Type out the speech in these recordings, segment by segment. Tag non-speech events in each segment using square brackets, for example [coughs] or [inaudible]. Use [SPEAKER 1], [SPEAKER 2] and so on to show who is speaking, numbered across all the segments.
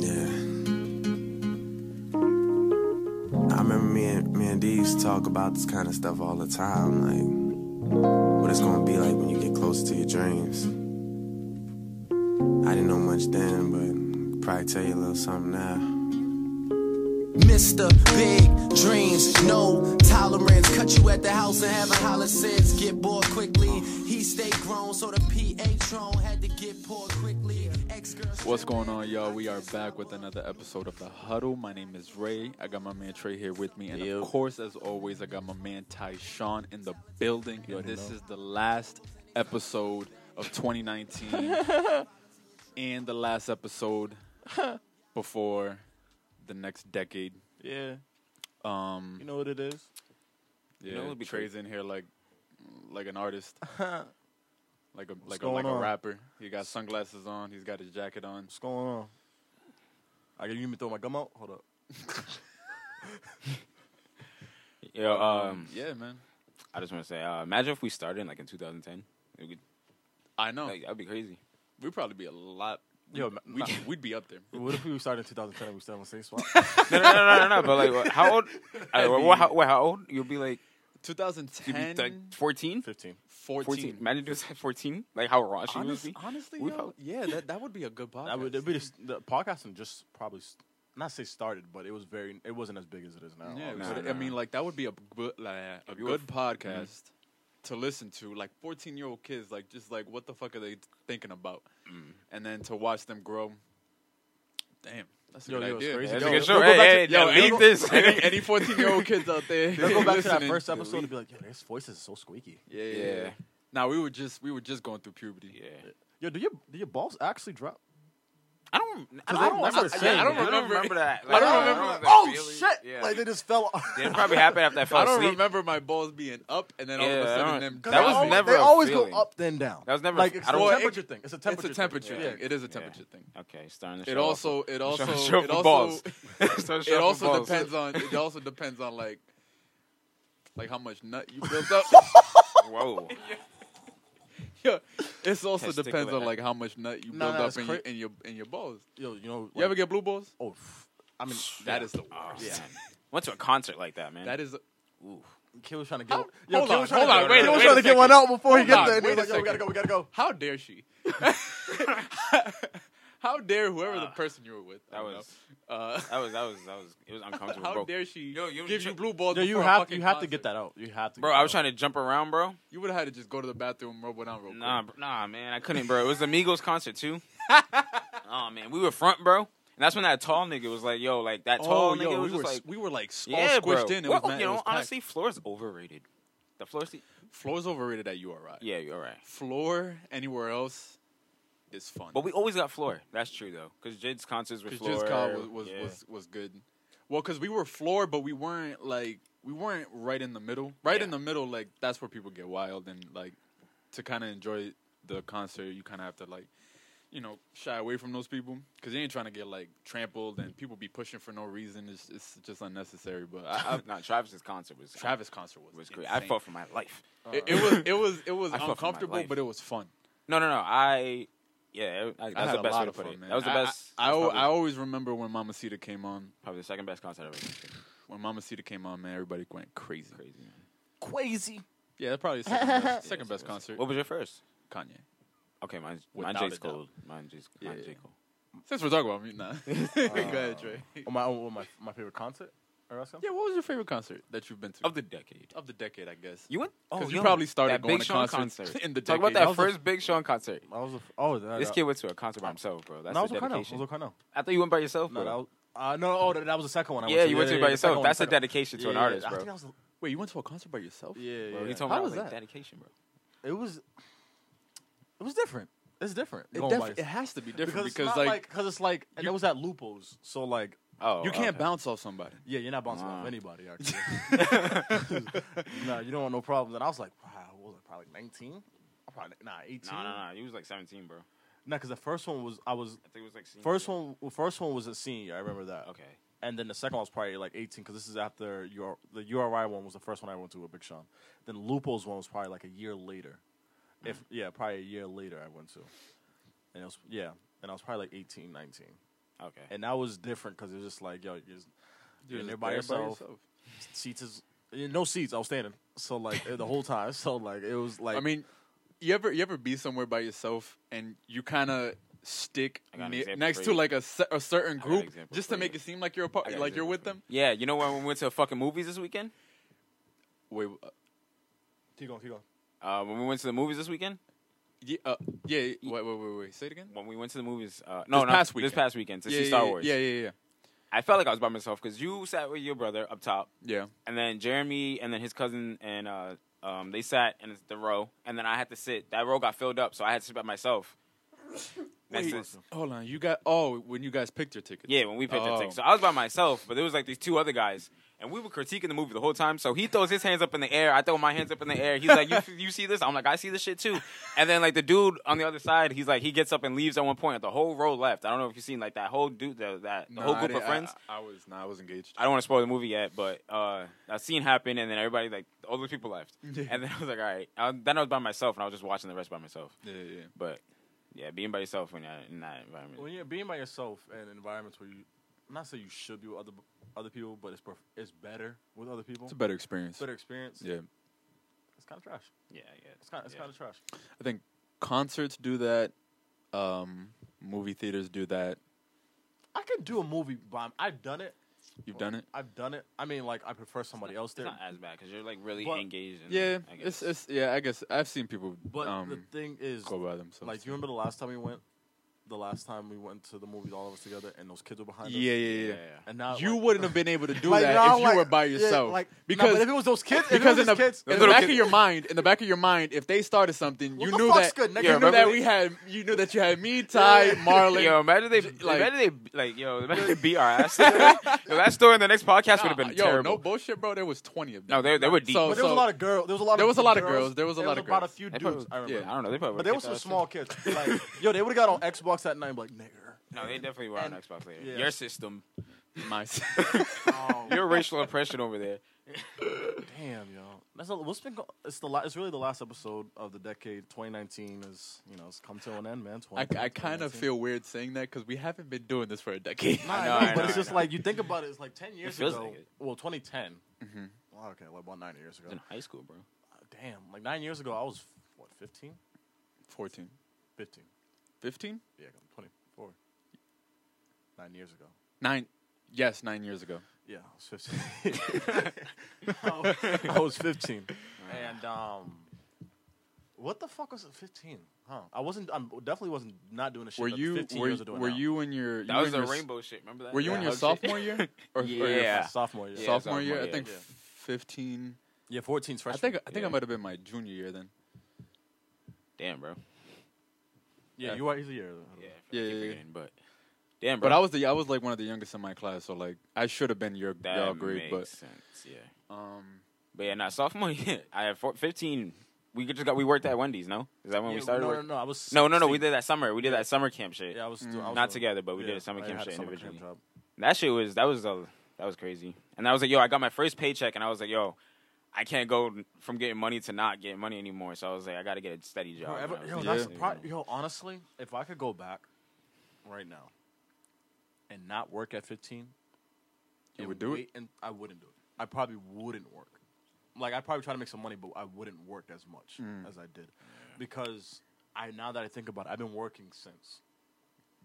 [SPEAKER 1] Yeah. I remember me and me and D's talk about this kind of stuff all the time, like what it's gonna be like when you get closer to your dreams. I didn't know much then, but probably tell you a little something now. Mr. Big Dreams, no tolerance. Cut you at the house and have a holler since. Get bored quickly. He stayed grown, so the PA Tron had to get poor quickly. Ex girl.
[SPEAKER 2] What's going on, y'all? We are back with another episode of The Huddle. My name is Ray. I got my man Trey here with me. And
[SPEAKER 3] Yep.
[SPEAKER 2] of course, as always, I got my man Tyshawn in the building. And this is the last episode of
[SPEAKER 3] [laughs]
[SPEAKER 2] 2019 and the last episode before the next decade.
[SPEAKER 3] Yeah,
[SPEAKER 2] Um,
[SPEAKER 3] you know what it is.
[SPEAKER 2] yeah,
[SPEAKER 3] know, it would be
[SPEAKER 2] Trey's in here like like an artist,
[SPEAKER 3] [laughs]
[SPEAKER 2] like a like a,
[SPEAKER 3] going
[SPEAKER 2] like a
[SPEAKER 3] on?
[SPEAKER 2] rapper. He got sunglasses on. He's got his jacket on.
[SPEAKER 3] What's going on? I can you even throw my gum out. Hold up.
[SPEAKER 4] Yo, um,
[SPEAKER 2] yeah, man.
[SPEAKER 4] I just want to say, uh, imagine if we started like in 2010. It would,
[SPEAKER 2] I know.
[SPEAKER 4] like, that'd be crazy.
[SPEAKER 2] We'd probably be a lot.
[SPEAKER 3] Yo,
[SPEAKER 2] we'd,
[SPEAKER 3] [laughs]
[SPEAKER 2] [laughs]
[SPEAKER 3] ma-
[SPEAKER 2] we'd- we'd be up there.
[SPEAKER 3] What if we started in 2010 and we still on the same [laughs] spot?
[SPEAKER 4] No, no, no, no, no, no. But like, what, how old? [laughs] I, what, how, what, how old? You'll be like,
[SPEAKER 2] [laughs]
[SPEAKER 4] you'd be
[SPEAKER 2] 2010,
[SPEAKER 4] like 14,
[SPEAKER 3] 15.
[SPEAKER 2] 14.
[SPEAKER 4] 14. Imagine if it was 14. Like how raw she would
[SPEAKER 2] Honest,
[SPEAKER 4] be.
[SPEAKER 2] honestly,
[SPEAKER 4] We'd
[SPEAKER 2] yo,
[SPEAKER 4] probably-
[SPEAKER 2] yeah, that, that would be a good podcast.
[SPEAKER 3] That would, it'd be just, the podcasting just probably s- not say started, but it was very. It wasn't as big as it is now.
[SPEAKER 2] yeah,
[SPEAKER 4] Oh, Nah,
[SPEAKER 2] but
[SPEAKER 4] nah.
[SPEAKER 2] I mean, like that would be a good, like, a
[SPEAKER 4] you were
[SPEAKER 2] good
[SPEAKER 4] mm-hmm.
[SPEAKER 2] podcast to listen to. Like 14 year old kids, like just like what the fuck are they thinking about?
[SPEAKER 4] Mm.
[SPEAKER 2] And then to watch them grow. Damn, that's a
[SPEAKER 3] Yo,
[SPEAKER 2] good
[SPEAKER 3] yo, it's
[SPEAKER 2] idea.
[SPEAKER 3] crazy.
[SPEAKER 2] man.
[SPEAKER 4] That's
[SPEAKER 3] Yo,
[SPEAKER 4] a good
[SPEAKER 3] let's
[SPEAKER 4] show.
[SPEAKER 3] go
[SPEAKER 4] Hey,
[SPEAKER 3] back
[SPEAKER 4] hey,
[SPEAKER 2] Yo,
[SPEAKER 4] yo,
[SPEAKER 2] any-
[SPEAKER 4] leave this.
[SPEAKER 2] Any, any 14 year old kids out
[SPEAKER 4] [laughs]
[SPEAKER 2] there?
[SPEAKER 3] Let's go back to that
[SPEAKER 2] listening,
[SPEAKER 3] first episode and be like, yo, this voice is so squeaky.
[SPEAKER 2] Yeah, yeah.
[SPEAKER 4] Yeah.
[SPEAKER 2] yeah. Now we were just we were just going through puberty.
[SPEAKER 4] Yeah.
[SPEAKER 3] Yo, do your do your balls actually drop?
[SPEAKER 4] I don't. I
[SPEAKER 3] they
[SPEAKER 4] don't,
[SPEAKER 3] don't-
[SPEAKER 4] remember.
[SPEAKER 3] that's what
[SPEAKER 4] that.
[SPEAKER 3] I'm
[SPEAKER 4] I don't
[SPEAKER 2] saying.
[SPEAKER 4] remember, that.
[SPEAKER 2] I don't
[SPEAKER 4] Like,
[SPEAKER 2] remember-
[SPEAKER 4] that
[SPEAKER 3] Oh
[SPEAKER 4] feeling.
[SPEAKER 3] shit!
[SPEAKER 4] Yeah.
[SPEAKER 3] Like they just fell. off. [laughs]
[SPEAKER 4] it probably happened after [laughs] I fell
[SPEAKER 2] I don't
[SPEAKER 4] asleep.
[SPEAKER 2] remember my balls being up and then all of
[SPEAKER 4] Yeah,
[SPEAKER 2] a
[SPEAKER 4] I
[SPEAKER 2] sudden
[SPEAKER 4] don't-
[SPEAKER 2] them.
[SPEAKER 4] that
[SPEAKER 3] They
[SPEAKER 2] down.
[SPEAKER 4] was
[SPEAKER 3] always-
[SPEAKER 4] never
[SPEAKER 3] They
[SPEAKER 4] a
[SPEAKER 3] always
[SPEAKER 4] feeling.
[SPEAKER 3] go up then down.
[SPEAKER 4] That was never a
[SPEAKER 3] like
[SPEAKER 4] f-
[SPEAKER 3] it's
[SPEAKER 4] I
[SPEAKER 3] a
[SPEAKER 4] don't- Well, it-
[SPEAKER 3] temperature thing. It's a
[SPEAKER 2] It's
[SPEAKER 3] temperature.
[SPEAKER 2] a temperature
[SPEAKER 3] Thing.
[SPEAKER 2] thing. It is a temperature thing.
[SPEAKER 4] Okay, [laughs] starting to
[SPEAKER 2] It
[SPEAKER 4] show off.
[SPEAKER 2] also it also
[SPEAKER 4] Show- show
[SPEAKER 2] it
[SPEAKER 4] for
[SPEAKER 2] also
[SPEAKER 4] balls.
[SPEAKER 2] [laughs]
[SPEAKER 4] [laughs]
[SPEAKER 2] it also depends on it also depends on like like how much nut you built up.
[SPEAKER 4] [laughs]
[SPEAKER 2] [laughs]
[SPEAKER 4] Whoa.
[SPEAKER 2] yeah, it also
[SPEAKER 4] Testicular
[SPEAKER 2] depends on
[SPEAKER 4] act.
[SPEAKER 2] like how much nut you
[SPEAKER 3] Nah,
[SPEAKER 2] build
[SPEAKER 3] nah,
[SPEAKER 2] up
[SPEAKER 3] it's
[SPEAKER 2] in,
[SPEAKER 3] cra-
[SPEAKER 2] your, in your in your balls.
[SPEAKER 3] Yo, you know.
[SPEAKER 2] You ever
[SPEAKER 3] like-
[SPEAKER 2] get blue balls?
[SPEAKER 3] Oh, f- I [sighs] mean,
[SPEAKER 2] That is the worst.
[SPEAKER 4] Oh,
[SPEAKER 3] Yeah.
[SPEAKER 4] yeah. Went to a concert like that, man.
[SPEAKER 2] That is
[SPEAKER 4] Ooh.
[SPEAKER 3] Kid was trying to get.
[SPEAKER 2] Hold
[SPEAKER 3] yo,
[SPEAKER 2] on,
[SPEAKER 3] Kid was trying
[SPEAKER 2] hold
[SPEAKER 3] to,
[SPEAKER 2] on, wait,
[SPEAKER 3] Kid was
[SPEAKER 2] wait
[SPEAKER 3] trying
[SPEAKER 2] a
[SPEAKER 3] to get one out before he
[SPEAKER 2] Hold
[SPEAKER 3] gets
[SPEAKER 2] on,
[SPEAKER 3] there. And he
[SPEAKER 2] wait
[SPEAKER 3] was like,
[SPEAKER 2] a
[SPEAKER 3] yo, we gotta go,
[SPEAKER 2] second.
[SPEAKER 3] we gotta go.
[SPEAKER 2] how dare
[SPEAKER 4] [laughs]
[SPEAKER 2] she? [laughs] how dare whoever the person you were with? I
[SPEAKER 4] Uh. That
[SPEAKER 2] don't
[SPEAKER 4] was-
[SPEAKER 2] know. Uh, [laughs]
[SPEAKER 4] That was that was that was it was uncomfortable,
[SPEAKER 2] how
[SPEAKER 4] bro.
[SPEAKER 2] dare she
[SPEAKER 4] Yo, you
[SPEAKER 2] give
[SPEAKER 4] ju-
[SPEAKER 2] you blue balls?
[SPEAKER 3] Yo, you
[SPEAKER 2] before a
[SPEAKER 3] have
[SPEAKER 2] fucking
[SPEAKER 3] you have to
[SPEAKER 2] concert?
[SPEAKER 3] get that out. You have to.
[SPEAKER 4] bro, I was trying to jump around, bro.
[SPEAKER 2] You would have had to just go to the bathroom, rub one out real quick.
[SPEAKER 4] Nah, br- nah, man, I couldn't, bro. It was the Migos
[SPEAKER 2] [laughs]
[SPEAKER 4] concert too. oh man, we were front, bro, and that's when that tall nigga was like, "Yo, like that tall
[SPEAKER 2] oh,
[SPEAKER 4] nigga
[SPEAKER 2] yo,
[SPEAKER 4] was
[SPEAKER 2] we
[SPEAKER 4] just
[SPEAKER 2] were
[SPEAKER 4] like,
[SPEAKER 2] we were like s- all
[SPEAKER 4] yeah, bro."
[SPEAKER 2] squished in. It
[SPEAKER 4] well,
[SPEAKER 2] was mad,
[SPEAKER 4] you
[SPEAKER 2] it
[SPEAKER 4] know,
[SPEAKER 2] was packed.
[SPEAKER 4] honestly, floor's overrated. The floor's,
[SPEAKER 2] floor's overrated at URI.
[SPEAKER 4] yeah, you're right.
[SPEAKER 2] floor anywhere else is fun.
[SPEAKER 4] But we always got floor. That's true though, because Jid's concerts were
[SPEAKER 2] 'Cause
[SPEAKER 4] floor.
[SPEAKER 2] Jizzcon was was,
[SPEAKER 4] yeah.
[SPEAKER 2] was was good. Well, because we were floor, but we weren't like we weren't right in the middle. Right in
[SPEAKER 4] Yeah.
[SPEAKER 2] the middle, like that's where people get wild and like to kind of enjoy the concert, you kind of have to like you know shy away from those people because you ain't trying to get like trampled and people be pushing for no reason. It's it's just unnecessary. But I, [laughs] I,
[SPEAKER 4] [laughs] no, Travis's concert was
[SPEAKER 2] Travis concert was
[SPEAKER 4] was great. I
[SPEAKER 2] insane.
[SPEAKER 4] fought for my life.
[SPEAKER 2] It, it was it was it was
[SPEAKER 4] [laughs] I fought for my
[SPEAKER 2] uncomfortable,
[SPEAKER 4] life.
[SPEAKER 2] but it was fun.
[SPEAKER 4] No, no, no. I yeah, I,
[SPEAKER 2] I
[SPEAKER 4] that's
[SPEAKER 2] had
[SPEAKER 4] the
[SPEAKER 2] a
[SPEAKER 4] best
[SPEAKER 2] lot
[SPEAKER 4] way to
[SPEAKER 2] of
[SPEAKER 4] put
[SPEAKER 2] fun,
[SPEAKER 4] it.
[SPEAKER 2] man.
[SPEAKER 4] That was the
[SPEAKER 2] I-
[SPEAKER 4] best.
[SPEAKER 2] I, I,
[SPEAKER 4] that's
[SPEAKER 2] al-
[SPEAKER 4] probably,
[SPEAKER 2] I always remember when Mama Cita came on.
[SPEAKER 4] probably the second best concert I've ever been to.
[SPEAKER 2] When Mama Cita came on, man, everybody went crazy.
[SPEAKER 4] Crazy. Man.
[SPEAKER 3] oh, crazy.
[SPEAKER 2] Yeah, that's probably the second best,
[SPEAKER 4] Yeah,
[SPEAKER 2] second
[SPEAKER 4] so
[SPEAKER 2] best
[SPEAKER 4] it was-
[SPEAKER 2] concert.
[SPEAKER 4] What was your first?
[SPEAKER 2] Kanye.
[SPEAKER 4] Okay, mine's
[SPEAKER 2] Without
[SPEAKER 4] mine
[SPEAKER 2] a
[SPEAKER 4] J
[SPEAKER 2] doubt.
[SPEAKER 4] Cole. Mine J
[SPEAKER 2] Yeah,
[SPEAKER 4] mine
[SPEAKER 2] yeah.
[SPEAKER 4] J Cole.
[SPEAKER 2] Since we're talking about me, nah. [laughs]
[SPEAKER 4] [laughs]
[SPEAKER 2] Go
[SPEAKER 4] Uh,
[SPEAKER 2] ahead, Trey.
[SPEAKER 3] Oh my, oh my, my favorite concert. Or else
[SPEAKER 2] Yeah, what was your favorite concert that you've been to
[SPEAKER 4] Of the decade.
[SPEAKER 2] Of the decade? I guess.
[SPEAKER 4] You went?
[SPEAKER 2] Because you probably started
[SPEAKER 4] that
[SPEAKER 2] going to
[SPEAKER 4] Big Sean
[SPEAKER 2] concerts in the
[SPEAKER 4] Talk about
[SPEAKER 2] decade.
[SPEAKER 4] that
[SPEAKER 2] That was a-
[SPEAKER 4] first Big Sean concert.
[SPEAKER 3] I was. A, oh, that,
[SPEAKER 4] This
[SPEAKER 3] that-
[SPEAKER 4] kid went to a concert by himself, bro. That's
[SPEAKER 3] No, I was
[SPEAKER 4] the
[SPEAKER 3] with Carnell. I
[SPEAKER 4] dedication.
[SPEAKER 3] was with Carnell.
[SPEAKER 4] I thought you went by yourself,
[SPEAKER 3] No,
[SPEAKER 4] bro.
[SPEAKER 3] that was. Uh, no, oh, that, that was the second one. I
[SPEAKER 4] yeah,
[SPEAKER 3] went
[SPEAKER 4] you
[SPEAKER 3] to.
[SPEAKER 4] went to it by
[SPEAKER 3] the second
[SPEAKER 4] yourself.
[SPEAKER 3] one,
[SPEAKER 4] That's
[SPEAKER 3] the
[SPEAKER 4] a
[SPEAKER 3] second
[SPEAKER 4] dedication to
[SPEAKER 3] one.
[SPEAKER 4] an
[SPEAKER 3] Yeah,
[SPEAKER 4] artist,
[SPEAKER 3] I
[SPEAKER 4] bro.
[SPEAKER 3] think that was-
[SPEAKER 2] Wait, you went to a concert by yourself?
[SPEAKER 3] Yeah,
[SPEAKER 4] Bro,
[SPEAKER 3] yeah.
[SPEAKER 4] You told me
[SPEAKER 3] How
[SPEAKER 4] I
[SPEAKER 3] was
[SPEAKER 4] like
[SPEAKER 3] that?
[SPEAKER 4] dedication, bro.
[SPEAKER 3] It was. It was different. It's different.
[SPEAKER 2] It,
[SPEAKER 3] going
[SPEAKER 2] def-
[SPEAKER 3] by
[SPEAKER 2] it has to be different
[SPEAKER 3] because,
[SPEAKER 2] because,
[SPEAKER 3] it's not
[SPEAKER 2] like,
[SPEAKER 3] like because it's like and it was at Lupo's, so like
[SPEAKER 4] Oh,
[SPEAKER 2] you can't
[SPEAKER 4] okay.
[SPEAKER 2] bounce off somebody.
[SPEAKER 3] yeah, you're not bouncing
[SPEAKER 4] Wow.
[SPEAKER 3] off anybody. [laughs] Actually, [laughs] no, you don't want no problems. And I was like, wow, what was it? Probably 19. Probably nah, 18.
[SPEAKER 4] No, no, no. You was like 17, bro.
[SPEAKER 3] No, because the first one was I was
[SPEAKER 4] I think it was like senior.
[SPEAKER 3] first one. well, First one was a senior. I remember that.
[SPEAKER 4] Okay.
[SPEAKER 3] And then the second one was probably like 18 because this is after your the URI one was the first one I went to with Big Sean. Then Lupo's one was Mm. probably like a year later. If yeah, probably a year later I went to. And it was yeah, and I was probably like 18, 19.
[SPEAKER 4] Okay.
[SPEAKER 3] And that was different because it was just like, yo, you're, just, you're in
[SPEAKER 2] just
[SPEAKER 3] there by
[SPEAKER 2] there
[SPEAKER 3] yourself. Seats is eh, no seats. I was standing, so like eh, the whole time. [laughs] So like it was like
[SPEAKER 2] I mean, you ever you ever be somewhere by yourself and you kind of stick
[SPEAKER 4] got an
[SPEAKER 2] ne-
[SPEAKER 4] example
[SPEAKER 2] next
[SPEAKER 4] for
[SPEAKER 2] to
[SPEAKER 4] you.
[SPEAKER 2] like a, cer- a certain
[SPEAKER 4] got an
[SPEAKER 2] group
[SPEAKER 4] example
[SPEAKER 2] just
[SPEAKER 4] for
[SPEAKER 2] to make
[SPEAKER 4] you.
[SPEAKER 2] it seem like you're a
[SPEAKER 4] I
[SPEAKER 2] part,
[SPEAKER 4] got an
[SPEAKER 2] like you're
[SPEAKER 4] example
[SPEAKER 2] with
[SPEAKER 4] for you.
[SPEAKER 2] them?
[SPEAKER 4] Yeah, you know when we went to fucking movies this weekend?
[SPEAKER 2] Wait, uh,
[SPEAKER 3] keep going, keep going.
[SPEAKER 4] Uh, when we went to the movies this weekend?
[SPEAKER 2] yeah, uh, yeah, yeah, wait, wait, wait, wait. Say it again.
[SPEAKER 4] When we went to the movies, uh, no,
[SPEAKER 2] This
[SPEAKER 4] no,
[SPEAKER 2] past
[SPEAKER 4] this
[SPEAKER 2] weekend.
[SPEAKER 4] past weekend to
[SPEAKER 2] yeah,
[SPEAKER 4] see
[SPEAKER 2] yeah,
[SPEAKER 4] Star
[SPEAKER 2] yeah,
[SPEAKER 4] Wars.
[SPEAKER 2] Yeah, yeah, yeah.
[SPEAKER 4] I felt like I was by myself because you sat with your brother up top,
[SPEAKER 2] Yeah.
[SPEAKER 4] and then Jeremy and then his cousin and uh, um, they sat in the row, and then I had to sit. That row got filled up, so I had to sit by myself. Next to-
[SPEAKER 2] Hold on, you got oh when you guys picked your tickets.
[SPEAKER 4] yeah, when we picked
[SPEAKER 2] Oh.
[SPEAKER 4] our tickets, so I was by myself, but there was like these two other guys. And we were critiquing the movie the whole time. So he throws his hands up in the air. I throw my hands up in the air. He's like, "You, you see this?" I'm like, "I see this shit too." And then like the dude on the other side, he's like, he gets up and leaves at one point. The whole row left. I don't know if you've seen like that whole dude, the, that the
[SPEAKER 2] No,
[SPEAKER 4] whole
[SPEAKER 2] I
[SPEAKER 4] group of
[SPEAKER 2] didn't- I-
[SPEAKER 4] friends.
[SPEAKER 2] I, I was nah, I was engaged.
[SPEAKER 4] I don't want to spoil the movie yet, but uh, that scene happened, and then everybody like all those
[SPEAKER 2] [laughs]
[SPEAKER 4] people left, and then I was like, all right. I, then I was by myself, and I was just watching the rest by myself.
[SPEAKER 2] Yeah, yeah.
[SPEAKER 4] But yeah, being by yourself when you're in that environment.
[SPEAKER 3] When you're being by yourself in environments where you, I'm not say you should be with other other people, but it's perf- it's better with other people.
[SPEAKER 2] It's a better experience.
[SPEAKER 3] better experience.
[SPEAKER 2] Yeah.
[SPEAKER 3] It's kind of trash.
[SPEAKER 4] yeah, yeah,
[SPEAKER 3] It's kind of it's
[SPEAKER 4] yeah.
[SPEAKER 3] kind of trash.
[SPEAKER 2] I think concerts do that. Um, movie theaters do that.
[SPEAKER 3] I can do a movie bomb. I've done it.
[SPEAKER 2] You've done it.
[SPEAKER 3] I've done it. I mean, like I prefer somebody else
[SPEAKER 4] It's
[SPEAKER 3] there.
[SPEAKER 4] not as bad because you're like really
[SPEAKER 3] But-
[SPEAKER 4] engaged. In
[SPEAKER 2] Yeah,
[SPEAKER 4] it, I
[SPEAKER 2] it's
[SPEAKER 4] guess.
[SPEAKER 2] it's yeah. I guess I've seen people
[SPEAKER 3] But the
[SPEAKER 2] um
[SPEAKER 3] thing is,
[SPEAKER 2] go by themselves.
[SPEAKER 3] like you remember the last time we went, the last time we went to the movies all of us together, and those kids were behind
[SPEAKER 2] yeah,
[SPEAKER 3] us.
[SPEAKER 2] yeah, yeah.
[SPEAKER 3] And now
[SPEAKER 2] You
[SPEAKER 3] like,
[SPEAKER 2] wouldn't have been able to do
[SPEAKER 3] like,
[SPEAKER 2] that
[SPEAKER 3] now,
[SPEAKER 2] if you
[SPEAKER 3] like-
[SPEAKER 2] were by
[SPEAKER 3] yeah,
[SPEAKER 2] yourself.
[SPEAKER 3] like, nah,
[SPEAKER 2] because
[SPEAKER 3] but if it was those kids, if it
[SPEAKER 2] because
[SPEAKER 3] was
[SPEAKER 2] in
[SPEAKER 3] those
[SPEAKER 2] the,
[SPEAKER 3] kids,
[SPEAKER 2] in the
[SPEAKER 3] those
[SPEAKER 2] back
[SPEAKER 3] kids-
[SPEAKER 2] of your mind, in the back of your mind, if they started something,
[SPEAKER 3] What
[SPEAKER 2] you
[SPEAKER 3] the
[SPEAKER 2] knew
[SPEAKER 3] fuck's
[SPEAKER 2] that
[SPEAKER 3] good, nigga?
[SPEAKER 2] you
[SPEAKER 4] Yeah,
[SPEAKER 2] knew that
[SPEAKER 4] remember
[SPEAKER 2] we
[SPEAKER 4] the-
[SPEAKER 2] had you knew that you had
[SPEAKER 3] [laughs]
[SPEAKER 2] me, Ty, Marlon.
[SPEAKER 4] Yo, imagine they
[SPEAKER 2] like-
[SPEAKER 4] like, imagine they like yo,
[SPEAKER 2] [laughs]
[SPEAKER 4] imagine they beat our ass. yo, that story in the next podcast would have been
[SPEAKER 2] Nah, yo,
[SPEAKER 4] terrible.
[SPEAKER 2] no bullshit, bro. There was twenty of them.
[SPEAKER 4] No, they- they were deep.
[SPEAKER 2] So,
[SPEAKER 3] But there was
[SPEAKER 2] so-
[SPEAKER 3] a lot of girls. There was a lot.
[SPEAKER 2] There
[SPEAKER 3] of
[SPEAKER 2] was a
[SPEAKER 3] good
[SPEAKER 2] lot of girls. There was a lot of
[SPEAKER 3] about a
[SPEAKER 2] girls.
[SPEAKER 3] few
[SPEAKER 4] They
[SPEAKER 3] dudes.
[SPEAKER 4] probably-
[SPEAKER 3] I remember.
[SPEAKER 4] yeah, I don't know. They probably
[SPEAKER 3] But there
[SPEAKER 4] would've
[SPEAKER 3] was some
[SPEAKER 4] kicked our
[SPEAKER 3] small kids. Like, yo, they would have got on Xbox that night. and be Like, nigga.
[SPEAKER 4] ass. No, they definitely were on
[SPEAKER 3] And-
[SPEAKER 4] Xbox later.
[SPEAKER 3] yeah.
[SPEAKER 4] Your system,
[SPEAKER 2] [laughs]
[SPEAKER 3] [laughs]
[SPEAKER 2] my
[SPEAKER 3] Oh,
[SPEAKER 4] your racial oppression over there.
[SPEAKER 3] damn, yo. That's a, what's been. Go- it's the. La- it's really the last episode of the decade. 2019 is. You know, it's come to an end, man.
[SPEAKER 2] I,
[SPEAKER 3] 2019,
[SPEAKER 2] I kind of
[SPEAKER 3] 2019.
[SPEAKER 2] feel weird saying that because we haven't been doing this for a decade. [laughs]
[SPEAKER 3] Nah, I
[SPEAKER 4] know,
[SPEAKER 3] know,
[SPEAKER 4] I
[SPEAKER 3] but
[SPEAKER 4] know,
[SPEAKER 3] it's
[SPEAKER 4] I
[SPEAKER 3] just
[SPEAKER 4] know.
[SPEAKER 3] like you think about it. It's like ten years
[SPEAKER 4] feels
[SPEAKER 3] ago.
[SPEAKER 4] like it.
[SPEAKER 3] Well, 2010. Wow, okay, like about nine years ago.
[SPEAKER 4] [laughs] In high school, bro.
[SPEAKER 3] Damn, like nine years ago, I was what 15,
[SPEAKER 2] 14.
[SPEAKER 3] 15.
[SPEAKER 2] 15?
[SPEAKER 3] Yeah, 24. Nine years ago.
[SPEAKER 2] Nine. Yes, nine years ago.
[SPEAKER 3] Yeah, I was 15. I was- [laughs] I was 15. And um what the fuck was it 15? Huh. I wasn't I definitely wasn't not doing the shit
[SPEAKER 2] Were
[SPEAKER 3] that
[SPEAKER 2] you
[SPEAKER 3] 15
[SPEAKER 2] were,
[SPEAKER 3] years are doing
[SPEAKER 2] were
[SPEAKER 3] now.
[SPEAKER 2] you in your
[SPEAKER 4] That
[SPEAKER 2] you
[SPEAKER 4] was
[SPEAKER 2] in
[SPEAKER 4] the
[SPEAKER 2] your s-
[SPEAKER 4] rainbow shit. Remember that?
[SPEAKER 2] Were you
[SPEAKER 4] Yeah,
[SPEAKER 2] in your
[SPEAKER 4] hug shit.
[SPEAKER 2] sophomore year?
[SPEAKER 3] [laughs]
[SPEAKER 2] Or, or your
[SPEAKER 4] Yeah.
[SPEAKER 3] sophomore year?
[SPEAKER 4] Yeah,
[SPEAKER 2] sophomore year?
[SPEAKER 4] sophomore
[SPEAKER 2] I
[SPEAKER 4] year.
[SPEAKER 2] think
[SPEAKER 3] Yeah.
[SPEAKER 2] 15.
[SPEAKER 3] Yeah, 14's
[SPEAKER 2] I
[SPEAKER 3] freshman.
[SPEAKER 2] think I think
[SPEAKER 4] Yeah.
[SPEAKER 2] I might have been my junior year then.
[SPEAKER 4] Damn, bro.
[SPEAKER 3] yeah, you are he's a year.
[SPEAKER 4] Yeah,
[SPEAKER 2] Yeah, yeah, yeah.
[SPEAKER 4] figuring, but damn, bro.
[SPEAKER 2] But I was the I was like one of the youngest in my class, so like I should have been your
[SPEAKER 4] that
[SPEAKER 2] y'all grade,
[SPEAKER 4] makes
[SPEAKER 2] but
[SPEAKER 4] sense. Yeah,
[SPEAKER 2] um
[SPEAKER 4] but yeah, not sophomore. [laughs] year. I had four, fifteen. We just got we worked at Wendy's. No, is that when we started?
[SPEAKER 3] no, no,
[SPEAKER 4] work-
[SPEAKER 3] no, I was
[SPEAKER 4] no, no, no, We
[SPEAKER 3] 16.
[SPEAKER 4] did that summer. We did that summer camp shit.
[SPEAKER 3] Yeah, I was, I was
[SPEAKER 4] not
[SPEAKER 3] doing-
[SPEAKER 4] together, but we did
[SPEAKER 3] yeah,
[SPEAKER 4] a summer
[SPEAKER 3] I
[SPEAKER 4] camp
[SPEAKER 3] had a
[SPEAKER 4] shit
[SPEAKER 3] summer camp
[SPEAKER 4] individually.
[SPEAKER 3] job.
[SPEAKER 4] That shit was that was a, that was crazy. And I was like, yo, I got my first paycheck, and I was like, yo, I can't go from getting money to not getting money anymore. So I was like, I got to get a steady job.
[SPEAKER 3] Yo,
[SPEAKER 4] And I
[SPEAKER 3] ever,
[SPEAKER 4] was
[SPEAKER 3] yo,
[SPEAKER 4] like,
[SPEAKER 3] that's
[SPEAKER 4] yeah.
[SPEAKER 3] pro- yo, honestly, if I could go back right now and not work at 15,
[SPEAKER 2] You
[SPEAKER 3] and
[SPEAKER 2] would do it?
[SPEAKER 3] wait And I wouldn't do it. I probably wouldn't work. Like I'd probably try to make some money, but I wouldn't work as much
[SPEAKER 4] Mm.
[SPEAKER 3] as I did because I now that I think about it, I've been working since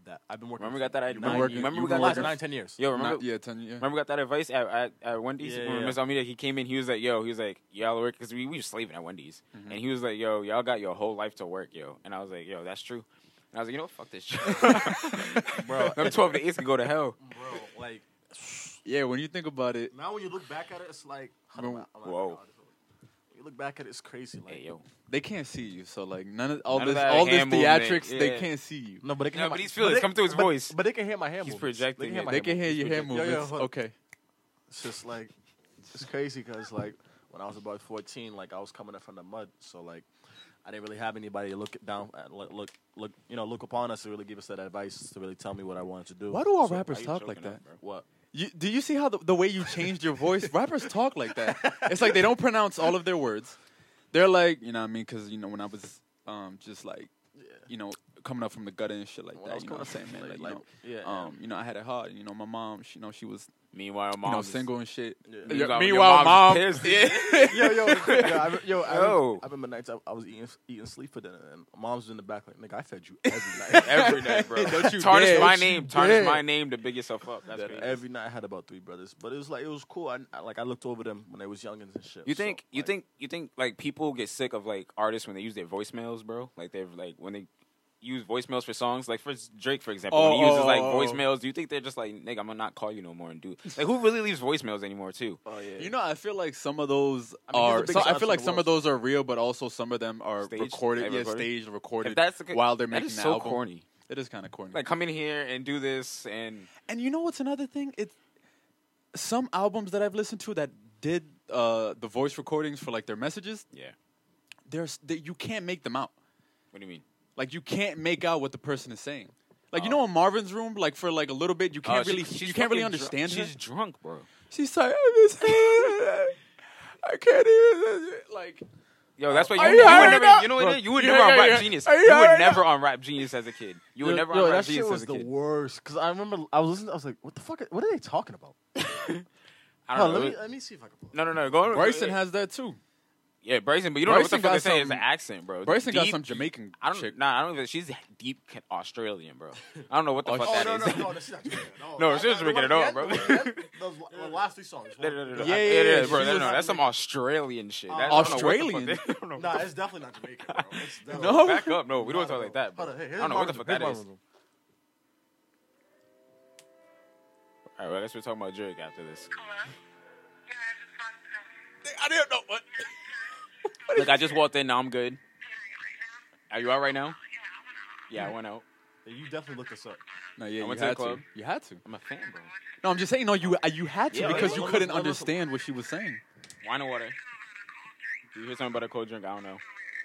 [SPEAKER 3] that. I've been working.
[SPEAKER 4] Remember we got that idea.
[SPEAKER 2] been
[SPEAKER 4] Remember,
[SPEAKER 2] working-
[SPEAKER 4] remember
[SPEAKER 2] you've
[SPEAKER 4] we
[SPEAKER 2] been
[SPEAKER 4] got
[SPEAKER 3] last
[SPEAKER 4] that.
[SPEAKER 2] working-
[SPEAKER 3] nine ten years.
[SPEAKER 4] Yo, remember,
[SPEAKER 2] not- yeah, 10 yeah.
[SPEAKER 4] Remember we got that advice at at, at Wendy's
[SPEAKER 3] Yeah,
[SPEAKER 4] when
[SPEAKER 3] yeah.
[SPEAKER 4] Miss Almeida he came in. He was like, "Yo," he was like, "Y'all work because we, we were slaving at Wendy's,"
[SPEAKER 2] Mm-hmm.
[SPEAKER 4] and he was like, "Yo, y'all got your whole life to work, yo." And I was like, "Yo, that's true." And I was like, "You know what? Fuck
[SPEAKER 2] [laughs]
[SPEAKER 4] this shit,
[SPEAKER 3] Bro,
[SPEAKER 4] [laughs] Them twelve to eights can go to hell."
[SPEAKER 2] Oh
[SPEAKER 3] bro, like
[SPEAKER 2] Yeah, when you think about it,
[SPEAKER 3] now when you look back at it, it's like oh,
[SPEAKER 2] Bro,
[SPEAKER 3] I'm not- I'm not-
[SPEAKER 4] whoa.
[SPEAKER 3] When you look back at it, it's crazy. Like
[SPEAKER 4] Hey, yo.
[SPEAKER 2] they can't see you. So like none of all
[SPEAKER 4] None of
[SPEAKER 2] this
[SPEAKER 4] that
[SPEAKER 2] all this
[SPEAKER 4] hand movement,
[SPEAKER 2] theatrics, they
[SPEAKER 4] yeah.
[SPEAKER 2] can't see you.
[SPEAKER 3] No, but they can
[SPEAKER 4] No,
[SPEAKER 3] hear
[SPEAKER 4] but
[SPEAKER 3] my-
[SPEAKER 4] he's feeling it.
[SPEAKER 3] they-
[SPEAKER 4] Come through his
[SPEAKER 3] but-
[SPEAKER 4] voice.
[SPEAKER 3] But they can hear my hand
[SPEAKER 4] He's
[SPEAKER 3] movements.
[SPEAKER 4] projecting
[SPEAKER 3] hear
[SPEAKER 4] it.
[SPEAKER 3] my
[SPEAKER 2] They can hear
[SPEAKER 3] movements.
[SPEAKER 2] your hand
[SPEAKER 3] Yo, yo,
[SPEAKER 2] movements.
[SPEAKER 3] hold on.
[SPEAKER 2] okay.
[SPEAKER 3] It's just like it's crazy because like when I was about fourteen, like I was coming up from the mud, so like I didn't really have anybody to look down, at, look, look, look, you know, look upon us to really give us that advice to really tell me what I wanted to do.
[SPEAKER 2] Why do all
[SPEAKER 3] So-
[SPEAKER 2] rappers
[SPEAKER 4] you
[SPEAKER 2] talk like
[SPEAKER 4] choking
[SPEAKER 2] that?
[SPEAKER 4] up, bro?
[SPEAKER 3] What?
[SPEAKER 2] You, do you see how the, the way you changed your
[SPEAKER 3] [laughs]
[SPEAKER 2] voice? Rappers talk like that. It's like they don't pronounce all of their words. They're like, you know what I mean? Because, you know, when I was um, just like, you know, coming up from the gutter and shit like
[SPEAKER 3] When I
[SPEAKER 2] that.
[SPEAKER 3] was
[SPEAKER 2] You know what I'm
[SPEAKER 3] coming
[SPEAKER 2] saying,
[SPEAKER 3] up,
[SPEAKER 2] man? Like,
[SPEAKER 3] like-
[SPEAKER 2] you know,
[SPEAKER 3] like, yeah,
[SPEAKER 2] um, you know, I had it hard. You know, my mom, she, you know, she was
[SPEAKER 4] Meanwhile,
[SPEAKER 2] you
[SPEAKER 4] mom
[SPEAKER 2] know
[SPEAKER 4] is-
[SPEAKER 2] single and shit.
[SPEAKER 3] Yeah.
[SPEAKER 4] You
[SPEAKER 2] Yeah,
[SPEAKER 4] got- your
[SPEAKER 2] meanwhile,
[SPEAKER 4] mom
[SPEAKER 2] mom,
[SPEAKER 4] is
[SPEAKER 2] [laughs] yeah.
[SPEAKER 3] [laughs] yo, yo, yo, I, re- yo, I,
[SPEAKER 4] Yo.
[SPEAKER 3] Remember, I remember nights I, I was eating eating sleep for dinner, and my mom's in the back like, "Nigga, I fed
[SPEAKER 4] [laughs]
[SPEAKER 3] you every night.
[SPEAKER 4] every night,
[SPEAKER 2] [laughs]
[SPEAKER 4] bro.
[SPEAKER 2] Don't you
[SPEAKER 4] tarnish
[SPEAKER 2] dare.
[SPEAKER 4] my
[SPEAKER 2] Don't you
[SPEAKER 4] name. Tarnish
[SPEAKER 2] dare.
[SPEAKER 4] my name to big yourself up. That's
[SPEAKER 3] That
[SPEAKER 4] crazy.
[SPEAKER 3] every night I had about three brothers, but it was like it was cool. I, I like I looked over them when they was youngins and shit.
[SPEAKER 4] You
[SPEAKER 3] so,
[SPEAKER 4] think you
[SPEAKER 3] like,
[SPEAKER 4] think you think like people get sick of like artists when they use their voicemails, bro? Like they're like when they use voicemails for songs, like for Drake, for example, when he
[SPEAKER 2] Oh,
[SPEAKER 4] uses
[SPEAKER 2] oh,
[SPEAKER 4] like
[SPEAKER 2] oh, oh.
[SPEAKER 4] voicemails, do you think they're just like, nigga, I'm gonna not call you no more and do like who really leaves voicemails anymore too?
[SPEAKER 3] Oh yeah.
[SPEAKER 2] You know, I feel like some of those
[SPEAKER 3] I mean, these are
[SPEAKER 2] are.
[SPEAKER 3] big
[SPEAKER 2] So I
[SPEAKER 3] shots
[SPEAKER 2] feel
[SPEAKER 3] in
[SPEAKER 2] like
[SPEAKER 3] the
[SPEAKER 2] some of those are real, but also some of them are
[SPEAKER 4] Staged?
[SPEAKER 2] recorded,
[SPEAKER 4] Like
[SPEAKER 2] yeah,
[SPEAKER 4] recorded?
[SPEAKER 2] staged, recorded
[SPEAKER 4] If that's the ca-
[SPEAKER 2] while they're
[SPEAKER 4] that
[SPEAKER 2] making
[SPEAKER 4] is
[SPEAKER 2] the
[SPEAKER 4] so
[SPEAKER 2] album.
[SPEAKER 4] corny.
[SPEAKER 2] It is kind of corny.
[SPEAKER 4] Like come in here and do this and
[SPEAKER 2] and you know what's another thing? It some albums that I've listened to that did uh, the voice recordings for like their messages.
[SPEAKER 4] yeah.
[SPEAKER 2] There's they, you can't make them out.
[SPEAKER 4] What do you mean?
[SPEAKER 2] Like you can't make out what the person is saying. Like you know, in Marvin's room, like for like a little bit, you can't
[SPEAKER 4] Oh, she-
[SPEAKER 2] really
[SPEAKER 4] she's
[SPEAKER 2] you can't really
[SPEAKER 4] fucking dr-
[SPEAKER 2] understand her.
[SPEAKER 4] She's drunk, bro.
[SPEAKER 2] She's like, I just I can't even like.
[SPEAKER 4] Yo, that's why you,
[SPEAKER 2] Are
[SPEAKER 4] you,
[SPEAKER 2] you
[SPEAKER 4] would
[SPEAKER 2] hiring
[SPEAKER 4] never,
[SPEAKER 2] up?
[SPEAKER 4] you know what it
[SPEAKER 2] Bro,
[SPEAKER 4] is? You would
[SPEAKER 2] yeah,
[SPEAKER 4] never on
[SPEAKER 2] yeah,
[SPEAKER 4] Rap
[SPEAKER 2] yeah.
[SPEAKER 4] Genius.
[SPEAKER 2] Are
[SPEAKER 4] You
[SPEAKER 2] you
[SPEAKER 4] would
[SPEAKER 2] hiring
[SPEAKER 4] never on Rap Genius as a kid. You would
[SPEAKER 3] Yo,
[SPEAKER 4] never
[SPEAKER 3] yo,
[SPEAKER 4] on Rap
[SPEAKER 3] that shit
[SPEAKER 4] Genius
[SPEAKER 3] was
[SPEAKER 4] as a
[SPEAKER 3] the
[SPEAKER 4] kid.
[SPEAKER 3] worst. Cause I remember I was listening. I was like, "What the fuck? are- What are they talking about?"
[SPEAKER 4] I
[SPEAKER 3] Huh,
[SPEAKER 4] don't know.
[SPEAKER 3] let
[SPEAKER 4] it
[SPEAKER 3] me
[SPEAKER 4] was-
[SPEAKER 3] let me see if I can. Pull it.
[SPEAKER 4] No, no, no. Go
[SPEAKER 2] Bryson has that too.
[SPEAKER 4] Yeah, Bryson, but you don't
[SPEAKER 2] Bryson
[SPEAKER 4] know what the fuck
[SPEAKER 2] got
[SPEAKER 4] they're saying. It's
[SPEAKER 2] some-
[SPEAKER 4] an accent, bro.
[SPEAKER 2] Bryson got
[SPEAKER 4] Deep-
[SPEAKER 2] some Jamaican
[SPEAKER 4] I don't.
[SPEAKER 2] chick.
[SPEAKER 4] Nah, I don't even. She's deep ca- Australian, bro. I don't know what
[SPEAKER 2] [laughs]
[SPEAKER 4] the
[SPEAKER 2] Oh,
[SPEAKER 4] fuck
[SPEAKER 2] shit.
[SPEAKER 4] that
[SPEAKER 2] Oh,
[SPEAKER 4] is. [laughs]
[SPEAKER 3] no, no, she's not doing it at all.
[SPEAKER 4] No,
[SPEAKER 3] I-
[SPEAKER 4] she was
[SPEAKER 3] I-
[SPEAKER 4] rigging it
[SPEAKER 3] the
[SPEAKER 4] all, bro.
[SPEAKER 3] one- that-
[SPEAKER 4] [laughs]
[SPEAKER 3] Those the last three songs.
[SPEAKER 4] No, no, no, no.
[SPEAKER 2] Yeah,
[SPEAKER 4] I-
[SPEAKER 2] yeah,
[SPEAKER 4] it
[SPEAKER 2] yeah,
[SPEAKER 4] is, bro.
[SPEAKER 2] she
[SPEAKER 4] No, no,
[SPEAKER 2] was- Oh.
[SPEAKER 4] that's some Australian shit. That- I don't know what the fuck
[SPEAKER 2] Australian?
[SPEAKER 4] that- [laughs] I don't know.
[SPEAKER 3] Nah, it's definitely not Jamaican, bro. It's definitely-
[SPEAKER 2] [laughs] No.
[SPEAKER 4] Back up, [laughs] no, we don't
[SPEAKER 3] Not at
[SPEAKER 4] talk
[SPEAKER 3] all.
[SPEAKER 4] like that. Bro.
[SPEAKER 3] Hold on, hey,
[SPEAKER 4] I
[SPEAKER 3] here's
[SPEAKER 4] don't know what the
[SPEAKER 3] Marvin's-
[SPEAKER 4] fuck that
[SPEAKER 3] here's
[SPEAKER 4] is. All
[SPEAKER 3] Marvin's.
[SPEAKER 4] right, well, I guess we're talking about Drake after this.
[SPEAKER 2] I didn't know what. [laughs]
[SPEAKER 4] Look, I just walked in. Now I'm good. Are you out right now? Yeah, I went out.
[SPEAKER 3] You definitely looked
[SPEAKER 4] [laughs]
[SPEAKER 3] this up.
[SPEAKER 2] No, yeah,
[SPEAKER 4] I
[SPEAKER 2] you
[SPEAKER 4] went
[SPEAKER 2] had
[SPEAKER 4] to the
[SPEAKER 2] to.
[SPEAKER 4] club.
[SPEAKER 2] You had to.
[SPEAKER 4] I'm a fan, bro.
[SPEAKER 2] No, I'm just saying. No, you uh, you had to
[SPEAKER 4] Yeah,
[SPEAKER 2] because
[SPEAKER 4] yeah,
[SPEAKER 2] you
[SPEAKER 3] yeah.
[SPEAKER 2] couldn't
[SPEAKER 3] Yeah, yeah.
[SPEAKER 2] understand what she was saying.
[SPEAKER 4] Wine and water. Do you hear something about a cold drink? I don't know.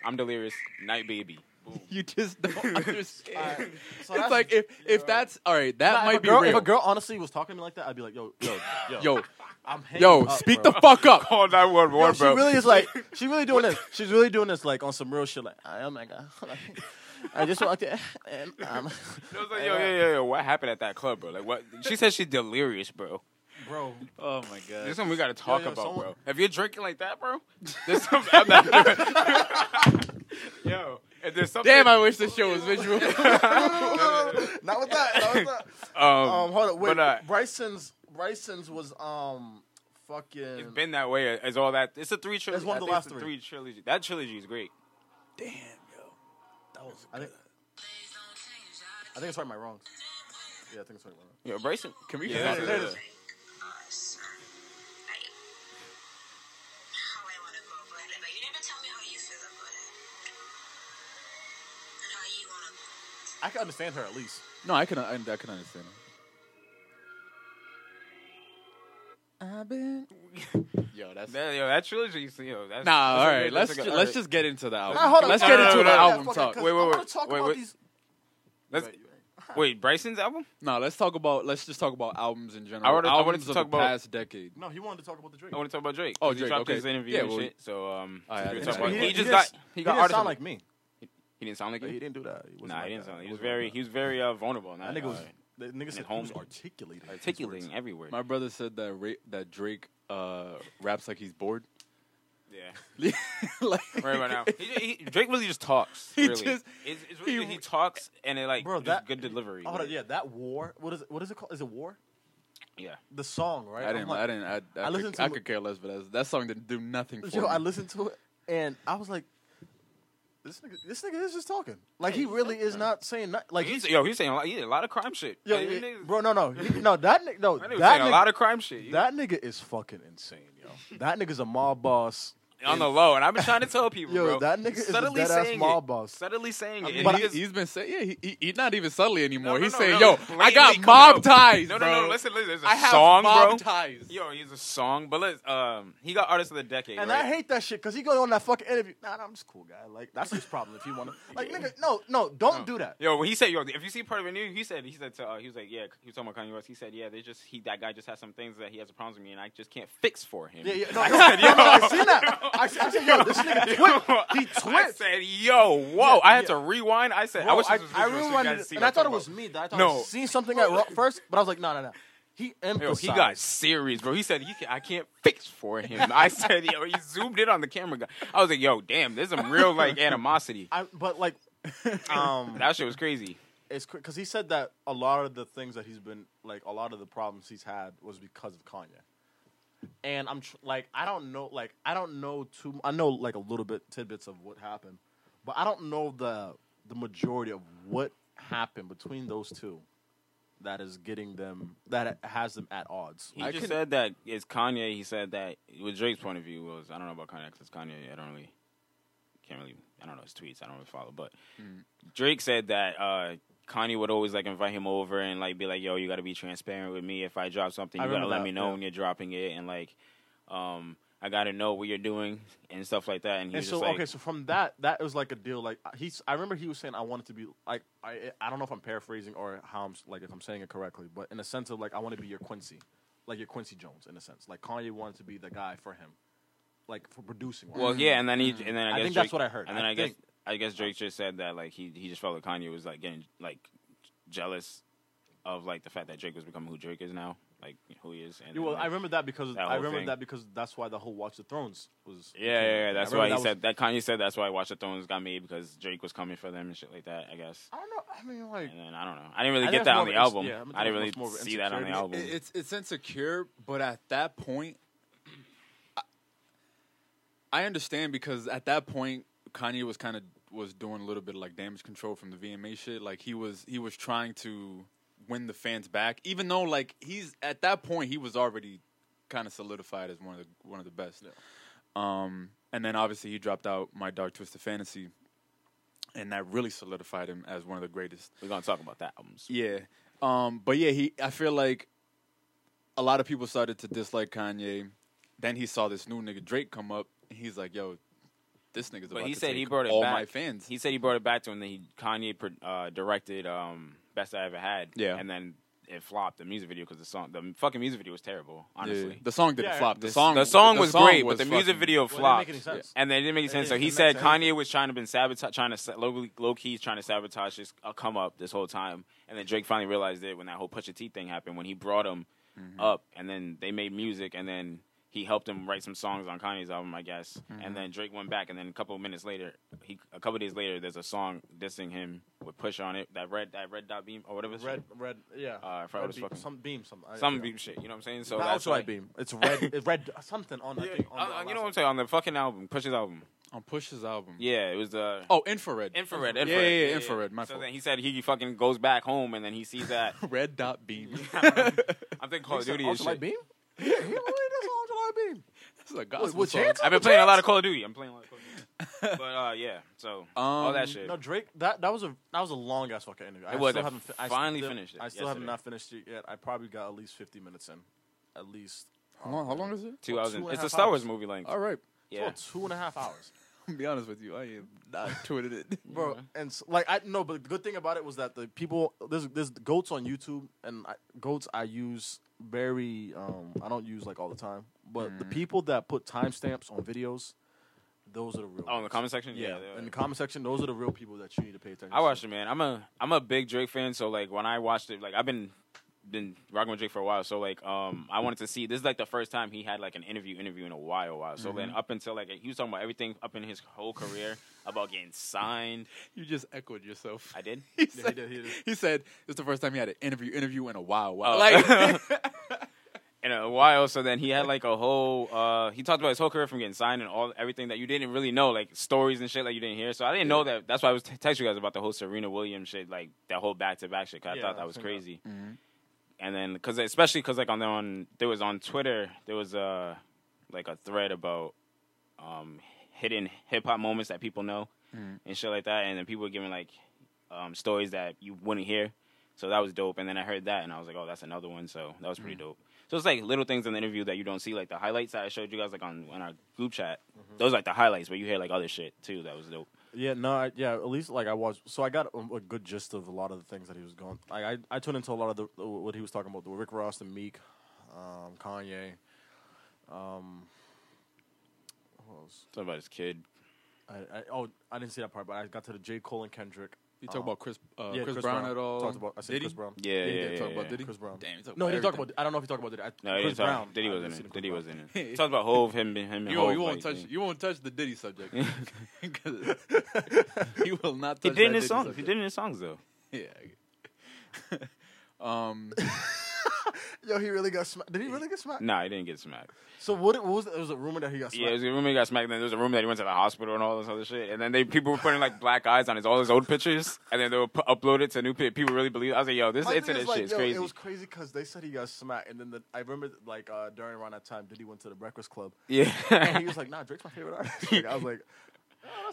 [SPEAKER 4] I'm delirious. Night baby. [laughs]
[SPEAKER 2] You just [laughs] don't understand.
[SPEAKER 3] Alright, so
[SPEAKER 2] it's
[SPEAKER 3] that's-
[SPEAKER 2] like if if that's all right, that
[SPEAKER 3] Nah, if
[SPEAKER 2] might
[SPEAKER 3] a
[SPEAKER 2] be
[SPEAKER 3] girl,
[SPEAKER 2] real.
[SPEAKER 3] If a girl honestly was talking to me like that, I'd be like, yo,
[SPEAKER 4] [laughs]
[SPEAKER 3] yo, yo, [laughs]
[SPEAKER 2] yo,
[SPEAKER 3] I'm hanging
[SPEAKER 2] yo,
[SPEAKER 3] up,
[SPEAKER 2] speak
[SPEAKER 3] bro.
[SPEAKER 2] the fuck up.
[SPEAKER 4] Call 911,
[SPEAKER 3] Yo, she really is like, she really doing this. She's really doing this like on some real shit. Like, oh my god, [laughs] I just walked in. And, um,
[SPEAKER 4] I was like, yo, yo, yo, yo, what happened at that club, bro? Like, what? She said she's delirious, bro.
[SPEAKER 3] [laughs] bro,
[SPEAKER 2] Oh my
[SPEAKER 4] There's
[SPEAKER 2] god.
[SPEAKER 4] something we gotta talk
[SPEAKER 3] Yo, yo,
[SPEAKER 4] about,
[SPEAKER 3] someone-
[SPEAKER 4] bro. If you're drinking like that, bro, there's
[SPEAKER 3] [laughs]
[SPEAKER 4] something. I'm not [laughs] yo, if there's something.
[SPEAKER 2] Damn, I wish this show was visual.
[SPEAKER 3] [laughs] not with that. Not with that.
[SPEAKER 4] um,
[SPEAKER 3] [laughs] Um, hold up, wait.
[SPEAKER 4] But, uh,
[SPEAKER 3] Bryson's Bryson's was um fucking.
[SPEAKER 4] it's been that way. It's all that. It's a three trilogy.
[SPEAKER 3] It's one of the
[SPEAKER 4] I think it's
[SPEAKER 3] last
[SPEAKER 4] a
[SPEAKER 3] three.
[SPEAKER 4] trilogy. That trilogy is great.
[SPEAKER 2] Damn, yo.
[SPEAKER 3] that was, I, think, I think it's right. My wrongs. Yeah, I think it's right. My wrongs.
[SPEAKER 4] Yo, Bryson,
[SPEAKER 2] Can we?
[SPEAKER 4] Yeah,
[SPEAKER 2] Yeah,
[SPEAKER 3] there it is. I can understand her at least.
[SPEAKER 2] No, I can. I, I can understand. I've been. Yo, that's.
[SPEAKER 4] that, yo, that trilogy. is- Yo,
[SPEAKER 2] Nah,
[SPEAKER 4] that's, that's a
[SPEAKER 2] all
[SPEAKER 4] good-
[SPEAKER 2] right. Let's
[SPEAKER 4] that's a
[SPEAKER 2] ju-
[SPEAKER 4] good- all
[SPEAKER 2] let's
[SPEAKER 4] right.
[SPEAKER 2] just get into the album.
[SPEAKER 3] Nah, hold on,
[SPEAKER 2] let's
[SPEAKER 3] no,
[SPEAKER 2] get
[SPEAKER 4] no,
[SPEAKER 2] into
[SPEAKER 4] no,
[SPEAKER 2] the
[SPEAKER 4] no,
[SPEAKER 2] album talk.
[SPEAKER 4] Wait, wait,
[SPEAKER 3] I
[SPEAKER 4] wait,
[SPEAKER 3] want to talk
[SPEAKER 4] wait,
[SPEAKER 3] about
[SPEAKER 4] wait.
[SPEAKER 3] these.
[SPEAKER 4] Let's-
[SPEAKER 3] Right, right.
[SPEAKER 4] [laughs] Wait, Bryson's album?
[SPEAKER 2] No, let's talk about. Let's just talk about albums in general.
[SPEAKER 4] I wanted- I
[SPEAKER 2] albums
[SPEAKER 4] wanted to
[SPEAKER 2] of
[SPEAKER 4] talk
[SPEAKER 2] the
[SPEAKER 4] about-
[SPEAKER 2] past decade.
[SPEAKER 3] No, he wanted to talk about the drink.
[SPEAKER 4] I want to talk about Drake.
[SPEAKER 2] Oh,
[SPEAKER 4] 'cause He
[SPEAKER 2] Drake,
[SPEAKER 4] dropped
[SPEAKER 2] okay.
[SPEAKER 4] his interview
[SPEAKER 2] Yeah,
[SPEAKER 4] and
[SPEAKER 2] well,
[SPEAKER 4] shit. So um,
[SPEAKER 2] all right, I
[SPEAKER 4] we're gonna talk
[SPEAKER 2] didn't-
[SPEAKER 4] about-
[SPEAKER 2] he
[SPEAKER 4] he,
[SPEAKER 2] didn't-
[SPEAKER 4] just
[SPEAKER 3] didn't-
[SPEAKER 4] got
[SPEAKER 3] He
[SPEAKER 4] he got
[SPEAKER 3] didn't
[SPEAKER 4] artist
[SPEAKER 3] sound
[SPEAKER 4] like
[SPEAKER 3] like me.
[SPEAKER 4] he didn't sound like
[SPEAKER 3] He
[SPEAKER 4] you.
[SPEAKER 3] didn't do that. He wasn't
[SPEAKER 4] Nah, he
[SPEAKER 3] like
[SPEAKER 4] didn't
[SPEAKER 3] that.
[SPEAKER 4] sound. He
[SPEAKER 3] It
[SPEAKER 4] was
[SPEAKER 3] wasn't
[SPEAKER 4] very
[SPEAKER 3] like
[SPEAKER 4] he was very uh, vulnerable. and
[SPEAKER 3] That
[SPEAKER 4] I-
[SPEAKER 3] nigga was.
[SPEAKER 4] I-
[SPEAKER 3] That nigga said he was
[SPEAKER 4] homie.
[SPEAKER 3] articulating.
[SPEAKER 4] articulating everywhere.
[SPEAKER 2] My brother said that Ra- that Drake uh, raps like he's bored. [laughs]
[SPEAKER 4] yeah. [laughs]
[SPEAKER 2] like,
[SPEAKER 4] Right
[SPEAKER 3] [laughs]
[SPEAKER 4] about now. He, he, Drake really just talks.
[SPEAKER 2] He
[SPEAKER 4] Really.
[SPEAKER 2] just-
[SPEAKER 4] it's, it's really
[SPEAKER 2] he-
[SPEAKER 4] good. he talks and it like
[SPEAKER 3] Bro,
[SPEAKER 4] just
[SPEAKER 3] that-
[SPEAKER 4] good delivery.
[SPEAKER 3] Oh,
[SPEAKER 4] Like,
[SPEAKER 3] yeah, that war. What is it? What is it called? Is it war?
[SPEAKER 4] yeah.
[SPEAKER 3] The song, right?
[SPEAKER 2] I
[SPEAKER 3] I'm
[SPEAKER 2] didn't.
[SPEAKER 3] like-
[SPEAKER 2] I didn't. I, I,
[SPEAKER 3] I listened
[SPEAKER 2] could,
[SPEAKER 3] to
[SPEAKER 2] I
[SPEAKER 3] mo-
[SPEAKER 2] could care less, but that's, that song didn't do nothing for
[SPEAKER 3] Yo,
[SPEAKER 2] me.
[SPEAKER 3] I listened to it and I was like, this nigga, this nigga is just talking. Like he really is not saying nothing. Like
[SPEAKER 4] He's, yo, he's saying a lot, he did a lot of crime shit.
[SPEAKER 3] yo,
[SPEAKER 4] Like,
[SPEAKER 3] yeah,
[SPEAKER 4] he niggas-
[SPEAKER 3] bro, no, no, He- no, that nigga, no,
[SPEAKER 4] that
[SPEAKER 3] that
[SPEAKER 4] nigga was saying a lot
[SPEAKER 3] nigga,
[SPEAKER 4] of crime shit.
[SPEAKER 3] that nigga is fucking insane, yo. That nigga's a mob boss.
[SPEAKER 4] on the low, and I've been trying to tell people,
[SPEAKER 3] Yo,
[SPEAKER 4] bro.
[SPEAKER 3] that nigga is a
[SPEAKER 4] subtly
[SPEAKER 3] dead-ass
[SPEAKER 4] saying
[SPEAKER 3] mall
[SPEAKER 4] it,
[SPEAKER 3] boss.
[SPEAKER 4] Subtly saying it.
[SPEAKER 2] And
[SPEAKER 3] But
[SPEAKER 2] he,
[SPEAKER 3] I-
[SPEAKER 2] has been saying, yeah, he, he, he not even subtly anymore.
[SPEAKER 4] No, no,
[SPEAKER 2] he's
[SPEAKER 4] no,
[SPEAKER 2] saying,
[SPEAKER 4] no,
[SPEAKER 2] yo,
[SPEAKER 4] blatantly
[SPEAKER 2] I got
[SPEAKER 4] coming
[SPEAKER 2] mob
[SPEAKER 4] up.
[SPEAKER 2] ties,
[SPEAKER 4] No,
[SPEAKER 2] bro.
[SPEAKER 4] no, no. Listen, listen. There's a
[SPEAKER 2] I have
[SPEAKER 4] song,
[SPEAKER 2] mob
[SPEAKER 4] bro.
[SPEAKER 2] ties.
[SPEAKER 4] Yo, he's a song, but let's, um, he got artist of the decade.
[SPEAKER 3] And
[SPEAKER 4] right?
[SPEAKER 3] I hate that shit because he goes on that fucking interview. Nah, nah, I'm just cool, guy. Like that's his problem. If you want to, like, nigga, no, no, don't do that.
[SPEAKER 4] Yo, when he said, yo, if you see part of it, he said, he said, to, uh, he was like, yeah, he was talking about Kanye West. He said, yeah, they [laughs] just, he, that guy just has some things that he has problems with me, and I just can't fix for him.
[SPEAKER 3] Yeah, yeah, no, no, no, I seen that. I said, I said, yo, [laughs] this
[SPEAKER 4] [laughs]
[SPEAKER 3] nigga twit. He
[SPEAKER 4] I
[SPEAKER 3] twit.
[SPEAKER 4] said, yo, whoa. I had
[SPEAKER 3] yeah.
[SPEAKER 4] to rewind. I said, I
[SPEAKER 3] Bro,
[SPEAKER 4] wish this was
[SPEAKER 3] I,
[SPEAKER 4] visual so you
[SPEAKER 3] really wanted,
[SPEAKER 4] guys see
[SPEAKER 3] and
[SPEAKER 4] what
[SPEAKER 3] I
[SPEAKER 4] I'm
[SPEAKER 3] thought it
[SPEAKER 4] talking
[SPEAKER 3] was
[SPEAKER 4] about.
[SPEAKER 3] me. I thought
[SPEAKER 4] No.
[SPEAKER 3] I seen something at ro- first, but I was like, no, no, no. He
[SPEAKER 4] Yo,
[SPEAKER 3] emphasized.
[SPEAKER 4] he got serious, bro. He said he can, I can't fix for him. I said, yo, he zoomed in on the camera guy. I was like, yo, damn, there's some real like animosity.
[SPEAKER 3] I, but
[SPEAKER 4] [laughs]
[SPEAKER 3] like, [laughs] um,
[SPEAKER 4] That shit was crazy.
[SPEAKER 3] it's because he said that a lot of the things that he's been like, a lot of the problems he's had was because of Kanye. And I'm tr- like, I don't know, like, I don't know too. I know like a little bit tidbits of what happened, but I don't know the the majority of what happened between those two. That is getting them. That has them at odds.
[SPEAKER 4] He
[SPEAKER 3] I
[SPEAKER 4] just
[SPEAKER 3] can-
[SPEAKER 4] said that it's Kanye. He said that with Drake's point of view was I don't know about Kanye because Kanye I don't really can't really I don't know his tweets I don't really follow. But
[SPEAKER 3] Mm.
[SPEAKER 4] Drake said that uh, Kanye would always like invite him over and like be like, "Yo, you got to be transparent with me. If I drop something,
[SPEAKER 3] I
[SPEAKER 4] you got to
[SPEAKER 3] remember
[SPEAKER 4] let
[SPEAKER 3] that,
[SPEAKER 4] me know
[SPEAKER 3] yeah.
[SPEAKER 4] when you're dropping it, and like um, I got to know what you're doing and stuff like that." And he
[SPEAKER 3] And
[SPEAKER 4] was
[SPEAKER 3] so
[SPEAKER 4] just like,
[SPEAKER 3] okay, so from that, that was like a deal. Like uh, he's, I remember he was saying I wanted to be like I, I don't know if I'm paraphrasing or how I'm s- like if I'm saying it correctly, but in a sense of like I want to be your Quincy, like your Quincy Jones in a sense. Like Kanye wanted to be the guy for him, like for producing.
[SPEAKER 4] Well, yeah, and then he, and
[SPEAKER 3] Mm-hmm.
[SPEAKER 4] then I,
[SPEAKER 3] I
[SPEAKER 4] guess
[SPEAKER 3] think
[SPEAKER 4] Drake,
[SPEAKER 3] that's what I heard.
[SPEAKER 4] And then
[SPEAKER 3] I
[SPEAKER 4] I, guess
[SPEAKER 3] think-
[SPEAKER 4] I guess Drake just said that like he he just felt like Kanye was like getting like jealous of like the fact that Drake was becoming who Drake is now, like who he is. And
[SPEAKER 3] Yeah, well,
[SPEAKER 4] then,
[SPEAKER 3] I
[SPEAKER 4] like-
[SPEAKER 3] remember that because
[SPEAKER 4] That
[SPEAKER 3] I
[SPEAKER 4] whole
[SPEAKER 3] remember
[SPEAKER 4] thing.
[SPEAKER 3] that because that's why the whole Watch the Thrones was.
[SPEAKER 4] Yeah, yeah, yeah.
[SPEAKER 3] I
[SPEAKER 4] That's
[SPEAKER 3] remember
[SPEAKER 4] why he
[SPEAKER 3] that was-
[SPEAKER 4] said that. Kanye said that's why Watch the Thrones got made because Drake was coming for them and shit like that. I guess.
[SPEAKER 3] I don't know. I mean, like
[SPEAKER 4] And then I don't know. I didn't really
[SPEAKER 3] I think
[SPEAKER 4] get
[SPEAKER 3] it's
[SPEAKER 4] that on
[SPEAKER 3] more
[SPEAKER 4] the
[SPEAKER 3] of an
[SPEAKER 4] album.
[SPEAKER 3] ins- yeah, I'm
[SPEAKER 4] I didn't
[SPEAKER 3] thinking it's more
[SPEAKER 4] really
[SPEAKER 3] of an
[SPEAKER 4] see that on the
[SPEAKER 2] It-
[SPEAKER 4] album.
[SPEAKER 2] it's it's insecure, but at that point, I, I understand because at that point Kanye was kind of was doing a little bit of like damage control from the VMA shit. Like he was he was trying to win the fans back, even though like he's at that point he was already kind of solidified as one of the one of the best. Um, and then obviously he dropped out my Dark Twisted Fantasy, and that really solidified him as one of the greatest.
[SPEAKER 4] We're gonna talk about that album.
[SPEAKER 2] Yeah. Um, but yeah, he I feel like a lot of people started to dislike Kanye. Then he saw this new nigga Drake come up and he's like, yo, this nigga's
[SPEAKER 4] But
[SPEAKER 2] about
[SPEAKER 4] he
[SPEAKER 2] to
[SPEAKER 4] said
[SPEAKER 2] take
[SPEAKER 4] he brought it
[SPEAKER 2] all
[SPEAKER 4] back.
[SPEAKER 2] my fans.
[SPEAKER 4] He said he brought it back to him. Then he Kanye pro- uh, directed um, "Best I Ever Had."
[SPEAKER 2] Yeah.
[SPEAKER 4] and then it flopped the music video because the song, the fucking music video was terrible.
[SPEAKER 2] Yeah.
[SPEAKER 4] Honestly,
[SPEAKER 2] The song didn't
[SPEAKER 3] Yeah.
[SPEAKER 2] flop. The
[SPEAKER 4] The-
[SPEAKER 2] song
[SPEAKER 4] the song
[SPEAKER 2] the
[SPEAKER 4] was great, but the music
[SPEAKER 2] fucking-
[SPEAKER 4] video
[SPEAKER 3] well, it didn't
[SPEAKER 4] flopped.
[SPEAKER 3] make any sense.
[SPEAKER 4] And then it didn't make any sense.
[SPEAKER 3] It
[SPEAKER 4] so
[SPEAKER 3] didn't-
[SPEAKER 4] he
[SPEAKER 3] it didn't
[SPEAKER 4] said
[SPEAKER 3] make
[SPEAKER 4] Kanye was trying to been sabotage, trying to sa- low, low key trying to sabotage his uh, come up this whole time. And then Drake finally realized it when that whole Pusha T thing happened when he brought him
[SPEAKER 3] Mm-hmm.
[SPEAKER 4] up, and then they made music, and then he helped him write some songs on Kanye's album, I guess.
[SPEAKER 3] Mm-hmm.
[SPEAKER 4] And then Drake went back, and then a couple of minutes later, he a couple of days later, there's a song dissing him with Push on it, that red that red dot beam or whatever. it's
[SPEAKER 3] red,
[SPEAKER 4] called.
[SPEAKER 3] red, yeah,
[SPEAKER 4] I forgot what
[SPEAKER 3] red
[SPEAKER 4] it's
[SPEAKER 3] beam,
[SPEAKER 4] fucking-
[SPEAKER 3] some beam, some I-
[SPEAKER 4] some
[SPEAKER 3] yeah.
[SPEAKER 4] beam shit. You know what I'm saying? So
[SPEAKER 3] Not
[SPEAKER 4] that's
[SPEAKER 3] ultralight
[SPEAKER 4] like-
[SPEAKER 3] beam. It's
[SPEAKER 2] [laughs]
[SPEAKER 3] red, it
[SPEAKER 4] [laughs]
[SPEAKER 3] red something on that
[SPEAKER 4] Yeah,
[SPEAKER 3] thing.
[SPEAKER 4] uh,
[SPEAKER 3] on that
[SPEAKER 4] you know
[SPEAKER 3] last
[SPEAKER 4] what I'm saying on the fucking album, Push's album.
[SPEAKER 2] on Um, Push's album.
[SPEAKER 4] Yeah, it was uh,
[SPEAKER 2] Oh, infrared.
[SPEAKER 4] infrared,
[SPEAKER 2] Yeah,
[SPEAKER 4] infrared.
[SPEAKER 2] yeah, yeah, infrared. My
[SPEAKER 4] so
[SPEAKER 2] fault.
[SPEAKER 4] then he said he fucking goes back home and then he sees that.
[SPEAKER 2] [laughs] Red dot
[SPEAKER 4] [laughs]
[SPEAKER 2] beam. [laughs]
[SPEAKER 4] I'm thinking Call of
[SPEAKER 3] He said
[SPEAKER 4] Duty is
[SPEAKER 3] ultralight
[SPEAKER 4] shit.
[SPEAKER 3] beam. Yeah, he really does ultralight beam.
[SPEAKER 2] This is a gospel
[SPEAKER 3] with
[SPEAKER 2] song.
[SPEAKER 3] Chance?
[SPEAKER 4] I've been playing a lot of Call of Duty. I'm playing a lot of Call of Duty. but uh, yeah, so all that shit.
[SPEAKER 3] No, Drake. That that was a that was a long ass fucking interview. I
[SPEAKER 4] was.
[SPEAKER 3] Still
[SPEAKER 4] I
[SPEAKER 3] haven't fi- I
[SPEAKER 4] finally
[SPEAKER 3] still,
[SPEAKER 4] finished it
[SPEAKER 3] I still have
[SPEAKER 4] yesterday.
[SPEAKER 3] not finished it yet. I probably got at least fifty minutes in, at least.
[SPEAKER 2] How long, how long is it?
[SPEAKER 4] two hours.
[SPEAKER 3] two
[SPEAKER 4] in-
[SPEAKER 3] and a
[SPEAKER 4] It's a
[SPEAKER 3] half
[SPEAKER 4] Star Wars
[SPEAKER 3] hours.
[SPEAKER 4] movie length.
[SPEAKER 2] All right. [laughs]
[SPEAKER 3] It's
[SPEAKER 4] Yeah,
[SPEAKER 3] about two and a half hours,
[SPEAKER 2] I'll be honest with you. I am not tweeted it. [laughs]
[SPEAKER 3] bro. And s like I no, but the good thing about it was that the people there's there's goats on YouTube and I, goats I use very um I don't use like all the time, but the people that put timestamps on videos, those are the real.
[SPEAKER 4] Oh, in the
[SPEAKER 3] ones.
[SPEAKER 4] comment section. Yeah,
[SPEAKER 3] Yeah,
[SPEAKER 4] they-
[SPEAKER 3] in the comment section, those are the real people that you need to pay attention.
[SPEAKER 4] I watched
[SPEAKER 3] to.
[SPEAKER 4] it, man. I'm a I'm a big Drake fan, so like when I watched it, like I've been been rocking with Drake for a while, so like um I wanted to see this is like the first time he had like an interview interview in a while, while. So then up until like he was talking about everything up in his whole career about getting signed.
[SPEAKER 2] You just echoed yourself.
[SPEAKER 4] I did.
[SPEAKER 2] [laughs] He
[SPEAKER 3] he
[SPEAKER 2] said,
[SPEAKER 3] did, he did.
[SPEAKER 2] he said, it's the first time he had an interview, interview in a while. wow.
[SPEAKER 4] Oh. [laughs]
[SPEAKER 2] Like,
[SPEAKER 4] in a while. So then he had like a whole. Uh, he talked about his whole career from getting signed and all everything that you didn't really know, like stories and shit, like you didn't hear. So I didn't know that. That's why I was t- texting you guys about the whole Serena Williams shit, like that whole back to back shit. 'cause I
[SPEAKER 3] Yeah,
[SPEAKER 4] thought
[SPEAKER 3] I
[SPEAKER 4] that was
[SPEAKER 3] seen that.
[SPEAKER 4] crazy. And then, cause especially cause like on the on there was on Twitter there was uh like a thread about um hidden hip hop moments that people know and shit like that, and then people were giving like um stories that you wouldn't hear. So that was dope. And then I heard that, and I was like, oh, that's another one. So that was pretty
[SPEAKER 3] Mm.
[SPEAKER 4] dope. So it's like little things in the interview that you don't see, like the highlights that I showed you guys, like on on our group chat.
[SPEAKER 3] Mm-hmm.
[SPEAKER 4] Those like the highlights, but you hear like other shit too. That was dope.
[SPEAKER 3] Yeah, no, I, yeah. At least like I was, so I got a, a good gist of a lot of the things that he was going. Like I, I tuned into a lot of the what he was talking about: the Rick Ross, the Meek, um, Kanye. Um, what else?
[SPEAKER 4] Talking about his kid.
[SPEAKER 3] I, I, oh, I didn't see that part, but I got to the J. Cole and Kendrick.
[SPEAKER 2] You talk
[SPEAKER 3] Uh,
[SPEAKER 2] about Chris, uh,
[SPEAKER 3] yeah,
[SPEAKER 2] Chris, Brown, at all?
[SPEAKER 3] Talked about, I said
[SPEAKER 2] Did
[SPEAKER 3] Chris
[SPEAKER 2] he?
[SPEAKER 3] Brown.
[SPEAKER 4] Yeah, yeah,
[SPEAKER 2] Did he
[SPEAKER 4] yeah.
[SPEAKER 2] talk about
[SPEAKER 4] yeah.
[SPEAKER 2] Did he?
[SPEAKER 3] Chris Brown.
[SPEAKER 2] Damn, he talked
[SPEAKER 3] No,
[SPEAKER 2] about
[SPEAKER 3] he didn't talk
[SPEAKER 2] everything.
[SPEAKER 3] about. I don't know if he talked about it. I,
[SPEAKER 4] No,
[SPEAKER 3] Chris
[SPEAKER 4] he didn't talk.
[SPEAKER 3] Brown.
[SPEAKER 4] Diddy
[SPEAKER 3] I
[SPEAKER 4] wasn't
[SPEAKER 3] didn't see the
[SPEAKER 4] in. it.
[SPEAKER 3] Chris
[SPEAKER 4] Diddy
[SPEAKER 3] Brown.
[SPEAKER 4] wasn't in.
[SPEAKER 3] [laughs]
[SPEAKER 4] it. Talking about Hove, him, him, and
[SPEAKER 2] You,
[SPEAKER 4] Hov,
[SPEAKER 2] won't- you won't
[SPEAKER 4] like,
[SPEAKER 2] touch.
[SPEAKER 4] yeah.
[SPEAKER 2] You won't touch the Diddy subject. [laughs] 'Cause he will not.
[SPEAKER 4] He
[SPEAKER 2] Touch
[SPEAKER 4] did in
[SPEAKER 2] that
[SPEAKER 4] his
[SPEAKER 2] Diddy
[SPEAKER 4] songs. He
[SPEAKER 2] subject.
[SPEAKER 4] did in his songs though.
[SPEAKER 2] Yeah. [laughs] um.
[SPEAKER 3] [laughs] Yo, he really got smacked. Did he really get smacked?
[SPEAKER 4] Nah, he didn't get smacked.
[SPEAKER 3] So what? It what was it was a rumor that he got
[SPEAKER 4] Yeah,
[SPEAKER 3] smacked.
[SPEAKER 4] it was a rumor he got smacked. And then there was a rumor that he went to the hospital and all this other shit. And then they people were putting like black eyes on his all his old pictures, and then they were pu- uploaded to new pi- people. Really believe. I was like, yo, this
[SPEAKER 3] My thing
[SPEAKER 4] internet
[SPEAKER 3] is, like,
[SPEAKER 4] shit is
[SPEAKER 3] yo,
[SPEAKER 4] crazy.
[SPEAKER 3] It was crazy because they said he got smacked, and then the, I remember like uh, during around that time, Diddy went to the Breakfast Club, and
[SPEAKER 4] yeah.
[SPEAKER 3] he was like, "Nah, Drake's my favorite artist." Like, I was like,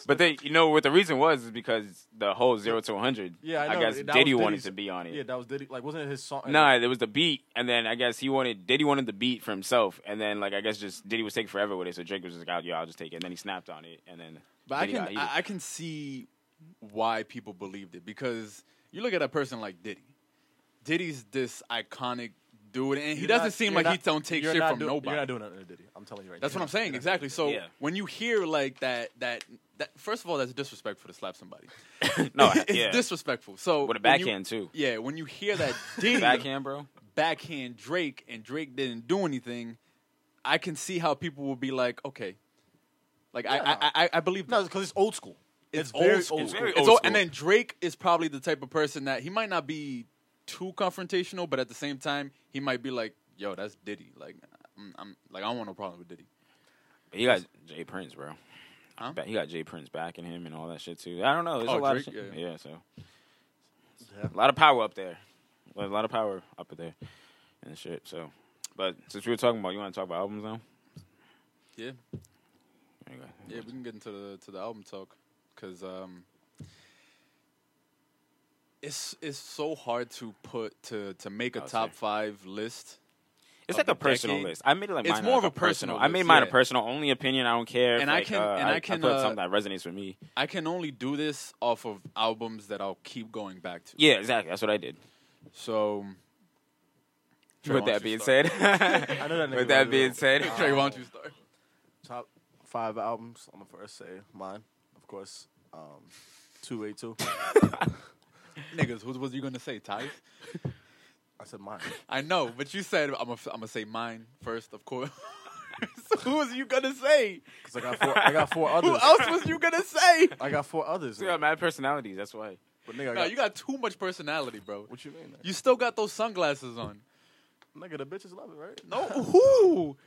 [SPEAKER 4] But they, you know, what the reason was is because the whole zero to one hundred.
[SPEAKER 3] "Yeah,
[SPEAKER 4] [laughs]
[SPEAKER 3] I, know.
[SPEAKER 4] guess
[SPEAKER 3] that
[SPEAKER 4] Diddy
[SPEAKER 3] was
[SPEAKER 4] wanted
[SPEAKER 3] Diddy's-
[SPEAKER 4] to be on it.
[SPEAKER 3] Yeah, that was Diddy. Like, wasn't it his song?
[SPEAKER 4] Nah, there was the beat, and then I guess he wanted Diddy wanted the beat for himself, and then like I guess just Diddy was taking forever with it, so Drake was just like, "Yo, I'll just take it," and then he snapped on it, and then.
[SPEAKER 2] But I
[SPEAKER 4] Diddy got
[SPEAKER 2] can
[SPEAKER 4] heated.
[SPEAKER 2] I, I can see why people believed it because you look at a person like Diddy. Diddy's this iconic dude, and he
[SPEAKER 3] You're
[SPEAKER 2] doesn't
[SPEAKER 3] not-
[SPEAKER 2] seem
[SPEAKER 3] you're
[SPEAKER 2] like he
[SPEAKER 3] not-
[SPEAKER 2] don't take
[SPEAKER 3] you're
[SPEAKER 2] shit
[SPEAKER 3] not
[SPEAKER 2] from
[SPEAKER 3] do-
[SPEAKER 2] nobody.
[SPEAKER 3] You're not doing nothing to Diddy. I'm telling you right
[SPEAKER 2] that's
[SPEAKER 3] now.
[SPEAKER 2] what I'm saying
[SPEAKER 3] You're not
[SPEAKER 2] exactly. So
[SPEAKER 4] Yeah.
[SPEAKER 2] when you hear like that that that first of all that's disrespectful to slap somebody.
[SPEAKER 4] no,
[SPEAKER 2] [laughs] it's
[SPEAKER 4] yeah,
[SPEAKER 2] disrespectful. So
[SPEAKER 4] with a
[SPEAKER 2] when you-
[SPEAKER 4] backhand too.
[SPEAKER 2] yeah, when you hear
[SPEAKER 4] [laughs]
[SPEAKER 2] that Diddy
[SPEAKER 4] Backhand, bro.
[SPEAKER 2] backhand Drake and Drake didn't do anything, I can see how people will be like, okay, like I
[SPEAKER 3] Yeah.
[SPEAKER 2] I, I I believe
[SPEAKER 3] No, because it's old school.
[SPEAKER 2] It's,
[SPEAKER 3] very
[SPEAKER 2] old school.
[SPEAKER 3] old
[SPEAKER 4] very
[SPEAKER 2] It's
[SPEAKER 4] old
[SPEAKER 2] old-
[SPEAKER 4] school.
[SPEAKER 2] And then Drake is probably the type of person that he might not be too confrontational, but at the same time, he might be like, "Yo, that's Diddy." Like, I'm, I'm like, I don't want no problem with Diddy.
[SPEAKER 4] But he got Jay Prince, bro.
[SPEAKER 2] Huh?
[SPEAKER 4] Ba- He got Jay Prince backing him and all that shit too. I don't know. There's
[SPEAKER 2] Oh,
[SPEAKER 4] a lot of
[SPEAKER 2] Drake,
[SPEAKER 4] shit.
[SPEAKER 2] yeah.
[SPEAKER 4] Yeah. so
[SPEAKER 3] Yeah.
[SPEAKER 4] a lot of power up there. A lot of power up there and shit. So, but since we were talking about, you want to talk about albums now?
[SPEAKER 2] Yeah,
[SPEAKER 4] There you go.
[SPEAKER 2] yeah, we can get into the to the album talk because um, it's it's so hard to put to to make a
[SPEAKER 4] Oh,
[SPEAKER 2] top
[SPEAKER 4] sorry.
[SPEAKER 2] five list.
[SPEAKER 4] It's
[SPEAKER 2] of
[SPEAKER 4] like
[SPEAKER 2] the
[SPEAKER 4] a personal
[SPEAKER 2] decade.
[SPEAKER 4] list. I made it like
[SPEAKER 2] It's
[SPEAKER 4] mine
[SPEAKER 2] more
[SPEAKER 4] like
[SPEAKER 2] of a personal
[SPEAKER 4] I made
[SPEAKER 2] list,
[SPEAKER 4] mine a
[SPEAKER 2] yeah.
[SPEAKER 4] personal only opinion. I don't care. if,
[SPEAKER 2] And I
[SPEAKER 4] like,
[SPEAKER 2] can-
[SPEAKER 4] uh,
[SPEAKER 2] and I can,
[SPEAKER 4] put
[SPEAKER 2] uh,
[SPEAKER 4] something that resonates with me.
[SPEAKER 2] I can only do this off of albums that I'll keep going back to.
[SPEAKER 4] Yeah, exactly. That's what I did.
[SPEAKER 2] So, Trey,
[SPEAKER 4] With
[SPEAKER 2] why don't
[SPEAKER 4] that
[SPEAKER 2] you
[SPEAKER 4] being
[SPEAKER 2] start?
[SPEAKER 4] said, [laughs]
[SPEAKER 3] I know that. nigga
[SPEAKER 4] with that
[SPEAKER 3] really
[SPEAKER 4] being
[SPEAKER 3] old.
[SPEAKER 4] said, [laughs]
[SPEAKER 2] Trey, why don't you start?
[SPEAKER 3] top five albums. I'm gonna first say mine, of course. Um, two eight two.
[SPEAKER 2] Niggas, who was you gonna say, Ty?
[SPEAKER 3] I said mine.
[SPEAKER 2] I know, but you said I'm gonna I'm say mine first, of course. [laughs] so who was you gonna say?
[SPEAKER 3] Cause I got four. I got
[SPEAKER 4] [laughs]
[SPEAKER 3] four
[SPEAKER 2] Who
[SPEAKER 3] others.
[SPEAKER 2] else was you gonna
[SPEAKER 3] [laughs]
[SPEAKER 2] say?
[SPEAKER 3] I got four others.
[SPEAKER 4] you got mad personalities. That's why.
[SPEAKER 3] But nigga,
[SPEAKER 2] No,
[SPEAKER 3] I got,
[SPEAKER 2] you got too much personality, bro.
[SPEAKER 3] what you mean? Nigga?
[SPEAKER 2] You still got those sunglasses on.
[SPEAKER 3] nigga, the bitches love it, right?
[SPEAKER 2] No, [laughs] who?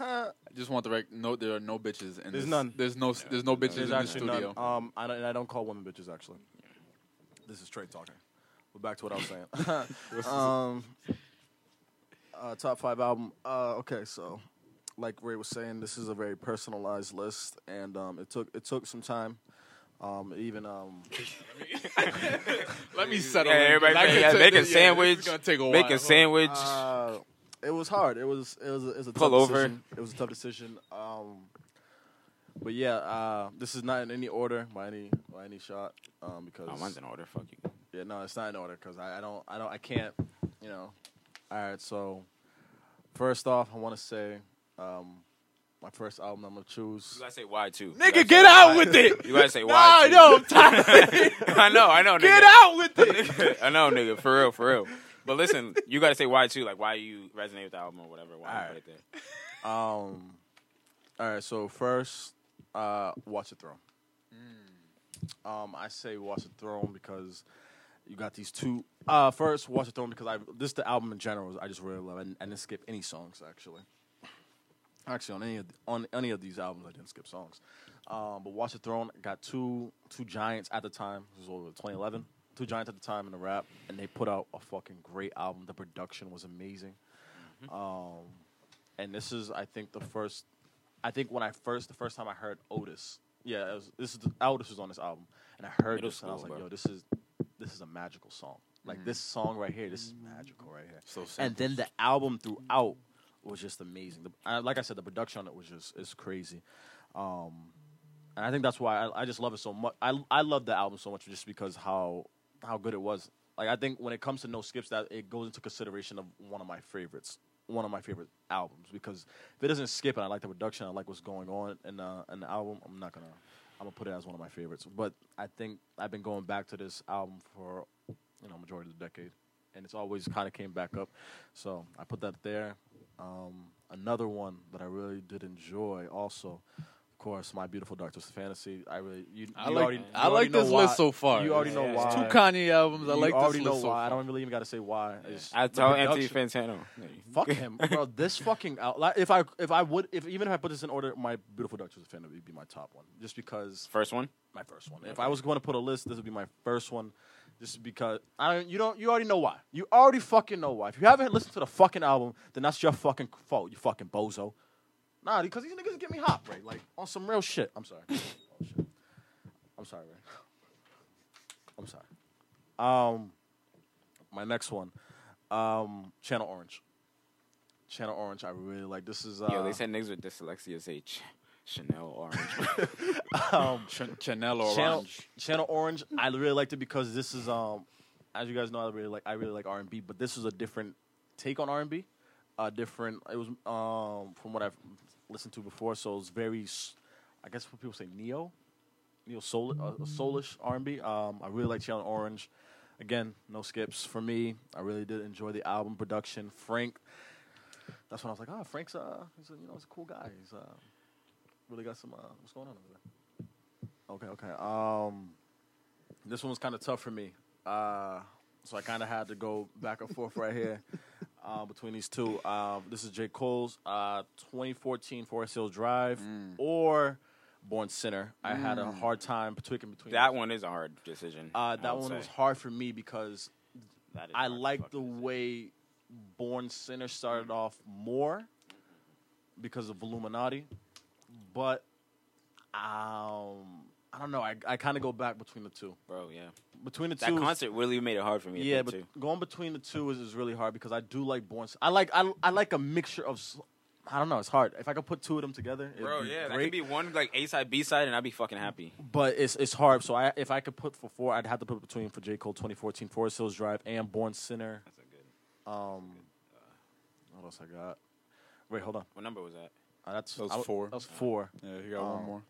[SPEAKER 2] I just want the rec- no. There are no bitches in
[SPEAKER 3] There's
[SPEAKER 2] this.
[SPEAKER 3] none.
[SPEAKER 2] There's no. There's no bitches
[SPEAKER 3] there's
[SPEAKER 2] in the
[SPEAKER 3] actually
[SPEAKER 2] studio.
[SPEAKER 3] none. Um, I don't, and I don't call women bitches actually. This is straight talking. We're back to what
[SPEAKER 2] [laughs]
[SPEAKER 3] I was [laughs] saying. um, uh, top five album. Uh, okay, so like Ray was saying, this is a very personalized list, and um, it took it took some time. Um, even
[SPEAKER 2] [laughs]
[SPEAKER 3] um,
[SPEAKER 2] Let me settle.
[SPEAKER 4] Yeah,
[SPEAKER 2] in, 'cause
[SPEAKER 4] everybody
[SPEAKER 2] I
[SPEAKER 4] make-
[SPEAKER 2] can
[SPEAKER 4] yeah,
[SPEAKER 2] tell this- yeah,
[SPEAKER 4] make a
[SPEAKER 2] this is
[SPEAKER 4] sandwich,
[SPEAKER 2] gonna take a
[SPEAKER 4] Make
[SPEAKER 2] while.
[SPEAKER 4] a sandwich.
[SPEAKER 3] Uh, it was hard. It was it was, it was a
[SPEAKER 4] Pull
[SPEAKER 3] tough
[SPEAKER 4] over.
[SPEAKER 3] decision. It was a tough decision. Um, but yeah, uh, this is not in any order by any by any shot um, because
[SPEAKER 4] oh, mine's in order. Fuck you.
[SPEAKER 3] yeah, no, it's not in order because I, I don't I don't I can't you know. All right, so first off, I want to say um, my first album I'm gonna
[SPEAKER 4] You
[SPEAKER 3] choose.
[SPEAKER 4] gotta say why too. You gotta
[SPEAKER 2] Nigga,
[SPEAKER 4] say
[SPEAKER 2] get out
[SPEAKER 4] why.
[SPEAKER 2] with it.
[SPEAKER 4] You gotta say
[SPEAKER 2] Nah,
[SPEAKER 4] why. too.
[SPEAKER 2] no,
[SPEAKER 3] [laughs]
[SPEAKER 2] Ty,
[SPEAKER 4] [laughs] I know. I know. Nigga.
[SPEAKER 2] get out with it.
[SPEAKER 4] [laughs] I know, nigga. For real. For real. But listen, you gotta say why too. Like why you resonate with the album or whatever. Why you
[SPEAKER 3] Alright.
[SPEAKER 4] put it there.
[SPEAKER 3] Um, all right, so first, uh, Watch the Throne. Um, I say Watch the Throne because you got these two. Uh, first, Watch the Throne because I this the album in general I just really love. I, I didn't skip any songs actually. Actually, on any of on any of these albums, I didn't skip songs. Um, but Watch the Throne got two two giants at the time. This was over 2011. Two giants at the time in the rap, and they put out a fucking great album. The production was amazing and this is I think the first. I think when I first the first time I heard Otis, yeah, it was, this is the, Otis was on this album, and I heard
[SPEAKER 4] Middle
[SPEAKER 3] this and I was
[SPEAKER 4] school,
[SPEAKER 3] like,
[SPEAKER 4] bro. Mm-hmm.
[SPEAKER 3] yo, this is this is a magical song. Like this song right here, this is magical right here.
[SPEAKER 2] So
[SPEAKER 3] and then the album throughout was just amazing. The, I, like I said, the production on it was just is crazy. Um, and I think that's why I, I just love it so much. I I love the album so much just because how how good it was. Like I think when it comes to no skips, that it goes into consideration of one of my favorites, one of my favorite albums because if it doesn't skip and I like the production, I like what's going on in uh, in the album. I'm not gonna I'm gonna put it as one of my favorites. But I think I've been going back to this album for you know majority of the decade, and it's always kind of came back up. So I put that there. Um, another one that I really did enjoy also. Of course, my beautiful Dark Twisted Fantasy. I really, you,
[SPEAKER 2] I
[SPEAKER 3] you
[SPEAKER 2] like
[SPEAKER 3] already, you
[SPEAKER 2] I
[SPEAKER 3] already
[SPEAKER 2] like
[SPEAKER 3] know
[SPEAKER 2] this
[SPEAKER 3] why.
[SPEAKER 2] list so far.
[SPEAKER 3] You already know
[SPEAKER 4] Yeah,
[SPEAKER 3] why.
[SPEAKER 4] it's
[SPEAKER 2] Two Kanye albums. I
[SPEAKER 3] You
[SPEAKER 2] like
[SPEAKER 3] already
[SPEAKER 2] this
[SPEAKER 3] know
[SPEAKER 2] list so
[SPEAKER 3] why. I
[SPEAKER 2] far.
[SPEAKER 3] don't really even got to say why. It's
[SPEAKER 4] I
[SPEAKER 3] the
[SPEAKER 4] tell Anthony
[SPEAKER 3] production.
[SPEAKER 4] Fantano.
[SPEAKER 3] Fuck him, bro. This fucking out. Like, if I if I would if even if I put this in order, my beautiful Dark Twisted Fantasy would be my top one, just because
[SPEAKER 4] First one.
[SPEAKER 3] my first one. If I was going to put a list, this would be my first one, just because I don't. You don't. You already know why. You already fucking know why. If you haven't listened to the fucking album, then that's your fucking fault. You fucking bozo. Nah, because these niggas get me hot, right? Like on some real shit. I'm
[SPEAKER 4] [laughs]
[SPEAKER 3] sorry. Oh, shit. I'm sorry, Ray. I'm sorry. Um, my next one, um, Channel Orange. Channel Orange. I really like. This is uh,
[SPEAKER 4] Yo,
[SPEAKER 3] [laughs]
[SPEAKER 4] they said niggas with dyslexia is H. Chanel orange. [laughs]
[SPEAKER 3] um,
[SPEAKER 2] Ch- Chanel Orange.
[SPEAKER 3] Channel, Channel Orange. I really liked it because this is um, as you guys know, I really like I really like R and B, but this was a different take on R and B. A different. It was um from what I've listened to before, so it's very, s- I guess what people say neo, neo soul, uh, soulish R and B. Um, I really like Channel Orange. Again, no skips for me. I really did enjoy the album production. Frank. That's when I was like, ah, Frank's uh, he's a, you know, he's a cool guy. He's uh, really got some uh, what's going on over there. Okay, okay. Um, this one was kind of tough for me, uh, so I kind of had to go back and forth right here [laughs] uh, between these two. Uh, this is J. Cole's uh, 2014 Forest Hills Drive
[SPEAKER 4] Mm.
[SPEAKER 3] or Born Sinner. I had a hard time between between
[SPEAKER 4] that one is a hard decision.
[SPEAKER 3] Uh,
[SPEAKER 4] I
[SPEAKER 3] that
[SPEAKER 4] would
[SPEAKER 3] one
[SPEAKER 4] say.
[SPEAKER 3] was hard for me because
[SPEAKER 4] That is
[SPEAKER 3] I
[SPEAKER 4] hard to
[SPEAKER 3] like
[SPEAKER 4] fuck
[SPEAKER 3] the
[SPEAKER 4] with.
[SPEAKER 3] way Born Sinner started
[SPEAKER 4] Mm-hmm.
[SPEAKER 3] off more because of Illuminati, but um, I don't know. I, I kind of go back between the two.
[SPEAKER 4] bro. Yeah,
[SPEAKER 3] Between the
[SPEAKER 4] that
[SPEAKER 3] two, is-
[SPEAKER 4] concert really made it hard for me. to
[SPEAKER 3] yeah,
[SPEAKER 4] pick
[SPEAKER 3] but
[SPEAKER 4] two.
[SPEAKER 3] going between the two is, is really hard because I do like Born. Sin- I like I, I like a mixture of. s- I don't know. It's hard. If I could put two of them together, it'd
[SPEAKER 4] Bro,
[SPEAKER 3] be
[SPEAKER 4] yeah, that
[SPEAKER 3] great.
[SPEAKER 4] could be one like A side, B side, and I'd be fucking happy.
[SPEAKER 3] but it's it's hard. So I if I could put for four, I'd have to put between for J Cole 2014 Forest Hills Drive and Born Sinner.
[SPEAKER 4] That's a good.
[SPEAKER 3] Um, what else I got? Wait, hold on.
[SPEAKER 4] What number was that?
[SPEAKER 3] Uh, that's
[SPEAKER 2] That was
[SPEAKER 3] I w-
[SPEAKER 2] four.
[SPEAKER 3] That was four.
[SPEAKER 2] yeah, you got
[SPEAKER 3] Um,
[SPEAKER 2] one more.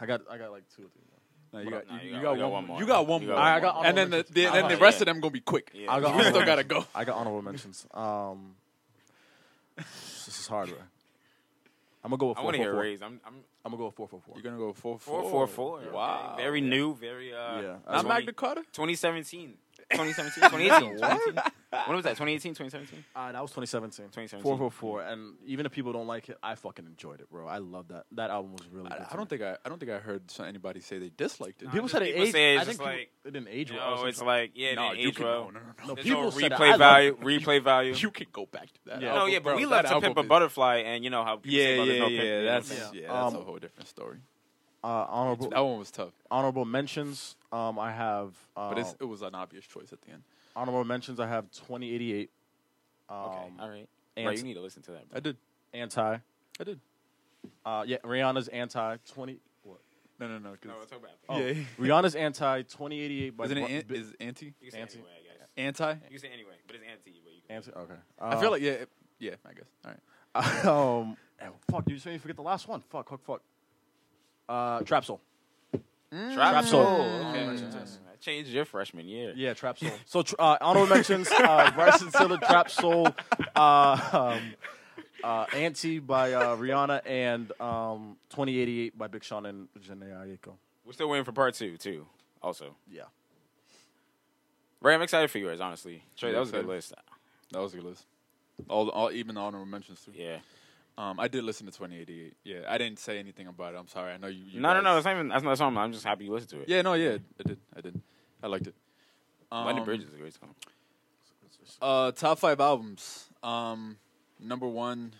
[SPEAKER 3] I got I got like two or three. More.
[SPEAKER 2] No, you, got,
[SPEAKER 4] no,
[SPEAKER 2] you,
[SPEAKER 4] you
[SPEAKER 2] you Oh,
[SPEAKER 4] got-
[SPEAKER 2] got,
[SPEAKER 4] we got
[SPEAKER 2] one
[SPEAKER 4] one
[SPEAKER 2] more.
[SPEAKER 4] more.
[SPEAKER 2] You got one
[SPEAKER 4] You
[SPEAKER 2] more.
[SPEAKER 4] got
[SPEAKER 3] All right, I got
[SPEAKER 2] and then the,
[SPEAKER 3] honorable
[SPEAKER 2] the
[SPEAKER 3] mentions.
[SPEAKER 2] and the
[SPEAKER 4] Yeah.
[SPEAKER 2] rest of them gonna be quick.
[SPEAKER 4] Yeah.
[SPEAKER 3] I got
[SPEAKER 2] We still
[SPEAKER 3] honorable
[SPEAKER 2] gotta go.
[SPEAKER 3] mentions. I got honorable [laughs] mentions. Um, this is hard. Right? I'm gonna go with
[SPEAKER 4] I
[SPEAKER 3] four.
[SPEAKER 4] want to
[SPEAKER 3] four,
[SPEAKER 4] hear a
[SPEAKER 3] four.
[SPEAKER 4] raise. I'm, I'm
[SPEAKER 3] I'm gonna go with four four four.
[SPEAKER 2] You're gonna go four
[SPEAKER 4] four, four, four.
[SPEAKER 2] Wow.
[SPEAKER 4] Okay. Very new. Very uh.
[SPEAKER 3] Yeah.
[SPEAKER 2] Not
[SPEAKER 4] 20
[SPEAKER 2] Magna Carter.
[SPEAKER 4] 2017. 2017, 2018, 2018. When was that? 2018, 2017?
[SPEAKER 3] Uh, that was 2017.
[SPEAKER 4] 2017.
[SPEAKER 3] Four four four. And even if people don't like it, I fucking enjoyed it, bro. I love that. That album was really.
[SPEAKER 2] I,
[SPEAKER 3] good
[SPEAKER 2] I don't think I I don't think I heard so- anybody say they disliked it.
[SPEAKER 3] people said it
[SPEAKER 4] people
[SPEAKER 3] aged.
[SPEAKER 4] say it's
[SPEAKER 3] I think
[SPEAKER 4] just
[SPEAKER 3] people,
[SPEAKER 4] like,
[SPEAKER 3] it didn't age well. I
[SPEAKER 4] No,
[SPEAKER 3] was
[SPEAKER 4] it's
[SPEAKER 3] surprised.
[SPEAKER 4] like yeah,
[SPEAKER 2] no,
[SPEAKER 4] no,
[SPEAKER 2] you
[SPEAKER 4] age
[SPEAKER 2] can,
[SPEAKER 4] well.
[SPEAKER 2] no, no, no, no.
[SPEAKER 3] No,
[SPEAKER 4] There's no
[SPEAKER 3] people said it. I
[SPEAKER 4] replay
[SPEAKER 3] love
[SPEAKER 4] value.
[SPEAKER 3] it.
[SPEAKER 4] Replay value.
[SPEAKER 2] [laughs] You can go back to that.
[SPEAKER 3] Yeah.
[SPEAKER 4] No,
[SPEAKER 2] album,
[SPEAKER 4] yeah, but
[SPEAKER 2] bro.
[SPEAKER 4] we
[SPEAKER 2] That
[SPEAKER 4] love to
[SPEAKER 2] album
[SPEAKER 4] pimp a
[SPEAKER 2] is-
[SPEAKER 4] butterfly, and you know how people say
[SPEAKER 2] Yeah,
[SPEAKER 4] about
[SPEAKER 2] yeah,
[SPEAKER 4] there's no pimp,
[SPEAKER 2] yeah.
[SPEAKER 4] you know what I'm
[SPEAKER 2] That's
[SPEAKER 4] saying?
[SPEAKER 2] yeah,
[SPEAKER 3] Um,
[SPEAKER 2] that's a whole different story. Oh.
[SPEAKER 3] uh, honorable
[SPEAKER 2] That one was tough,
[SPEAKER 3] honorable mentions. Um, I have. Uh,
[SPEAKER 2] but it's, it was an obvious choice at the end.
[SPEAKER 3] honorable mentions. I have 2088. Um,
[SPEAKER 4] okay, all right. Bro,
[SPEAKER 3] and-
[SPEAKER 4] you need to listen to that. Bro.
[SPEAKER 2] I did,
[SPEAKER 3] Anti.
[SPEAKER 2] I did.
[SPEAKER 3] Uh, yeah, Rihanna's anti 20. What?
[SPEAKER 2] No, no, no. 'cause-
[SPEAKER 4] No, it's about
[SPEAKER 2] yeah, [laughs]
[SPEAKER 3] Rihanna's anti 2088 by
[SPEAKER 2] isn't it
[SPEAKER 3] Bru-
[SPEAKER 2] an,
[SPEAKER 3] Bi-
[SPEAKER 2] is anti
[SPEAKER 4] You can say
[SPEAKER 3] Anti-
[SPEAKER 4] anyway, I guess.
[SPEAKER 2] anti?
[SPEAKER 4] You can say anyway, but it's anti. But you can.
[SPEAKER 3] anti- okay.
[SPEAKER 2] I feel like yeah, it- yeah. I guess. All right.
[SPEAKER 3] like um oh, fuck. You just made me forget the last one. Fuck. Fuck. Fuck. Uh, Trap Soul.
[SPEAKER 2] Mm.
[SPEAKER 4] Trap
[SPEAKER 3] Soul.
[SPEAKER 4] Okay. I changed your freshman year.
[SPEAKER 3] Yeah, Trap Soul. so tr- uh, honorable mentions: uh, Bryson Tiller, Trap Soul, uh, um, uh, Auntie by uh, Rihanna, and um, 2088 by Big Sean and Jhené Aiko.
[SPEAKER 4] We're still waiting for part two too. Also,
[SPEAKER 3] Yeah.
[SPEAKER 4] Ray, I'm excited for yours. Honestly, Trey,
[SPEAKER 2] You
[SPEAKER 4] that was a good list.
[SPEAKER 2] excited? That was a good list. All, the- all even the honorable mentions too.
[SPEAKER 4] Yeah.
[SPEAKER 2] Um, I did listen to 2088. Yeah, I didn't say anything about it. I'm sorry. I know you. you
[SPEAKER 4] No, no,
[SPEAKER 2] guys-
[SPEAKER 4] no. It's not even. That's not a song. I'm just happy you listened to it.
[SPEAKER 2] Yeah, no, yeah, I did. I did. I liked it. Um,
[SPEAKER 4] London Bridge is a great song.
[SPEAKER 2] Uh, top five albums. Um, number one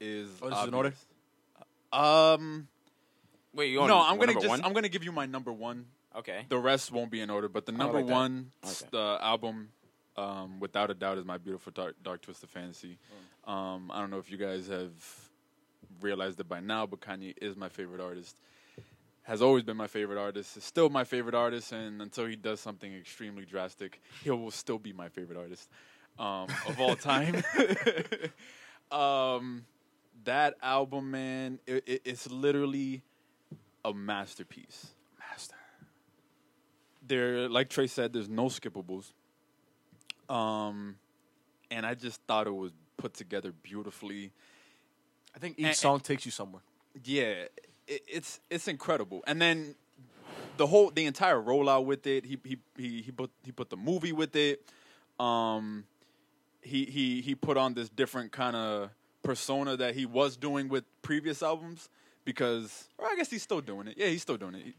[SPEAKER 2] is.
[SPEAKER 3] Oh, this is in
[SPEAKER 2] obvious. Um,
[SPEAKER 4] Wait, you on
[SPEAKER 2] no, I'm gonna
[SPEAKER 4] number
[SPEAKER 2] just
[SPEAKER 4] one?
[SPEAKER 2] I'm gonna give you my number one.
[SPEAKER 4] okay.
[SPEAKER 2] The rest won't be in order, but the number
[SPEAKER 4] like that.
[SPEAKER 2] one
[SPEAKER 4] I like
[SPEAKER 2] s-
[SPEAKER 4] that.
[SPEAKER 2] uh, album, um, without a doubt, is my beautiful dark, dark twisted fantasy.
[SPEAKER 4] Mm.
[SPEAKER 2] Um, I don't know if you guys have realized it by now, but Kanye is my favorite artist. Has always been my favorite artist. Is still my favorite artist, and until he does something extremely drastic, he will still be my favorite artist. um, of all time. [laughs] um, that album, man, it, it, it's literally a masterpiece. Master. There, like Trey said, there's no skippables. Um, and I just thought it was put together beautifully.
[SPEAKER 3] I think
[SPEAKER 2] And-
[SPEAKER 3] each song takes you somewhere.
[SPEAKER 2] Yeah, it, it's it's incredible. And then the whole the entire rollout with it. He he he he put he put the movie with it. Um, he he he put on this different kind of persona that he was doing with previous albums because, or I guess he's still doing it. Yeah, he's still doing it.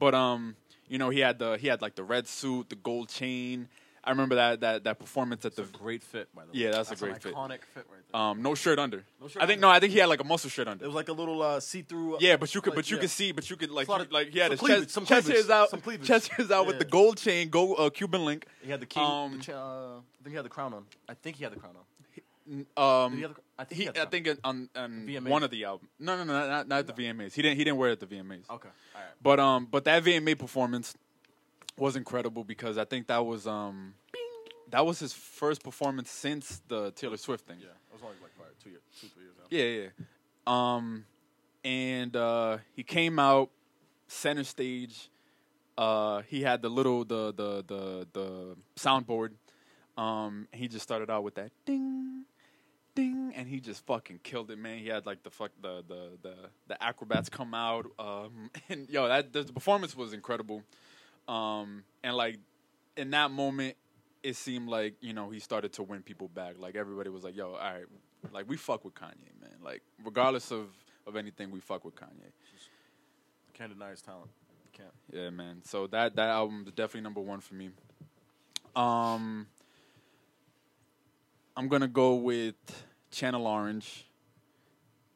[SPEAKER 2] But um, you know, he had the he had like the red suit, the gold chain. I remember that that that performance at the
[SPEAKER 3] Great fit, by the way.
[SPEAKER 2] Yeah, that's a
[SPEAKER 3] an
[SPEAKER 2] great fit.
[SPEAKER 3] Iconic fit right there.
[SPEAKER 2] um no shirt under.
[SPEAKER 3] shirt
[SPEAKER 2] I think
[SPEAKER 3] under.
[SPEAKER 2] no, I think he had like a muscle shirt under.
[SPEAKER 3] it was like a little uh, see-through.
[SPEAKER 2] Yeah, but you could,
[SPEAKER 3] like,
[SPEAKER 2] but you
[SPEAKER 3] yeah.
[SPEAKER 2] could see, but you could like,
[SPEAKER 3] It's a lot of-
[SPEAKER 2] like he had his
[SPEAKER 3] some cleavage,
[SPEAKER 2] chest,
[SPEAKER 3] some
[SPEAKER 2] chest
[SPEAKER 3] cleavage,
[SPEAKER 2] hairs out,
[SPEAKER 3] some cleavage.
[SPEAKER 2] chest hairs out with the
[SPEAKER 3] Yeah.
[SPEAKER 2] gold chain, go uh, Cuban link.
[SPEAKER 3] He had the king.
[SPEAKER 2] Um,
[SPEAKER 3] the cha- uh, I think he had the crown on. I think he had the crown on.
[SPEAKER 2] Um,
[SPEAKER 3] Did he have the- I think he
[SPEAKER 2] he,
[SPEAKER 3] had the
[SPEAKER 2] I
[SPEAKER 3] crown.
[SPEAKER 2] think it- on, on
[SPEAKER 3] VMAs.
[SPEAKER 2] one of the album. No, no, no, not, not at the VMAs. He didn't, he didn't wear it at the VMAs.
[SPEAKER 3] Okay, all right.
[SPEAKER 2] But um, but that VMA performance was incredible because I think that was um, that was his first performance since the Taylor Swift thing.
[SPEAKER 3] Yeah, it was only like probably two years, two three years now.
[SPEAKER 2] Yeah, yeah. Um, and uh, he came out center stage. Uh, he had the little the the the the soundboard. Um, he just started out with that ding, ding, and he just fucking killed it, man. He had like the fuck the the the, the acrobats come out. Um, [laughs] and yo, that the, the performance was incredible. Um, and like in that moment, it seemed like you know he started to win people back. Like everybody was like, "Yo, all right, like we fuck with Kanye, man. Like regardless of of anything, we fuck with Kanye."
[SPEAKER 3] Can't deny his talent. You can't.
[SPEAKER 2] Yeah, man. So that that album is definitely number one for me. Um, I'm gonna go with Channel Orange,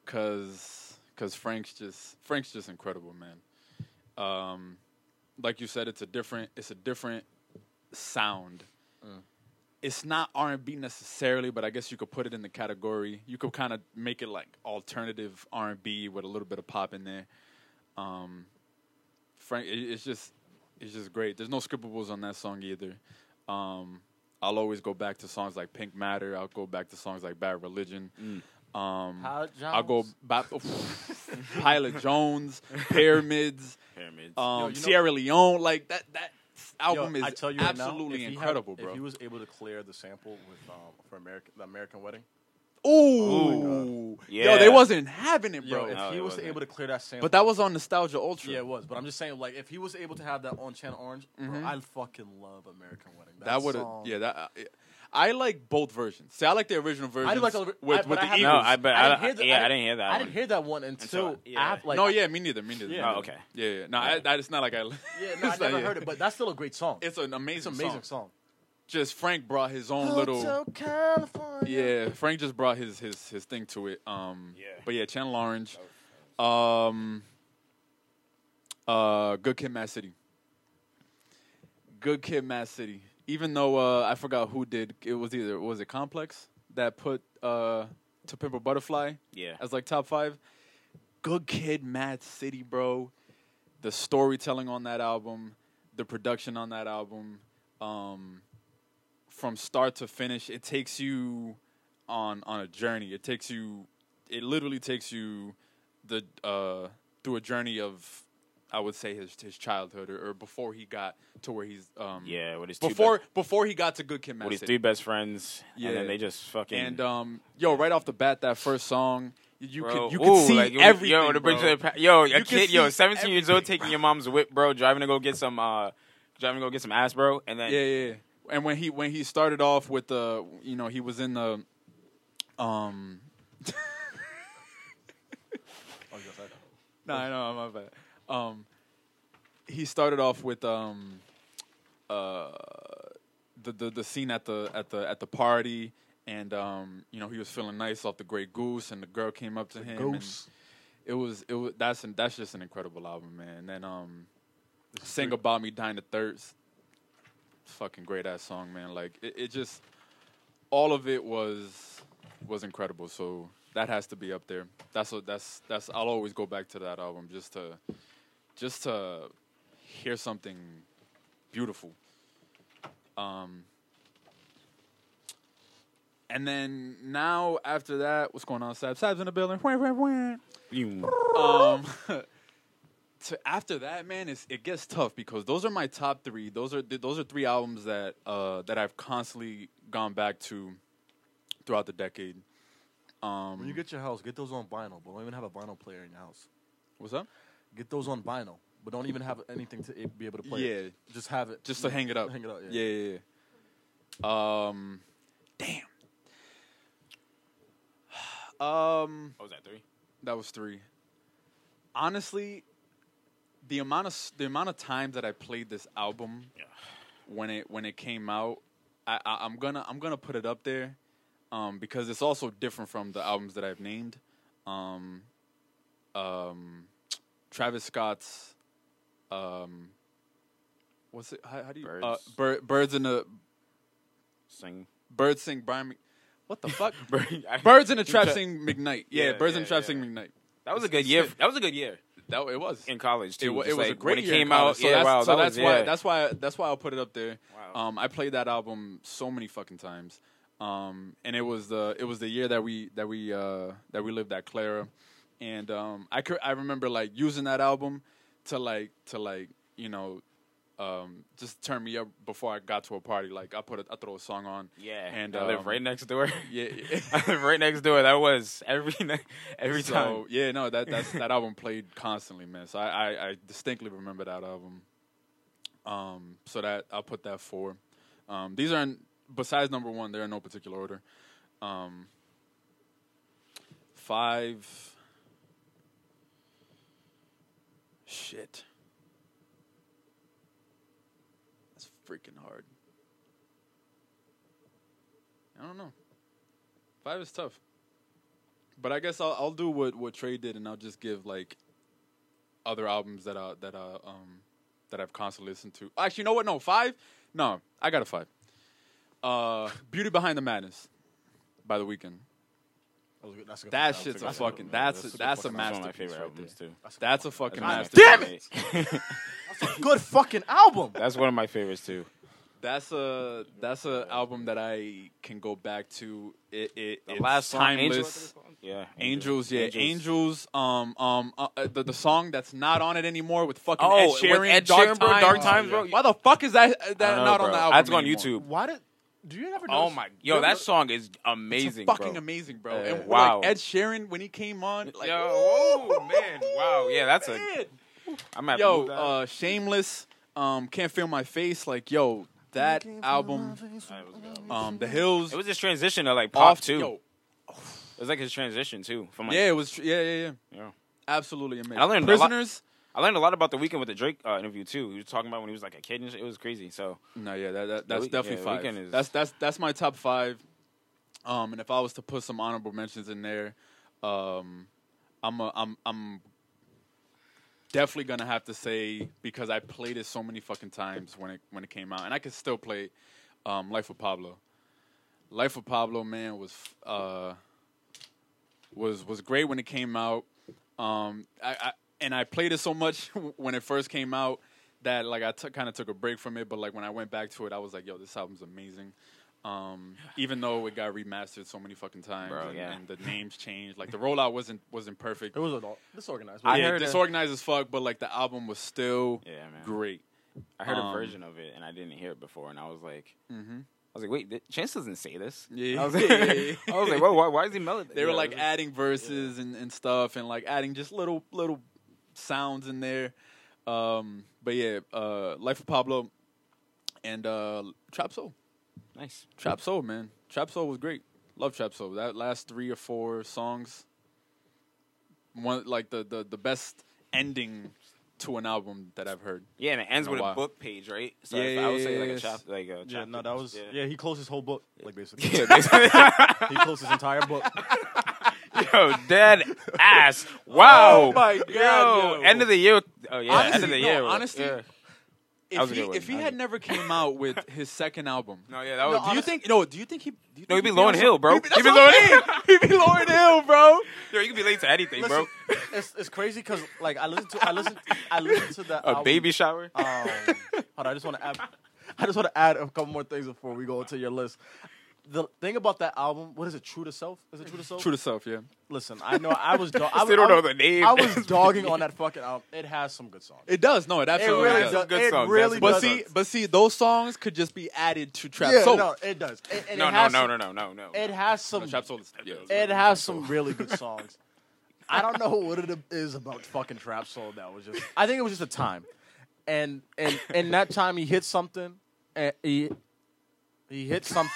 [SPEAKER 2] cause cause Frank's just Frank's just incredible, man. Um, like you said, it's a different it's a different sound. It's not R and B necessarily, but I guess you could put it in the category. You could kind of make it like alternative R and B with a little bit of pop in there. Um, Frank, it, it's just it's just great. There's no skippables on that song either. Um, I'll always go back to songs like Pink Matter. I'll go back to songs like Bad Religion.
[SPEAKER 3] Mm.
[SPEAKER 2] Um,
[SPEAKER 3] Pilot
[SPEAKER 2] I'll go
[SPEAKER 3] Jones.
[SPEAKER 2] by
[SPEAKER 3] [laughs]
[SPEAKER 2] Pilot Jones,
[SPEAKER 3] [laughs]
[SPEAKER 2] Pyramids,
[SPEAKER 4] Pyramids.
[SPEAKER 2] um,
[SPEAKER 3] you know-
[SPEAKER 2] Sierra Leone. Like that that album
[SPEAKER 3] Yo,
[SPEAKER 2] is
[SPEAKER 3] I tell you right now,
[SPEAKER 2] absolutely
[SPEAKER 3] if he had-
[SPEAKER 2] incredible,
[SPEAKER 3] If he
[SPEAKER 2] bro.
[SPEAKER 3] was able to clear the sample with um, for American the American Wedding, Oh
[SPEAKER 2] Ooh, yo,
[SPEAKER 4] Yeah.
[SPEAKER 2] they wasn't having it,
[SPEAKER 3] bro,
[SPEAKER 2] bro.
[SPEAKER 3] if
[SPEAKER 4] No,
[SPEAKER 3] he
[SPEAKER 4] it
[SPEAKER 3] was
[SPEAKER 4] wasn't.
[SPEAKER 3] able to clear that sample,
[SPEAKER 2] but that was on Nostalgia Ultra.
[SPEAKER 3] yeah, it was. But I'm just saying, like, if he was able to have that on Channel Orange, bro, I fucking love American Wedding. That,
[SPEAKER 2] Mm-hmm. that would have
[SPEAKER 3] song-
[SPEAKER 2] yeah that. I like both versions. See, I like the original version.
[SPEAKER 3] I do like the I-
[SPEAKER 2] with,
[SPEAKER 3] but
[SPEAKER 2] with
[SPEAKER 3] I
[SPEAKER 2] the E
[SPEAKER 3] haven't-
[SPEAKER 2] Eagles.
[SPEAKER 4] No, I- but I-
[SPEAKER 3] didn't hear
[SPEAKER 4] yeah, I didn't hear that
[SPEAKER 3] I didn't
[SPEAKER 4] one.
[SPEAKER 3] hear that one until,
[SPEAKER 4] Until- yeah.
[SPEAKER 3] af- like,
[SPEAKER 2] no, yeah, me neither. Me neither.
[SPEAKER 3] Yeah.
[SPEAKER 4] Oh, okay.
[SPEAKER 2] Yeah, yeah. No, I, that, it's not like I.
[SPEAKER 3] yeah, no, I never heard it. But that's still a great song.
[SPEAKER 2] [laughs] It's an amazing, song.
[SPEAKER 3] amazing song.
[SPEAKER 2] Just Frank brought his own little.
[SPEAKER 3] California.
[SPEAKER 2] Yeah, Frank just brought his his his thing to it. Um,
[SPEAKER 4] Yeah.
[SPEAKER 2] But yeah, Channel Orange, um, uh, Good Kid, Mad City. Good Kid, Mad City. Even though uh, I forgot who did it was either was it Complex that put uh, To Pimp a Butterfly
[SPEAKER 4] Yeah.
[SPEAKER 2] as like top five. Good Kid, Mad City, bro. The storytelling on that album, the production on that album, um, from start to finish, it takes you on on a journey. It takes you, it literally takes you the uh, through a journey of, I would say his his childhood or, or before he got to where he's um
[SPEAKER 4] Yeah, with his two
[SPEAKER 2] before
[SPEAKER 4] be-
[SPEAKER 2] before he got to Good Kid, Mad
[SPEAKER 4] with his
[SPEAKER 2] City.
[SPEAKER 4] three best friends,
[SPEAKER 2] Yeah.
[SPEAKER 4] and then they just fucking
[SPEAKER 2] And um, yo, right off the bat, that first song, you
[SPEAKER 4] Bro,
[SPEAKER 2] can you can
[SPEAKER 4] ooh,
[SPEAKER 2] see
[SPEAKER 4] like, yo,
[SPEAKER 2] everything.
[SPEAKER 4] Yo, to bring
[SPEAKER 2] bro.
[SPEAKER 4] to the pa- yo, a
[SPEAKER 2] You can
[SPEAKER 4] kid, yo,
[SPEAKER 2] see
[SPEAKER 4] seventeen years old, taking your mom's whip, bro, driving to go get some, uh, driving to go get some ass, bro, and then
[SPEAKER 2] yeah, yeah. yeah. And when he when he started off with the, you know, he was in the, um,
[SPEAKER 3] Oh, yes, I-
[SPEAKER 2] [laughs] no, I know, my bad. Um, he started off with um, uh, the, the the scene at the at the at the party, and um, you know, he was feeling nice off the Great Goose, and the girl came up to him. and-
[SPEAKER 3] Goose.
[SPEAKER 2] it was it was that's an, that's just an incredible album, man. And then um, "Sing About Me," "Dying to Thirst," fucking great ass song, man. Like it, it just all of it was was incredible. So that has to be up there. That's what that's that's I'll always go back to that album just to just to hear something beautiful. Um, And then now after that, what's going on? Sab Sab's in the building. Wah, wah, wah. Um, to after that, man, it's, it gets tough because those are my top three. Those are th- those are three albums that uh, that I've constantly gone back to throughout the decade. Um,
[SPEAKER 3] When you get your house, get those on vinyl, but don't even have a vinyl player in your house.
[SPEAKER 2] what's up?
[SPEAKER 3] Get those on vinyl, but don't even have anything to eh, be able to play. it. Just have it.
[SPEAKER 2] Just to hang it up.
[SPEAKER 3] Mm. Hang it up, yeah.
[SPEAKER 2] yeah, yeah, yeah. Um, damn. Um,
[SPEAKER 4] What was that three?
[SPEAKER 2] That was three. Honestly, the amount of s- the amount of times that I played this album when it when it came out, I, I I'm gonna I'm gonna put it up there, um, because it's also different from the albums that I've named. Um, um, Travis Scott's, um, what's it? How, how do you? Uh,
[SPEAKER 4] Birds.
[SPEAKER 2] bir- birds in the
[SPEAKER 4] Sing.
[SPEAKER 2] birds sing Brian. Mc- what the fuck?
[SPEAKER 4] I-
[SPEAKER 2] [laughs] birds in the trap sing McKnight. Yeah,
[SPEAKER 4] Yeah,
[SPEAKER 2] birds in the
[SPEAKER 4] yeah,
[SPEAKER 2] trap
[SPEAKER 4] yeah.
[SPEAKER 2] sing McKnight.
[SPEAKER 4] That was a good year. That was a good year
[SPEAKER 2] That it was
[SPEAKER 4] in college too.
[SPEAKER 2] it, wa- it
[SPEAKER 4] Just,
[SPEAKER 2] was a
[SPEAKER 4] like,
[SPEAKER 2] great
[SPEAKER 4] when it
[SPEAKER 2] year in
[SPEAKER 4] came
[SPEAKER 2] college,
[SPEAKER 4] out.
[SPEAKER 2] So
[SPEAKER 4] yeah,
[SPEAKER 2] that's,
[SPEAKER 4] wow,
[SPEAKER 2] so
[SPEAKER 4] that
[SPEAKER 2] that's
[SPEAKER 4] was,
[SPEAKER 2] why
[SPEAKER 4] yeah.
[SPEAKER 2] that's why that's why I'll put it up there.
[SPEAKER 4] Wow.
[SPEAKER 2] Um, I played that album so many fucking times, um, and it was the it was the year that we that we uh, that we lived at Clara, and um, I could I remember like using that album to like to like you know. Um, just turn me up before I got to a party. Like I put, a, I throw a song on.
[SPEAKER 4] yeah.
[SPEAKER 2] and
[SPEAKER 4] I live
[SPEAKER 2] um,
[SPEAKER 4] right
[SPEAKER 2] [laughs]
[SPEAKER 4] next door.
[SPEAKER 2] Yeah,
[SPEAKER 4] I live [laughs] right next door. That was every [laughs] night, every time.
[SPEAKER 2] so yeah, no,
[SPEAKER 4] [laughs]
[SPEAKER 2] that that's, that album played constantly, man. So I, I, I distinctly remember that album. Um, so that I'll put that four. Um, these are in, besides number one, they're in no particular order. Um, five. Shit. That's freaking hard. I don't know. Five is tough. But I guess I'll I'll do what what Trey did, and I'll just give like other albums that I that I um that I've constantly listened to. Actually, you know what? No five. No, I got a five. Uh, [laughs] Beauty Behind the Madness by The Weeknd.
[SPEAKER 3] That, was good. That's a good
[SPEAKER 2] That
[SPEAKER 3] one.
[SPEAKER 2] shit's a
[SPEAKER 3] That's
[SPEAKER 2] fucking
[SPEAKER 3] one.
[SPEAKER 2] that's
[SPEAKER 3] That's
[SPEAKER 2] a,
[SPEAKER 3] a
[SPEAKER 2] that's a
[SPEAKER 3] good
[SPEAKER 4] That's one of my
[SPEAKER 2] masterpiece
[SPEAKER 4] favorite
[SPEAKER 2] right there.
[SPEAKER 4] albums too.
[SPEAKER 2] That's a fucking
[SPEAKER 3] God
[SPEAKER 2] masterpiece.
[SPEAKER 3] damn it! fucking- good fucking album.
[SPEAKER 4] That's one of my favorites too.
[SPEAKER 2] That's a that's a album that I can go back to. It it
[SPEAKER 4] The
[SPEAKER 2] it's
[SPEAKER 4] last song,
[SPEAKER 2] timeless.
[SPEAKER 4] Yeah,
[SPEAKER 2] Angels, yeah, Angels. um, um, uh, uh, the the song that's not on it anymore with fucking
[SPEAKER 4] Oh,
[SPEAKER 2] Ed
[SPEAKER 4] with
[SPEAKER 2] Sheeran,
[SPEAKER 4] Ed
[SPEAKER 2] Dark,
[SPEAKER 4] Sheeran, bro,
[SPEAKER 2] Times.
[SPEAKER 4] Dark Times, bro.
[SPEAKER 2] Why the fuck is that uh,
[SPEAKER 4] I
[SPEAKER 2] that
[SPEAKER 4] don't know,
[SPEAKER 2] not on
[SPEAKER 4] bro.
[SPEAKER 2] the album?
[SPEAKER 4] That's on
[SPEAKER 2] anymore?
[SPEAKER 4] YouTube.
[SPEAKER 3] Why did? Do you
[SPEAKER 2] Um,
[SPEAKER 3] ever?
[SPEAKER 4] Oh
[SPEAKER 3] notice-
[SPEAKER 4] my,
[SPEAKER 3] you
[SPEAKER 4] yo,
[SPEAKER 3] ever-
[SPEAKER 4] that song is
[SPEAKER 2] It's
[SPEAKER 4] amazing,
[SPEAKER 2] fucking
[SPEAKER 4] bro.
[SPEAKER 2] amazing, bro.
[SPEAKER 4] Yeah.
[SPEAKER 2] and like,
[SPEAKER 4] Wow.
[SPEAKER 2] Ed Sheeran when he came on, like,
[SPEAKER 4] Yo, oh [laughs] man, wow, yeah, that's a.
[SPEAKER 2] man.
[SPEAKER 4] I'm at
[SPEAKER 2] yo, uh, Shameless, um, can't feel my face, like, yo, that album, um, The Hills,
[SPEAKER 4] it was his transition to like pop
[SPEAKER 2] off
[SPEAKER 4] too.
[SPEAKER 2] yo,
[SPEAKER 4] It was like his transition too. From like,
[SPEAKER 2] yeah, it was, tr- yeah, yeah, yeah,
[SPEAKER 4] Yeah.
[SPEAKER 2] absolutely amazing.
[SPEAKER 4] I learned a lot-
[SPEAKER 2] Prisoners,
[SPEAKER 4] I learned a lot about the weekend with the Drake uh, interview too. He was talking about when he was like a kid and shit. It was crazy. So
[SPEAKER 2] No, yeah, that, that that's
[SPEAKER 4] Week-
[SPEAKER 2] definitely
[SPEAKER 4] yeah,
[SPEAKER 2] five.
[SPEAKER 4] Weeknd is-
[SPEAKER 2] That's that's that's my top five. Um, and if I was to put some honorable mentions in there, um, I'm a, I'm I'm definitely gonna have to say because I played it so many fucking times when it when it came out, and I could still play it, um, Life of Pablo. Life of Pablo, man, was uh, was was great when it came out. Um, I, I and I played it so much [laughs] when it first came out that like I took kind of took a break from it, but like when I went back to it, I was like, "Yo, this album's amazing." Um, even though it got remastered so many fucking times,
[SPEAKER 4] Bro,
[SPEAKER 2] and,
[SPEAKER 4] yeah.
[SPEAKER 2] and the names changed, like the rollout wasn't wasn't perfect.
[SPEAKER 3] It was a disorganized.
[SPEAKER 4] I
[SPEAKER 2] Yeah,
[SPEAKER 4] heard a-
[SPEAKER 3] [laughs]
[SPEAKER 2] disorganized as fuck, but like the album was still
[SPEAKER 4] yeah, man.
[SPEAKER 2] great.
[SPEAKER 4] I heard
[SPEAKER 2] Um,
[SPEAKER 4] a version of it and I didn't hear it before, and I was like,
[SPEAKER 2] Mhm.
[SPEAKER 4] I was like, wait, th- Chance doesn't say this.
[SPEAKER 2] Yeah.
[SPEAKER 4] I was like, [laughs] I was like, whoa, why, why is he melody?
[SPEAKER 2] They were like adding verses and, and stuff, and like adding just little little sounds in there. Um, but yeah, uh, Life of Pablo and uh, Trap Soul.
[SPEAKER 4] nice.
[SPEAKER 2] Trap Soul, man. Trap Soul was great. Love Trap Soul. That last three or four songs, one like the the, the best ending to an album that I've heard.
[SPEAKER 4] Yeah, and it ends
[SPEAKER 2] Been a
[SPEAKER 4] with a
[SPEAKER 2] while.
[SPEAKER 4] book page, right? So
[SPEAKER 2] Yeah,
[SPEAKER 4] if I would say like a
[SPEAKER 2] yes.
[SPEAKER 4] chap, like a
[SPEAKER 3] Yeah,
[SPEAKER 4] chapter,
[SPEAKER 3] no, that was yeah. He closed his whole book, like basically.
[SPEAKER 4] Yeah, [laughs] basically.
[SPEAKER 3] he closed his entire
[SPEAKER 2] [laughs]
[SPEAKER 3] book.
[SPEAKER 4] Yo, dead ass. Wow.
[SPEAKER 2] Oh my God, yo.
[SPEAKER 4] End of the year. Oh yeah. end
[SPEAKER 2] Honestly,
[SPEAKER 4] of the
[SPEAKER 2] no,
[SPEAKER 4] year. right?
[SPEAKER 2] honestly,
[SPEAKER 4] Yeah. That
[SPEAKER 2] If
[SPEAKER 4] was a
[SPEAKER 2] he,
[SPEAKER 4] good one.
[SPEAKER 2] if he
[SPEAKER 4] That was
[SPEAKER 2] had
[SPEAKER 4] good.
[SPEAKER 2] never came out with
[SPEAKER 4] [laughs]
[SPEAKER 2] his second album,
[SPEAKER 4] No, yeah, that
[SPEAKER 2] No,
[SPEAKER 4] was.
[SPEAKER 2] do you think? No, do you think he? Do you think
[SPEAKER 4] No, he'd be
[SPEAKER 2] he'd
[SPEAKER 4] Lauren
[SPEAKER 2] on
[SPEAKER 4] Hill,
[SPEAKER 2] some-
[SPEAKER 4] bro.
[SPEAKER 2] He'd be,
[SPEAKER 4] He'd
[SPEAKER 2] that's
[SPEAKER 4] be
[SPEAKER 2] what
[SPEAKER 4] Lauryn
[SPEAKER 2] I'm saying. He'd be Lauren Hill, bro.
[SPEAKER 4] [laughs] Yo, you could be late to anything,
[SPEAKER 3] Listen,
[SPEAKER 4] bro.
[SPEAKER 3] it's it's crazy because like I listened to I listened I listened to
[SPEAKER 2] [laughs]
[SPEAKER 3] that
[SPEAKER 4] A
[SPEAKER 3] album.
[SPEAKER 4] baby shower. [laughs]
[SPEAKER 3] Um, hold on, I just want to add. I just want to add a couple more things before we go to your list. the thing about that album, what is it? True to self? Is it true to self?
[SPEAKER 2] True to self, yeah.
[SPEAKER 3] Listen, I know I
[SPEAKER 4] [laughs]
[SPEAKER 3] was. Do- I,
[SPEAKER 4] Still
[SPEAKER 3] was-
[SPEAKER 4] don't
[SPEAKER 3] I
[SPEAKER 4] know
[SPEAKER 3] was-
[SPEAKER 4] the name.
[SPEAKER 3] I
[SPEAKER 4] [laughs]
[SPEAKER 3] was dogging on that fucking album. It has some good songs.
[SPEAKER 2] It does. No, it
[SPEAKER 3] It
[SPEAKER 2] absolutely
[SPEAKER 3] really
[SPEAKER 2] does.
[SPEAKER 3] does.
[SPEAKER 4] Some good
[SPEAKER 3] it
[SPEAKER 4] songs,
[SPEAKER 3] really
[SPEAKER 4] yes.
[SPEAKER 2] But
[SPEAKER 3] does.
[SPEAKER 2] see, but see, those songs could just be added to trap
[SPEAKER 3] yeah,
[SPEAKER 2] soul.
[SPEAKER 3] no, it does. It, and
[SPEAKER 4] No,
[SPEAKER 3] it
[SPEAKER 4] no,
[SPEAKER 3] has
[SPEAKER 4] no,
[SPEAKER 3] some-
[SPEAKER 4] no, no, no, no.
[SPEAKER 3] It has some.
[SPEAKER 2] No, trap soul is yeah. it's
[SPEAKER 3] It
[SPEAKER 2] right.
[SPEAKER 3] has some really
[SPEAKER 4] [laughs]
[SPEAKER 3] good songs. I don't know what it is about fucking trap soul that was just. I think it was just a time, and and and that time he hit something, and he he hit
[SPEAKER 4] [laughs]
[SPEAKER 3] something.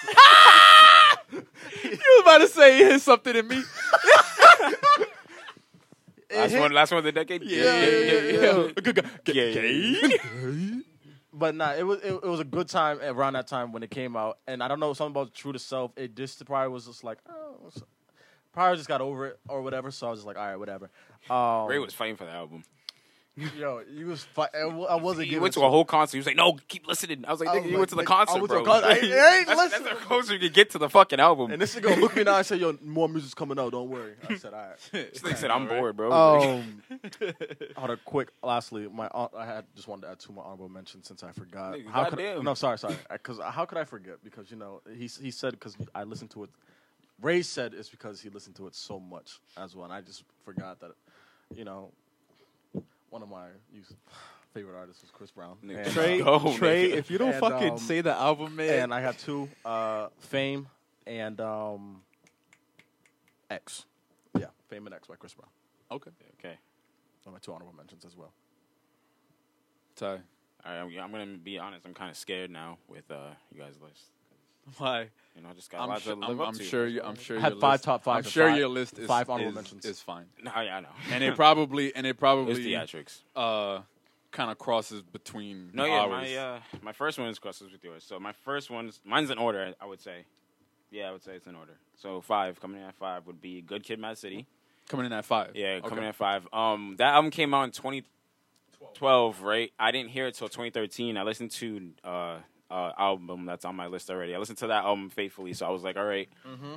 [SPEAKER 2] You was about to say he hit something in
[SPEAKER 3] [laughs]
[SPEAKER 2] me.
[SPEAKER 4] Last one, last one of the decade.
[SPEAKER 2] Yeah, yeah, yeah.
[SPEAKER 3] [laughs]
[SPEAKER 2] Good guy.
[SPEAKER 4] Yeah.
[SPEAKER 3] But nah, it was it, it was a good time around that time when it came out, and I don't know something about True to Self. It just probably was just like, oh, it's- probably just got over it or whatever. So I was just like, all right, whatever. Um,
[SPEAKER 4] [laughs] Ray was fighting for the album.
[SPEAKER 3] [laughs] yo, you was fi- I wa- I wasn't
[SPEAKER 4] He
[SPEAKER 3] giving.
[SPEAKER 4] went
[SPEAKER 3] it
[SPEAKER 4] to a whole concert. He was like, "No, keep listening." I was like,
[SPEAKER 3] I
[SPEAKER 4] "Nigga,
[SPEAKER 3] was
[SPEAKER 4] "You
[SPEAKER 3] like-
[SPEAKER 4] went to the
[SPEAKER 3] like,
[SPEAKER 4] concert,
[SPEAKER 3] I went to
[SPEAKER 4] bro."
[SPEAKER 3] a
[SPEAKER 4] [laughs]
[SPEAKER 3] concert. I- I ain't
[SPEAKER 4] that's, that's
[SPEAKER 3] listening.
[SPEAKER 4] the closer you could get to the fucking album.
[SPEAKER 3] [laughs] and this nigga looked me now and said, "Yo, more music's coming out. Don't worry." I said, "All right."
[SPEAKER 4] [laughs] This nigga said, "I'm bored, bro." Like,
[SPEAKER 3] [laughs] Um, on a quick, lastly, my aunt, I had just wanted to add two more honorable mentions since I forgot.
[SPEAKER 4] Nigga,
[SPEAKER 3] how could
[SPEAKER 4] goddamn.
[SPEAKER 3] no? Sorry, sorry. Because how could I forget? Because you know he s- he said because I listened to it. Ray said it's because he listened to it so much as well, and I just forgot that, you know, one of my youth- favorite artists was Chris Brown.
[SPEAKER 4] Nigga,
[SPEAKER 3] And,
[SPEAKER 4] Trey-
[SPEAKER 3] uh,
[SPEAKER 4] Go, Trey, nigga.
[SPEAKER 2] if
[SPEAKER 4] if
[SPEAKER 2] you
[SPEAKER 3] don't
[SPEAKER 2] don't
[SPEAKER 3] And,
[SPEAKER 2] fucking
[SPEAKER 3] fucking um,
[SPEAKER 2] say
[SPEAKER 3] say
[SPEAKER 2] the album, man.
[SPEAKER 3] and I had two, uh, Fame and um, X. Yeah, Fame and X by Chris Brown.
[SPEAKER 2] okay.
[SPEAKER 4] [laughs] okay,
[SPEAKER 3] Those are my two honorable mentions as well.
[SPEAKER 2] Sorry.
[SPEAKER 4] all right. I'm, I'm gonna be honest. I'm kind of scared now with uh, you guys' list.
[SPEAKER 2] Why?
[SPEAKER 4] You know, I just got a
[SPEAKER 2] I'm,
[SPEAKER 4] lot
[SPEAKER 2] sure.
[SPEAKER 4] to live
[SPEAKER 2] I'm,
[SPEAKER 4] up
[SPEAKER 2] I'm
[SPEAKER 4] to.
[SPEAKER 2] sure. You, I'm sure.
[SPEAKER 3] I had
[SPEAKER 2] your
[SPEAKER 3] five
[SPEAKER 2] list-
[SPEAKER 3] top five
[SPEAKER 2] I'm
[SPEAKER 3] and
[SPEAKER 2] sure
[SPEAKER 3] five-
[SPEAKER 2] your list is
[SPEAKER 3] five honorable
[SPEAKER 2] is-
[SPEAKER 3] mentions.
[SPEAKER 2] is
[SPEAKER 4] [laughs]
[SPEAKER 2] fine,
[SPEAKER 4] No, yeah, I know.
[SPEAKER 2] and it probably and it probably
[SPEAKER 4] it's theatrics.
[SPEAKER 2] uh kind of crosses between
[SPEAKER 4] No, yeah,
[SPEAKER 2] ours.
[SPEAKER 4] my uh, my first one is crosses with yours. So my first one's mine's in order. I would say, yeah, I would say it's in order. So five coming in at five would be Good Kid, Mad City.
[SPEAKER 2] coming in at five.
[SPEAKER 4] Yeah, coming in
[SPEAKER 2] Okay.
[SPEAKER 4] at five. Um, that album came out in 2012, right? I didn't hear it till 2013. I listened to uh, uh album that's on my list already. I listened to that album faithfully, so I was like, all right.
[SPEAKER 2] Mm-hmm.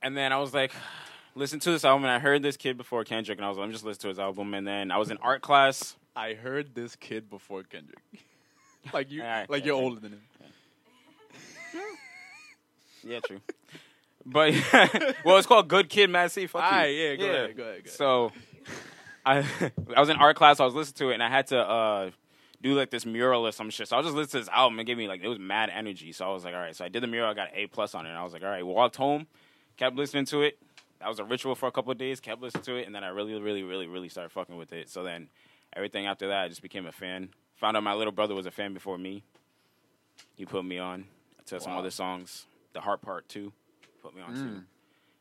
[SPEAKER 4] And then I was like, [sighs] listen to this album, and I heard this kid before Kendrick, and I was like, I'm just listening to his album. And then I was in art class.
[SPEAKER 2] I heard this kid before Kendrick. [laughs] like you,
[SPEAKER 4] Alright,
[SPEAKER 2] like
[SPEAKER 4] yeah,
[SPEAKER 2] you're
[SPEAKER 4] thank-
[SPEAKER 2] older than him.
[SPEAKER 4] Yeah, true. But [laughs] well, it's called Good Kid, Mad City. Fuck you.
[SPEAKER 2] Alright, yeah, go ahead, go ahead, go ahead.
[SPEAKER 4] So, I I was in art class. I was listening to it, and I had to uh, do like this mural or some shit. So I was just listening to this album. It gave me like it was mad energy. So I was like, all right. So I did the mural. I got an A plus on it. And I was like, all right. Walked home, kept listening to it. That was a ritual for a couple of days. Kept listening to it, and then I really, really, really, really started fucking with it. So then, everything after that, I just became a fan. Found out my little brother was a fan before me. He put me on to some other songs. The Heart Part Two put me on to,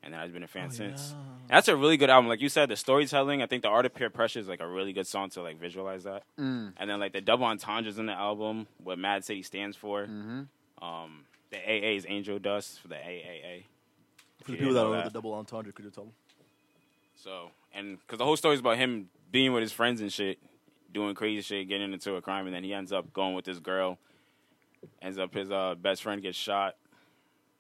[SPEAKER 4] and then I've been a fan since. And That's a really good album. Like you said, the storytelling. I think the Art of Peer Pressure is like a really good song to like visualize that. And then like the double entendres in the album, what Mad City stands for. Um, the AA is Angel Dust for the AAA.
[SPEAKER 3] For
[SPEAKER 4] you
[SPEAKER 3] the people that
[SPEAKER 4] didn't know
[SPEAKER 3] don't know
[SPEAKER 4] that.
[SPEAKER 3] the double entendre, could you tell them?
[SPEAKER 4] So and because the whole story is about him being with his friends and shit, doing crazy shit, getting into a crime, and then he ends up going with this girl. Ends up his uh, best friend gets shot.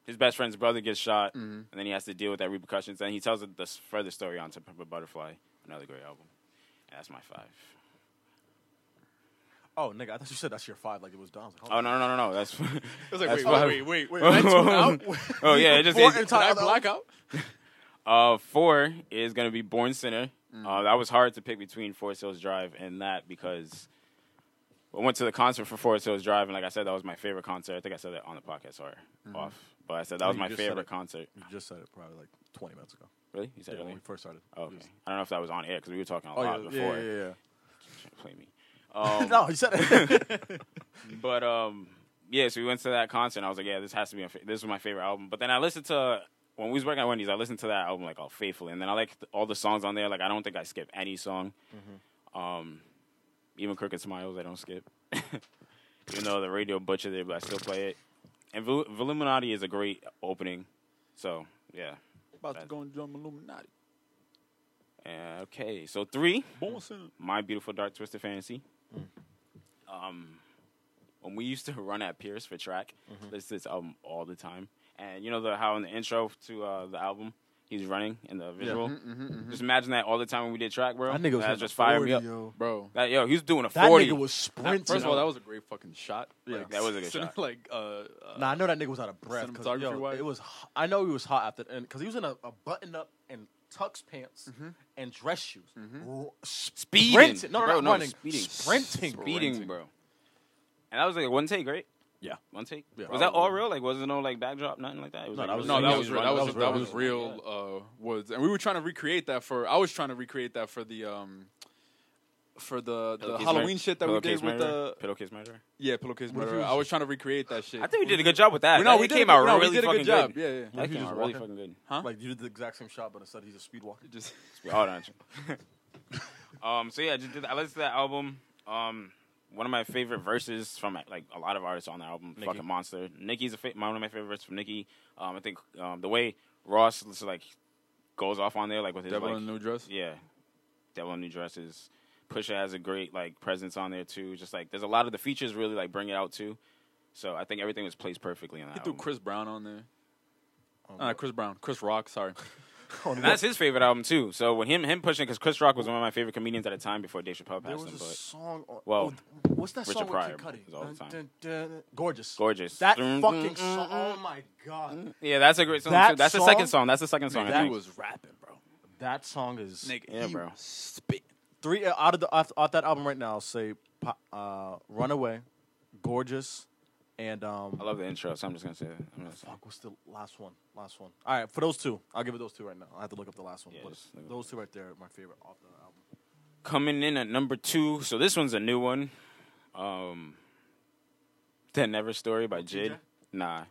[SPEAKER 4] His best friend's brother gets shot, and then he has to deal with that repercussions. And he tells the s- further story on to Pimp a Butterfly, another great album. And that's my five.
[SPEAKER 3] Oh, nigga, I thought you said that's your five, like it was Dom's. Like,
[SPEAKER 4] Oh no no no no! That's
[SPEAKER 2] I was like,
[SPEAKER 4] That's
[SPEAKER 2] wait,
[SPEAKER 4] why-
[SPEAKER 2] wait, wait, wait,
[SPEAKER 4] Oh,
[SPEAKER 2] wait. Did I tune out?
[SPEAKER 4] oh yeah, it [laughs] just
[SPEAKER 3] Four
[SPEAKER 4] it-
[SPEAKER 3] and
[SPEAKER 2] Did I
[SPEAKER 3] Tyler-
[SPEAKER 2] black out?
[SPEAKER 4] Uh, four is gonna be Born Sinner. Uh, that was hard to pick between Forest Hills Drive and that because I went to the concert for Forest Hills Drive, and like I said, that was my favorite concert. I think I said that on the podcast, sorry, off. But I said that
[SPEAKER 3] No,
[SPEAKER 4] was
[SPEAKER 3] Oh, you
[SPEAKER 4] my
[SPEAKER 3] just said
[SPEAKER 4] favorite
[SPEAKER 3] it.
[SPEAKER 4] concert.
[SPEAKER 3] You just said it probably like 20 minutes ago.
[SPEAKER 4] Really? You said
[SPEAKER 3] Yeah,
[SPEAKER 4] really?
[SPEAKER 3] when we first started.
[SPEAKER 4] Oh, okay.
[SPEAKER 3] You just-
[SPEAKER 4] I don't know if that was on air because we were talking a
[SPEAKER 3] Oh, yeah,
[SPEAKER 4] lot
[SPEAKER 3] yeah,
[SPEAKER 4] before.
[SPEAKER 3] yeah, yeah,
[SPEAKER 4] Play
[SPEAKER 3] yeah.
[SPEAKER 4] me. Um,
[SPEAKER 3] [laughs] no, you said [laughs] it.
[SPEAKER 4] But um, yeah, so we went to that concert. and I was like, yeah, this has to be my fa- this was my favorite album. But then I listened to when we was working at Wendy's. I listened to that album like all faithfully, and then I like th- all the songs on there. Like I don't think I skip any song. Um, even Crooked Smiles, I don't skip. [laughs] even though the radio butchered it, but I still play it. And Vol- Voluminati is a great opening. So yeah,
[SPEAKER 2] About to go and drum Illuminati.
[SPEAKER 4] Uh, okay. So three.
[SPEAKER 2] Born Sinner.
[SPEAKER 4] My Beautiful Dark Twisted Fantasy.
[SPEAKER 3] Mm.
[SPEAKER 4] Um, when we used to [laughs] run at Pierce
[SPEAKER 3] Mm-hmm.
[SPEAKER 4] um, for track, listen to this album all the time. And you know the how in the intro to uh, the album, he's running in the visual. Just imagine that all the time when we did track, bro.
[SPEAKER 3] That nigga was
[SPEAKER 4] That's
[SPEAKER 3] hitting
[SPEAKER 4] just firing me
[SPEAKER 3] 40,
[SPEAKER 4] up.
[SPEAKER 3] yo.
[SPEAKER 2] bro.
[SPEAKER 4] That yo, he was doing a
[SPEAKER 3] That
[SPEAKER 4] forty.
[SPEAKER 3] nigga was
[SPEAKER 2] That-
[SPEAKER 3] sprinting.
[SPEAKER 2] first of all, that was a great fucking shot.
[SPEAKER 3] Yeah.
[SPEAKER 4] That was a good shot.
[SPEAKER 2] [laughs] Like, uh, uh,
[SPEAKER 3] Nah, I know that nigga was out of
[SPEAKER 4] uh,
[SPEAKER 3] breath. 'cause, yo,
[SPEAKER 2] Cinematography-wise?
[SPEAKER 3] it was. h- I know he was hot after, and because he was in a, a button-up and tux pants and dress shoes, R-
[SPEAKER 4] speeding.
[SPEAKER 3] sprinting. No, no,
[SPEAKER 4] bro,
[SPEAKER 3] not
[SPEAKER 4] no,
[SPEAKER 3] running.
[SPEAKER 4] Speeding.
[SPEAKER 3] Sprinting.
[SPEAKER 4] Speeding, bro. And that was like one take, right?
[SPEAKER 3] Yeah.
[SPEAKER 4] One take.
[SPEAKER 3] Yeah.
[SPEAKER 4] was that all real? Like, was there no like backdrop, nothing like that? It
[SPEAKER 3] No,
[SPEAKER 4] like,
[SPEAKER 3] that was-
[SPEAKER 2] no,
[SPEAKER 4] really-
[SPEAKER 2] that
[SPEAKER 3] Yeah,
[SPEAKER 2] was
[SPEAKER 3] it
[SPEAKER 2] real.
[SPEAKER 3] was
[SPEAKER 2] That was
[SPEAKER 3] real.
[SPEAKER 2] that
[SPEAKER 3] That
[SPEAKER 2] was
[SPEAKER 3] was
[SPEAKER 2] real uh, woods, and we were trying to recreate that for. I was trying to recreate that for the um, for the, the
[SPEAKER 4] Pillowcase
[SPEAKER 2] Halloween
[SPEAKER 4] murder-
[SPEAKER 2] shit that we did
[SPEAKER 4] pillowcase
[SPEAKER 2] with
[SPEAKER 4] murder?
[SPEAKER 2] the
[SPEAKER 4] pillowcase murder.
[SPEAKER 2] yeah pillowcase murder. I was trying to recreate that shit.
[SPEAKER 4] I think we did a good job with that.
[SPEAKER 2] We- no,
[SPEAKER 4] That-
[SPEAKER 2] we
[SPEAKER 4] it
[SPEAKER 2] did a
[SPEAKER 4] came
[SPEAKER 2] good-
[SPEAKER 4] out
[SPEAKER 2] no, we
[SPEAKER 4] really
[SPEAKER 2] did a good
[SPEAKER 4] fucking
[SPEAKER 2] job.
[SPEAKER 4] good.
[SPEAKER 2] Yeah, yeah.
[SPEAKER 4] That
[SPEAKER 3] He
[SPEAKER 4] came
[SPEAKER 3] was just
[SPEAKER 4] out really
[SPEAKER 3] walking.
[SPEAKER 4] fucking good.
[SPEAKER 2] Huh?
[SPEAKER 3] Like you did the exact same shot, but instead he's a speed walking.
[SPEAKER 2] [laughs] Just
[SPEAKER 4] We all done.
[SPEAKER 2] [laughs]
[SPEAKER 4] um, so yeah, just did, I listened to that album. Um, one of my favorite verses from like a lot of artists on the album, fucking monster. Nicki's a fa- my- one of my favorite verses from Nicki. Um, I think um, the way Ross just, like goes off on there, like with his
[SPEAKER 2] devil
[SPEAKER 4] like,
[SPEAKER 2] in a new dress.
[SPEAKER 4] yeah, Devil in New Dresses. Pusha has a great like presence on there too. Just like there's a lot of the features really like bring it out too. So I think everything was placed perfectly on that.
[SPEAKER 2] He threw
[SPEAKER 4] Album.
[SPEAKER 2] Chris Brown on there.
[SPEAKER 4] oh.
[SPEAKER 2] Nah, Chris Brown, Chris Rock.
[SPEAKER 4] [laughs]
[SPEAKER 2] Sorry,
[SPEAKER 4] And that's his favorite album too. So with him him pushing because Chris Rock was one of my favorite comedians at the time before Dave Chappelle
[SPEAKER 3] There
[SPEAKER 4] passed
[SPEAKER 3] was
[SPEAKER 4] him.
[SPEAKER 3] a
[SPEAKER 4] But
[SPEAKER 3] song. On,
[SPEAKER 4] well,
[SPEAKER 3] oh, what's that
[SPEAKER 4] Richard
[SPEAKER 3] song with Kid
[SPEAKER 4] Pryor
[SPEAKER 3] Cudi?
[SPEAKER 4] is all the time.
[SPEAKER 3] Dun, dun, dun. gorgeous.
[SPEAKER 4] Gorgeous.
[SPEAKER 3] That
[SPEAKER 4] Dun,
[SPEAKER 3] fucking
[SPEAKER 4] dun, Mm.
[SPEAKER 3] song. Oh my god.
[SPEAKER 4] yeah, that's a great song.
[SPEAKER 3] That
[SPEAKER 4] too. That's the
[SPEAKER 3] song-
[SPEAKER 4] second song. That's the second song. I
[SPEAKER 3] That
[SPEAKER 4] think.
[SPEAKER 3] was rapping, bro. That song is
[SPEAKER 2] nigga.
[SPEAKER 4] Yeah,
[SPEAKER 2] you
[SPEAKER 4] bro.
[SPEAKER 2] Spit.
[SPEAKER 3] three uh, out of the off, off that album right now. I'll say po- uh, "Runaway," "Gorgeous," and um,
[SPEAKER 4] I love the intro, so I'm just gonna say that. I'm gonna say.
[SPEAKER 3] fuck, what's the last one? Last one. All right, for those two, I'll give it those two right now. I have to look up the last one.
[SPEAKER 4] Yeah,
[SPEAKER 3] but
[SPEAKER 4] just look up-
[SPEAKER 3] those two right there are my favorite off the album.
[SPEAKER 4] Coming in at number two. So this one's a new one. Um, the Never Story
[SPEAKER 2] Oh,
[SPEAKER 4] by Jid. Nah.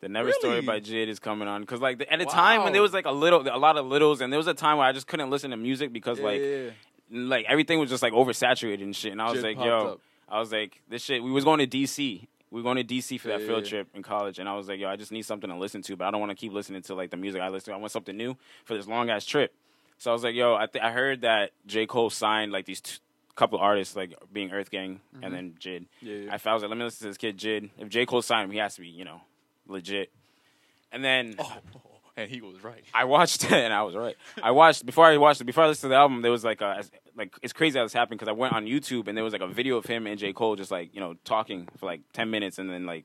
[SPEAKER 4] The Never Story
[SPEAKER 2] Really?
[SPEAKER 4] by Jid is coming on because, like, the, at a time when there
[SPEAKER 2] Wow.
[SPEAKER 4] was like a little, a lot of littles, and there was a time where I just couldn't listen to music because, like,
[SPEAKER 2] yeah.
[SPEAKER 4] like everything was just like oversaturated and shit. And I was
[SPEAKER 2] Jid
[SPEAKER 4] like,
[SPEAKER 2] popped
[SPEAKER 4] yo,
[SPEAKER 2] up.
[SPEAKER 4] I was like, this shit. We was going to DC. We were going to DC for that
[SPEAKER 2] Yeah,
[SPEAKER 4] field
[SPEAKER 2] yeah.
[SPEAKER 4] trip in college, and I was like, yo, I just need something to listen to, but I don't want to keep listening to like the music I listen to. I want something new for this long ass trip. So I was like, yo, I, th- I heard that J Cole signed like these t- couple artists, like being Earth Gang and then Jid.
[SPEAKER 2] Mm-hmm. Yeah, yeah.
[SPEAKER 4] I, f- I was like, let me listen to this kid Jid. If J Cole signed him, he has to be, you know, legit. And then
[SPEAKER 2] Oh,
[SPEAKER 4] oh,
[SPEAKER 2] [laughs] And he was right.
[SPEAKER 4] I watched [laughs] it and I was right. I watched before I watched it before I listened to the album. There was like a like it's crazy how this happened because I went on YouTube and there was like a video of him and J Cole just like you know talking for like ten minutes and then like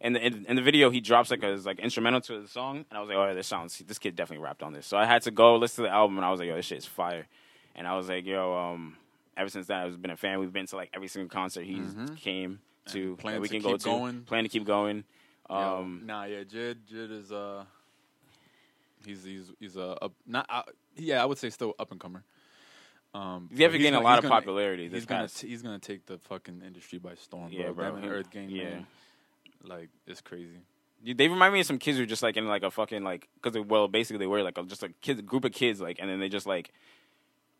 [SPEAKER 4] in the in, in the video he drops like a like instrumental to the song and I was like oh this sounds this kid definitely rapped on this so I had to go listen to the album and I was like yo this shit is fire and I was like yo um ever since that I've been a fan we've been to like every single concert he's came to that
[SPEAKER 2] plans
[SPEAKER 4] we
[SPEAKER 2] Mm-hmm. to
[SPEAKER 4] can go
[SPEAKER 2] keep
[SPEAKER 4] to
[SPEAKER 2] going.
[SPEAKER 4] plan to keep going
[SPEAKER 2] Yo,
[SPEAKER 4] um.
[SPEAKER 2] nah, yeah, Jid, Jid is uh, he's he's he's uh, up, not uh, yeah, I would say still up and comer. Um,
[SPEAKER 4] He's definitely
[SPEAKER 2] but
[SPEAKER 4] gained a
[SPEAKER 2] gonna-
[SPEAKER 4] lot
[SPEAKER 2] he's
[SPEAKER 4] of
[SPEAKER 2] gonna-
[SPEAKER 4] popularity this
[SPEAKER 2] He's gonna
[SPEAKER 4] past-
[SPEAKER 2] t- he's gonna take the fucking industry by storm,
[SPEAKER 4] Yeah,
[SPEAKER 2] bro.
[SPEAKER 4] bro.
[SPEAKER 2] Them and Earth Gang,
[SPEAKER 4] Yeah.
[SPEAKER 2] man. like it's crazy.
[SPEAKER 4] You- They remind me of some kids who just like in like a fucking like because they well basically they were like a, just a kids group of kids like and then they just like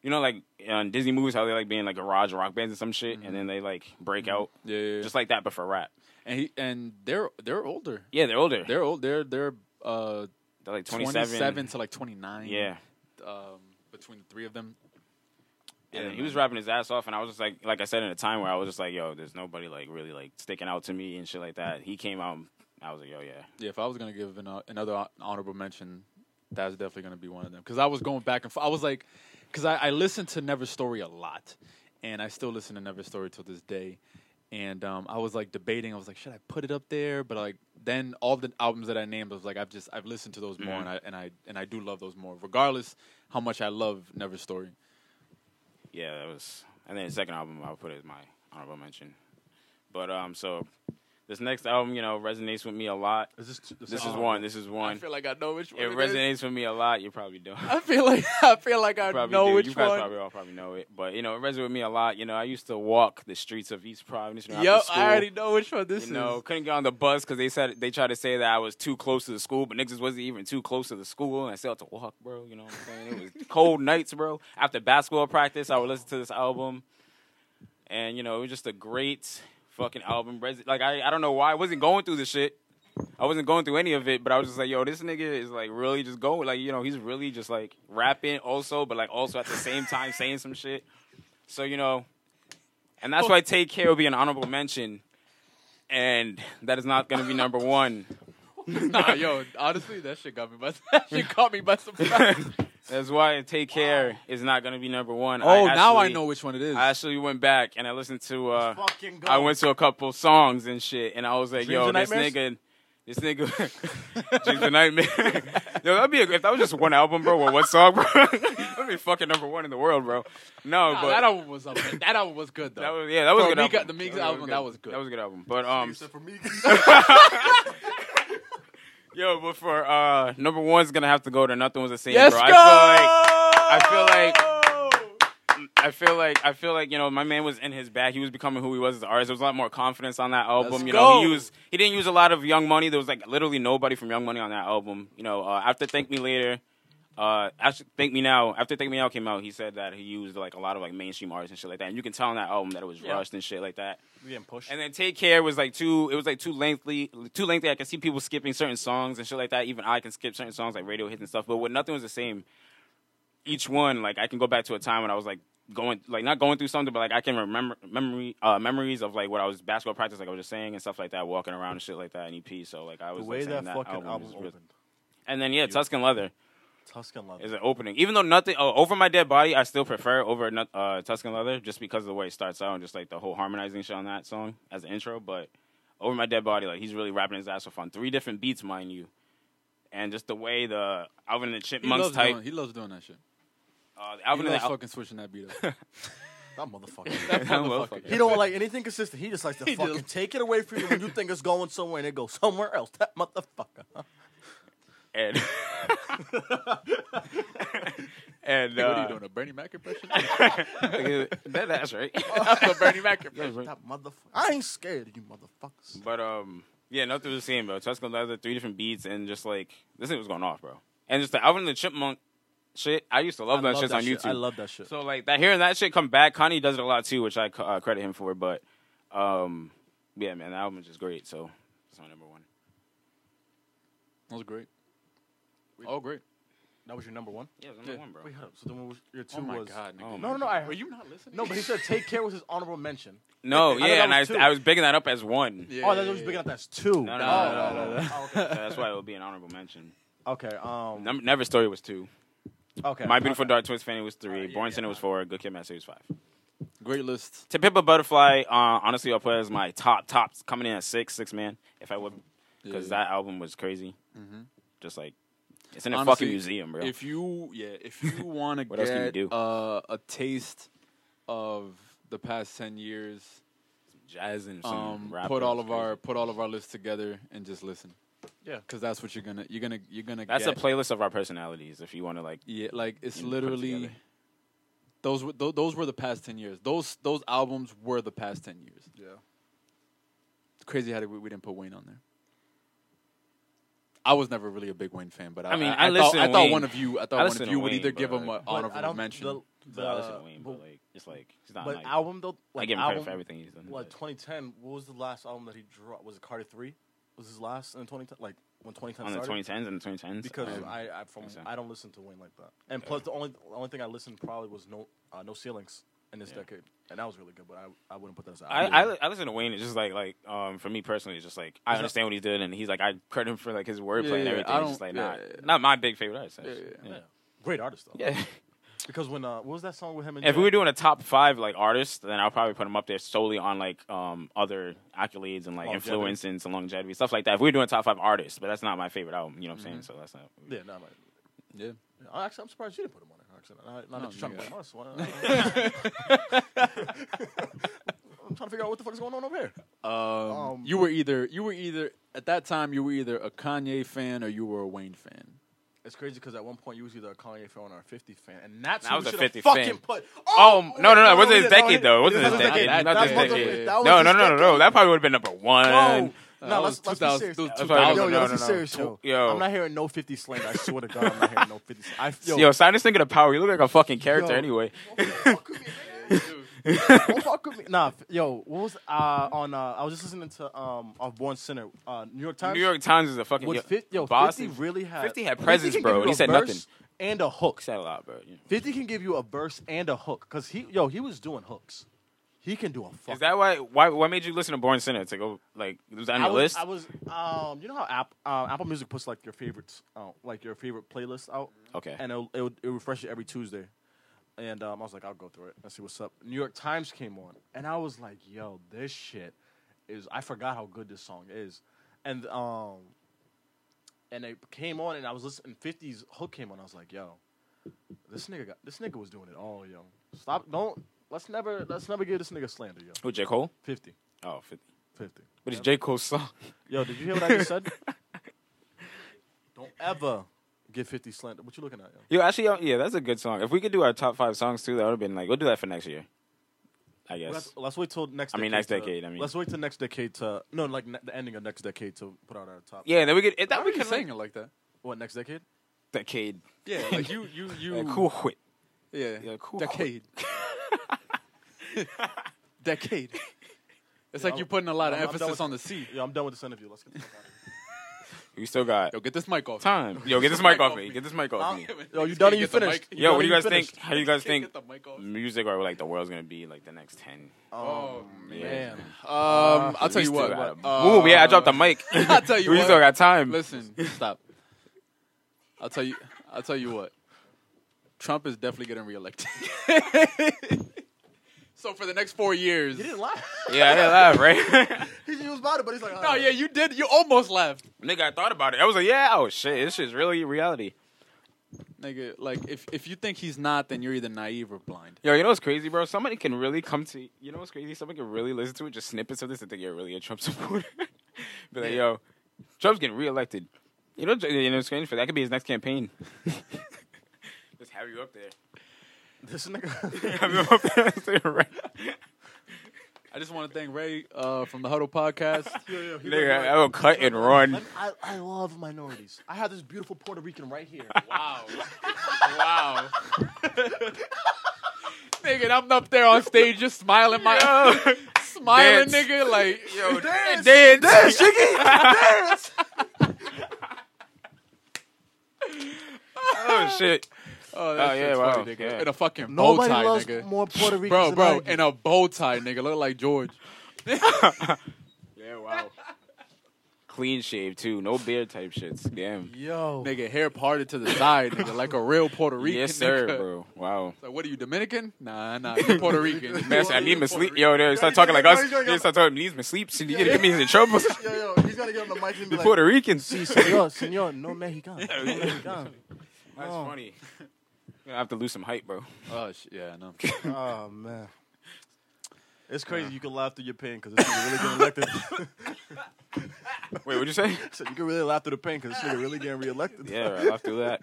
[SPEAKER 4] you know like on Disney movies how they like being like garage rock bands and some shit and then they like break out
[SPEAKER 2] Yeah, Mm-hmm. yeah, yeah.
[SPEAKER 4] just like that but for rap
[SPEAKER 2] and he and they're they're older.
[SPEAKER 4] yeah they're older they're,
[SPEAKER 2] They're old. They're they're uh
[SPEAKER 4] like 27,
[SPEAKER 2] 27 to like 29.
[SPEAKER 4] yeah
[SPEAKER 2] um, between the three of them.
[SPEAKER 4] and then he
[SPEAKER 2] man.
[SPEAKER 4] was rapping his ass off and I was just like like I said in a time where I was just like yo there's nobody like really like sticking out to me and shit like that he came out and I was like yo yeah
[SPEAKER 2] Yeah, if I was gonna give an, uh, another hon- honorable mention, that's definitely gonna be one of them. Because I was going back and forth. I was like, because I, I listened to Never Story a lot, and I still listen to Never Story till this day. And um, I was like debating. I was like, should I put it up there? But like then all the albums that I named, I was like, I've just I've listened to those more,
[SPEAKER 4] Mm-hmm.
[SPEAKER 2] and I and I and I do love those more, regardless how much I love Never Story.
[SPEAKER 4] yeah, that was. And then the second album I'll put as my honorable mention. But um, so this next album, you know, resonates with me a lot.
[SPEAKER 3] Is this
[SPEAKER 4] This is one. This is
[SPEAKER 2] I
[SPEAKER 4] one.
[SPEAKER 2] feel like I know which one
[SPEAKER 4] It
[SPEAKER 2] it is.
[SPEAKER 4] resonates with me a lot. You probably don't.
[SPEAKER 2] I feel like [laughs] I feel like I
[SPEAKER 4] [laughs] Probably
[SPEAKER 2] know
[SPEAKER 4] do.
[SPEAKER 2] which
[SPEAKER 4] you guys
[SPEAKER 2] one.
[SPEAKER 4] probably all probably know it, but you know it resonates with me a lot. You know, I used to walk the streets of East Providence. You know,
[SPEAKER 2] Yep,
[SPEAKER 4] after school.
[SPEAKER 2] I already know which one this
[SPEAKER 4] You know,
[SPEAKER 2] is.
[SPEAKER 4] couldn't get on the bus because they said they tried to say that I was too close to the school, but niggas wasn't even too close to the school, and I still had to walk, bro. You know what I'm saying?
[SPEAKER 2] [laughs]
[SPEAKER 4] It was cold nights, bro. After basketball practice, I would listen to this album, and you know, it was just a great fucking album. Res- Like I, I don't know why I wasn't going through the shit. I wasn't going through any of it, but I was just like, yo, this nigga is like really just going, like you know, he's really just like rapping also, but like also at the same time saying some shit. So you know, and
[SPEAKER 2] Oh. [laughs]
[SPEAKER 4] that's why Take Care will be an honorable mention and that is not going to be number one.
[SPEAKER 2] nah,
[SPEAKER 4] [laughs]
[SPEAKER 2] yo, honestly, that shit got me by [laughs] that shit caught me by surprise.
[SPEAKER 4] That's why Take Care is not gonna be number one.
[SPEAKER 2] oh, now I
[SPEAKER 4] actually-
[SPEAKER 2] know which one it is. [laughs]
[SPEAKER 4] I actually went back and I listened to. Uh,
[SPEAKER 3] Fucking go.
[SPEAKER 4] I went to a couple songs and shit, and I was like,
[SPEAKER 3] Dreams
[SPEAKER 4] "Yo,
[SPEAKER 3] and
[SPEAKER 4] this
[SPEAKER 3] Nightmares?
[SPEAKER 4] nigga, this nigga, [laughs] dreams and nightmare." [laughs] Yo, that'd be a, if that was just one album, bro. Or one song, bro. [laughs] that'd be fucking number one in the world, bro. No,
[SPEAKER 2] Nah,
[SPEAKER 4] but
[SPEAKER 2] that album was up. there. That album was good though.
[SPEAKER 4] that was- yeah, that was
[SPEAKER 2] For
[SPEAKER 4] a good.
[SPEAKER 2] Mika-
[SPEAKER 4] album.
[SPEAKER 2] the Mika album, that was good.
[SPEAKER 4] That was a good album. But um,
[SPEAKER 3] Except [laughs] for me.
[SPEAKER 4] yo, but for uh, number one's gonna have to go to Nothing Was the Same,
[SPEAKER 2] yes,
[SPEAKER 4] bro.
[SPEAKER 2] go!
[SPEAKER 4] I feel like. I feel like I feel like I feel like you know my man was in his bag. He was becoming who he was as an artist. There was a lot more confidence on that album.
[SPEAKER 2] Let's
[SPEAKER 4] you know, he
[SPEAKER 2] go.
[SPEAKER 4] used he didn't use a lot of Young Money. There was like literally nobody from Young Money on that album. You know, uh, after Thank Me Later, uh, after Thank Me Now, after Thank Me Now came out, he said that he used like a lot of like mainstream artists and shit like that. And you can tell on that album that it was
[SPEAKER 3] Yeah.
[SPEAKER 4] rushed and shit like that.
[SPEAKER 3] We getting pushed.
[SPEAKER 4] And then Take Care was like too. It was like too lengthy. Too lengthy. I can see people skipping certain songs and shit like that. Even I can skip certain songs like radio hits and stuff. But with nothing was the same. Each one, like I can go back to a time when I was like going, like not going through something, but like I can remember memory uh, memories of like what I was basketball practice, like I was just saying and stuff like that, walking around and shit like that. And EP. So like I was
[SPEAKER 3] the
[SPEAKER 4] like,
[SPEAKER 3] way
[SPEAKER 4] saying
[SPEAKER 3] that,
[SPEAKER 4] that
[SPEAKER 3] fucking
[SPEAKER 4] album,
[SPEAKER 3] album
[SPEAKER 4] is really-
[SPEAKER 3] opened.
[SPEAKER 4] And then yeah, Tuscan Leather
[SPEAKER 3] Tuscan Love.
[SPEAKER 4] is an opening. Even though nothing oh, over my dead body, I still prefer over Nut- uh, Tuscan Leather just because of the way it starts out and just like the whole harmonizing shit on that song as an intro. But over my dead body, like he's really rapping his ass off on three different beats, mind you, and just the way the Alvin and the
[SPEAKER 2] He
[SPEAKER 4] Chipmunks
[SPEAKER 2] loves,
[SPEAKER 4] type,
[SPEAKER 2] doing, he loves doing that shit.
[SPEAKER 4] uh, the
[SPEAKER 2] He
[SPEAKER 4] Alvin and
[SPEAKER 2] loves
[SPEAKER 4] the Al-
[SPEAKER 2] fucking switching that beat
[SPEAKER 4] [laughs]
[SPEAKER 2] up.
[SPEAKER 3] That motherfucker.
[SPEAKER 2] That
[SPEAKER 4] Motherfucker.
[SPEAKER 3] He don't like anything consistent. He just likes to
[SPEAKER 2] He
[SPEAKER 3] fucking
[SPEAKER 2] just-
[SPEAKER 3] take it away from you when you think it's going somewhere and it goes somewhere else. That motherfucker.
[SPEAKER 4] and and [laughs]
[SPEAKER 2] Hey, what are you
[SPEAKER 4] uh, [laughs]
[SPEAKER 2] doing? A Bernie Mac impression?
[SPEAKER 4] that,
[SPEAKER 2] [laughs]
[SPEAKER 4] that's right.
[SPEAKER 2] That's a Bernie Mac impression.
[SPEAKER 3] That motherfucker. I ain't scared of you motherfuckers.
[SPEAKER 4] But um, yeah, nothing was the same, bro. Tuscan Leather, three different beats, and just like this thing was going off, bro. And just the Alvin and the Chipmunk shit, I used to love that
[SPEAKER 3] I love
[SPEAKER 4] shit
[SPEAKER 3] that
[SPEAKER 4] on
[SPEAKER 3] shit.
[SPEAKER 4] YouTube.
[SPEAKER 3] I love that shit.
[SPEAKER 4] so like that hearing that shit come back, Kanye does it a lot too, which I uh, credit him for. But um, yeah, man, that album is just great. So it's my number one.
[SPEAKER 2] That was great. Oh, great.
[SPEAKER 3] that was your number one?
[SPEAKER 4] Yeah, it's
[SPEAKER 2] number
[SPEAKER 4] number
[SPEAKER 2] Yeah.
[SPEAKER 4] one, bro.
[SPEAKER 3] Wait, hold up. So then what was, your two
[SPEAKER 2] Oh my
[SPEAKER 3] was.
[SPEAKER 2] god, nigga.
[SPEAKER 4] Oh
[SPEAKER 3] No, no, no. I,
[SPEAKER 2] Were you not listening?
[SPEAKER 3] no, but he said Take Care was his honorable mention.
[SPEAKER 4] No,
[SPEAKER 3] thought
[SPEAKER 4] yeah,
[SPEAKER 3] that
[SPEAKER 4] and I
[SPEAKER 3] was
[SPEAKER 4] was,
[SPEAKER 3] two.
[SPEAKER 4] I was bigging that up as one.
[SPEAKER 2] Yeah,
[SPEAKER 3] oh, that
[SPEAKER 2] yeah,
[SPEAKER 3] was
[SPEAKER 2] yeah.
[SPEAKER 3] big enough. That's two.
[SPEAKER 4] No, no,
[SPEAKER 3] oh,
[SPEAKER 4] no, no,
[SPEAKER 2] no, no.
[SPEAKER 3] [laughs] oh, okay.
[SPEAKER 4] So that's why it would be an honorable mention.
[SPEAKER 3] Okay. Um,
[SPEAKER 4] Num- Never Story was two.
[SPEAKER 3] okay.
[SPEAKER 4] My Beautiful Dark Twist Fanny was three.
[SPEAKER 3] Uh, yeah,
[SPEAKER 4] Born
[SPEAKER 3] yeah,
[SPEAKER 4] Sinner was four. Good Kid, Mad City was five.
[SPEAKER 2] Great list.
[SPEAKER 4] To Pimp a Butterfly, uh, honestly, I'll put as my top tops coming in at six, six man, if I would, because
[SPEAKER 2] Yeah. Mm-hmm.
[SPEAKER 4] that album was crazy. Just like it's in a
[SPEAKER 2] Honestly,
[SPEAKER 4] fucking museum, bro.
[SPEAKER 2] If you yeah, if
[SPEAKER 4] [laughs]
[SPEAKER 2] you want to
[SPEAKER 4] What else can you
[SPEAKER 2] get
[SPEAKER 4] do?
[SPEAKER 2] Uh, a taste of the past ten years,
[SPEAKER 4] Jazz and some
[SPEAKER 2] um,
[SPEAKER 4] rap
[SPEAKER 2] put
[SPEAKER 4] was
[SPEAKER 2] all of
[SPEAKER 4] crazy.
[SPEAKER 2] our put all of our lists together and just listen.
[SPEAKER 3] Yeah.
[SPEAKER 2] because that's what you're gonna you're gonna you're gonna.
[SPEAKER 4] That's
[SPEAKER 2] get.
[SPEAKER 4] a playlist of our personalities. If you want to like,
[SPEAKER 2] Yeah, like it's
[SPEAKER 4] you put
[SPEAKER 2] literally.
[SPEAKER 4] together.
[SPEAKER 2] Those were tho- those were the past ten years. Those those albums were the past ten years.
[SPEAKER 3] Yeah.
[SPEAKER 2] It's crazy how we, we didn't put Wayne on there. I was never really a big Wayne fan, but I,
[SPEAKER 4] I mean,
[SPEAKER 2] I,
[SPEAKER 4] I
[SPEAKER 2] thought,
[SPEAKER 4] listen to
[SPEAKER 2] I thought
[SPEAKER 4] Wayne.
[SPEAKER 2] one of you, I thought
[SPEAKER 4] I
[SPEAKER 2] one
[SPEAKER 4] listen
[SPEAKER 2] of
[SPEAKER 4] to
[SPEAKER 2] you would
[SPEAKER 4] Wayne,
[SPEAKER 2] either give
[SPEAKER 4] but-
[SPEAKER 2] him an
[SPEAKER 4] But
[SPEAKER 3] But I
[SPEAKER 2] honorable
[SPEAKER 3] don't-
[SPEAKER 2] mention.
[SPEAKER 3] the- the-
[SPEAKER 4] but I listen to Wayne, but,
[SPEAKER 3] but-
[SPEAKER 4] like it's like it's not.
[SPEAKER 3] But
[SPEAKER 4] like,
[SPEAKER 3] album though,
[SPEAKER 4] I
[SPEAKER 3] like
[SPEAKER 4] give him
[SPEAKER 3] album,
[SPEAKER 4] credit for everything he's done.
[SPEAKER 3] Like
[SPEAKER 4] but-
[SPEAKER 3] 2010, what was the last album that he dropped? Was it Carter Three? Was his last in 2010? Like when 2010
[SPEAKER 4] on the
[SPEAKER 3] started?
[SPEAKER 4] 2010s and the 2010s,
[SPEAKER 3] Because
[SPEAKER 4] um,
[SPEAKER 3] I, I from
[SPEAKER 4] think so.
[SPEAKER 3] I don't listen to Wayne like that. And plus, the only the only thing I listened probably was no uh, no ceilings in this
[SPEAKER 4] Yeah.
[SPEAKER 3] decade, and that was really good. But I, I wouldn't put that as an
[SPEAKER 4] I,
[SPEAKER 3] album.
[SPEAKER 4] I, I listen to Wayne. It's just like like um for me personally, it's just like I
[SPEAKER 3] Is that-
[SPEAKER 4] understand what he did, and he's like I credit him for like his wordplay
[SPEAKER 2] Yeah,
[SPEAKER 4] and
[SPEAKER 2] yeah,
[SPEAKER 4] everything.
[SPEAKER 2] I
[SPEAKER 4] It's just
[SPEAKER 2] don't-
[SPEAKER 4] like
[SPEAKER 2] yeah,
[SPEAKER 4] not
[SPEAKER 2] yeah, yeah.
[SPEAKER 4] not my big favorite artist. actually.
[SPEAKER 2] yeah,
[SPEAKER 3] yeah. great artist though.
[SPEAKER 2] [laughs]
[SPEAKER 4] yeah.
[SPEAKER 3] Because when uh, what was that song with him? And
[SPEAKER 4] if
[SPEAKER 3] Jay?
[SPEAKER 4] we were doing a top five like artists, then I'll probably put them up there solely on like um other accolades and like
[SPEAKER 3] Longevity.
[SPEAKER 4] influence and some longevity stuff like that. If we were doing top five artists, but that's not my favorite album. You know what I'm
[SPEAKER 3] Mm-hmm.
[SPEAKER 4] saying? So that's not.
[SPEAKER 3] yeah, no, I'm like,
[SPEAKER 2] yeah.
[SPEAKER 3] yeah, actually, I'm surprised you didn't put him on it. Actually, not, not
[SPEAKER 2] No,
[SPEAKER 3] that you're trying
[SPEAKER 2] nigga.
[SPEAKER 3] to blame us. Why-
[SPEAKER 4] [laughs]
[SPEAKER 3] [laughs] I'm trying to figure out what the fuck is going on over here.
[SPEAKER 2] Um,
[SPEAKER 3] Um,
[SPEAKER 2] you were either you were either at that time you were either a Kanye fan or you were a Wayne fan.
[SPEAKER 3] It's crazy because at one point you was either a Kanye fan or a 50 fan, and that's
[SPEAKER 4] I
[SPEAKER 3] who
[SPEAKER 4] was
[SPEAKER 3] we
[SPEAKER 4] a
[SPEAKER 3] should
[SPEAKER 4] 50
[SPEAKER 3] have fucking
[SPEAKER 4] fan.
[SPEAKER 3] put.
[SPEAKER 4] Oh no no no! It wasn't
[SPEAKER 3] we didn't- no, we
[SPEAKER 4] his decade
[SPEAKER 3] didn't-
[SPEAKER 4] though. It
[SPEAKER 3] this
[SPEAKER 4] wasn't his
[SPEAKER 3] wasn't
[SPEAKER 4] decade.
[SPEAKER 2] that-
[SPEAKER 4] Not
[SPEAKER 2] that
[SPEAKER 4] this
[SPEAKER 2] wasn't-
[SPEAKER 4] decade.
[SPEAKER 2] that
[SPEAKER 4] No
[SPEAKER 3] was
[SPEAKER 4] no
[SPEAKER 3] his
[SPEAKER 4] no no no.
[SPEAKER 3] decade.
[SPEAKER 4] That probably would have been number one.
[SPEAKER 3] No,
[SPEAKER 2] that
[SPEAKER 3] no,
[SPEAKER 2] was
[SPEAKER 3] let's, let's be
[SPEAKER 2] 2000
[SPEAKER 3] serious.
[SPEAKER 2] dude,
[SPEAKER 3] Yo,
[SPEAKER 4] 2000,
[SPEAKER 3] yo,
[SPEAKER 4] no,
[SPEAKER 3] let's
[SPEAKER 4] no,
[SPEAKER 3] be
[SPEAKER 4] no.
[SPEAKER 3] serious, yo.
[SPEAKER 4] Yo.
[SPEAKER 3] I'm not hearing no 50 slang. I swear to God, I'm not hearing no 50 slang. I, yo,
[SPEAKER 4] Yo, sign this nigga to power. You look like a fucking character
[SPEAKER 3] Yo.
[SPEAKER 4] anyway.
[SPEAKER 3] don't fuck with me, man. Don't fuck with me. Nah, f- yo, what was uh, on? Uh, I was just listening to um, of Born Sinner, uh, New York Times.
[SPEAKER 4] [laughs] New York Times is a fucking
[SPEAKER 3] Would
[SPEAKER 4] yo,
[SPEAKER 3] fif- yo,
[SPEAKER 4] Boston-
[SPEAKER 3] 50 really had
[SPEAKER 4] 50 had
[SPEAKER 3] 50
[SPEAKER 4] presence,
[SPEAKER 3] can
[SPEAKER 4] bro,
[SPEAKER 3] give
[SPEAKER 4] and
[SPEAKER 3] you
[SPEAKER 4] he
[SPEAKER 3] a
[SPEAKER 4] said
[SPEAKER 3] verse
[SPEAKER 4] nothing.
[SPEAKER 3] and a hook.
[SPEAKER 4] Said a lot, bro. You know.
[SPEAKER 3] 50 can give you a verse and a hook because he, yo, he was doing hooks. He can do a fuck.
[SPEAKER 4] Is that why? Why? What made you listen to Born Sinner to go like was that on
[SPEAKER 3] I
[SPEAKER 4] your
[SPEAKER 3] was,
[SPEAKER 4] list?
[SPEAKER 3] I was, um, you know how App, uh, Apple Music puts like your favorites out, like your favorite playlist out.
[SPEAKER 4] Okay.
[SPEAKER 3] And it'll, it'll, it'll refresh you every Tuesday. And um, I was like, I'll go through it and see what's up. New York Times came on, and I was like, Yo, this shit is. I forgot how good this song is, and um, and it came on, and I was listening. Fifties hook came on. I was like, Yo, this nigga, got, this nigga was doing it all, yo. Stop, don't. Let's never, let's never give this nigga slander, yo.
[SPEAKER 4] Who J Cole?
[SPEAKER 3] 50,
[SPEAKER 4] Oh, 50.
[SPEAKER 3] 50.
[SPEAKER 4] But it's J Cole's song.
[SPEAKER 3] Yo, did you hear what I just said? Don't ever get 50 slander. What you looking at, yo?
[SPEAKER 4] [laughs] Yo, actually, uh, yeah, that's a good song. If we could do our top five songs too, that would have been like we'll do that for next year. I guess.
[SPEAKER 3] Let's, let's wait till next.
[SPEAKER 4] I mean, next
[SPEAKER 3] to-
[SPEAKER 4] decade, I mean.
[SPEAKER 3] let's wait till next decade to no, like ne- the ending of next decade to put out our top.
[SPEAKER 4] Yeah, then we could. If
[SPEAKER 2] That
[SPEAKER 4] that
[SPEAKER 2] we
[SPEAKER 4] we
[SPEAKER 2] can
[SPEAKER 4] could
[SPEAKER 2] saying
[SPEAKER 4] like
[SPEAKER 2] it like that.
[SPEAKER 3] What next decade?
[SPEAKER 4] decade.
[SPEAKER 2] Yeah, like you, you, you.
[SPEAKER 4] Yeah, cool quit.
[SPEAKER 2] Yeah,
[SPEAKER 4] Yeah, cool. [laughs]
[SPEAKER 2] Decade. Decade. It's
[SPEAKER 3] I'm-
[SPEAKER 2] like you're putting a lot of
[SPEAKER 3] I'm- I'm done
[SPEAKER 2] emphasis
[SPEAKER 3] with-
[SPEAKER 2] on the C.
[SPEAKER 3] Yo, I'm done with this interview. Let's get. the fuck outta
[SPEAKER 4] We still got
[SPEAKER 2] Yo, get this mic off. [laughs]
[SPEAKER 4] time. Yo, get this mic off me. Get this mic off me.
[SPEAKER 3] here. Yo, you done? or You
[SPEAKER 2] Get the
[SPEAKER 3] finished?
[SPEAKER 2] mic.
[SPEAKER 4] Yo,
[SPEAKER 3] done or
[SPEAKER 4] what
[SPEAKER 2] [laughs]
[SPEAKER 4] do you guys think?
[SPEAKER 3] finished?
[SPEAKER 4] How do you guys
[SPEAKER 2] Can't
[SPEAKER 4] think
[SPEAKER 2] Get the mic off.
[SPEAKER 4] music or like the world's gonna be like the next ten?
[SPEAKER 2] Oh
[SPEAKER 4] yeah.
[SPEAKER 2] man. Um, I'll tell
[SPEAKER 4] We
[SPEAKER 2] you
[SPEAKER 4] still
[SPEAKER 2] what.
[SPEAKER 4] got a-
[SPEAKER 2] Uh,
[SPEAKER 4] Ooh, yeah, I dropped the mic.
[SPEAKER 2] [laughs] I'll
[SPEAKER 4] [laughs]
[SPEAKER 2] tell you
[SPEAKER 4] we
[SPEAKER 2] what.
[SPEAKER 4] still got time.
[SPEAKER 2] Listen, stop. I'll tell you. I'll tell you what. Trump is definitely getting reelected. [laughs] so for the next four years.
[SPEAKER 3] He didn't lie. [laughs]
[SPEAKER 4] Yeah, yeah, laugh, right?
[SPEAKER 2] [laughs]
[SPEAKER 4] [laughs]
[SPEAKER 3] he he was about it, but he's like,
[SPEAKER 2] No, Oh, yeah, you did. You almost left,
[SPEAKER 4] Nigga, I thought about it. I was like, yeah, oh shit, this is really reality.
[SPEAKER 2] nigga. Like, if if you think he's not, then you're either naive or blind.
[SPEAKER 4] Yo, you know what's crazy, bro? Somebody can really come to you know what's crazy? Somebody can really listen to it, just snippets of this, and think you're really a Trump [laughs] supporter. Be like, yo, Trump's getting reelected. You know, you know, it's strange for that could be his next campaign. [laughs] just have you up there.
[SPEAKER 2] [laughs]
[SPEAKER 3] This
[SPEAKER 4] [laughs]
[SPEAKER 3] nigga. [laughs]
[SPEAKER 4] Have you up there, Say, right?
[SPEAKER 2] I just want to thank Ray uh, from the Huddle
[SPEAKER 3] [laughs]
[SPEAKER 2] Podcast.
[SPEAKER 3] Yo, yo, he
[SPEAKER 4] Nigga,
[SPEAKER 3] went
[SPEAKER 4] I will cut and run.
[SPEAKER 3] like, I, I love minorities. I have this beautiful Puerto Rican right
[SPEAKER 4] [laughs]
[SPEAKER 3] here.
[SPEAKER 2] Wow. wow. nigga, and I'm up there on stage just smiling my
[SPEAKER 4] Yo,
[SPEAKER 2] [laughs] smiling
[SPEAKER 4] Dance.
[SPEAKER 2] nigga like [laughs] oh,
[SPEAKER 4] yo,
[SPEAKER 3] Dance.
[SPEAKER 4] dance, [laughs] oh shit.
[SPEAKER 2] oh, that
[SPEAKER 4] Oh, yeah,
[SPEAKER 2] shit's
[SPEAKER 4] wow,
[SPEAKER 2] funny, nigga.
[SPEAKER 4] yeah.
[SPEAKER 2] In a fucking bow
[SPEAKER 3] Nobody
[SPEAKER 2] tie,
[SPEAKER 3] loves
[SPEAKER 2] nigga.
[SPEAKER 3] more Puerto Ricans.
[SPEAKER 2] Bro,
[SPEAKER 3] than I
[SPEAKER 2] bro,
[SPEAKER 3] do.
[SPEAKER 2] in a bow tie, nigga. Look like George.
[SPEAKER 4] Yeah, wow. Clean shave too, no beard type shits. Damn.
[SPEAKER 3] Yo,
[SPEAKER 2] Nigga, hair parted to the side, nigga, like a real Puerto Rican.
[SPEAKER 4] Yes, sir,
[SPEAKER 2] nigga.
[SPEAKER 4] bro. Wow.
[SPEAKER 2] Like, what are you Dominican? Nah, nah, you
[SPEAKER 3] [laughs]
[SPEAKER 2] Puerto Rican.
[SPEAKER 4] Man, I said, I need my sleep. Yo, they start talking like us. They start talking, needs my sleep. So you gonna get me into trouble.
[SPEAKER 3] yo, yo, he's gotta get on the mic and be
[SPEAKER 4] The
[SPEAKER 3] like,
[SPEAKER 4] Puerto
[SPEAKER 3] [laughs]
[SPEAKER 4] Ricans. That's
[SPEAKER 3] Senor, senor, no
[SPEAKER 4] [laughs]
[SPEAKER 3] Mexicano. No Mexicano.
[SPEAKER 4] funny. Gonna "Oh." have to lose some height, bro.
[SPEAKER 2] Oh, sh- yeah, I know.
[SPEAKER 3] Oh man, it's crazy. You can laugh through your pain because this nigga really getting elected. [laughs]
[SPEAKER 4] Wait, what'd you say?
[SPEAKER 3] so you can really laugh through the pain because this nigga really getting reelected.
[SPEAKER 4] Yeah, right, I'll do that.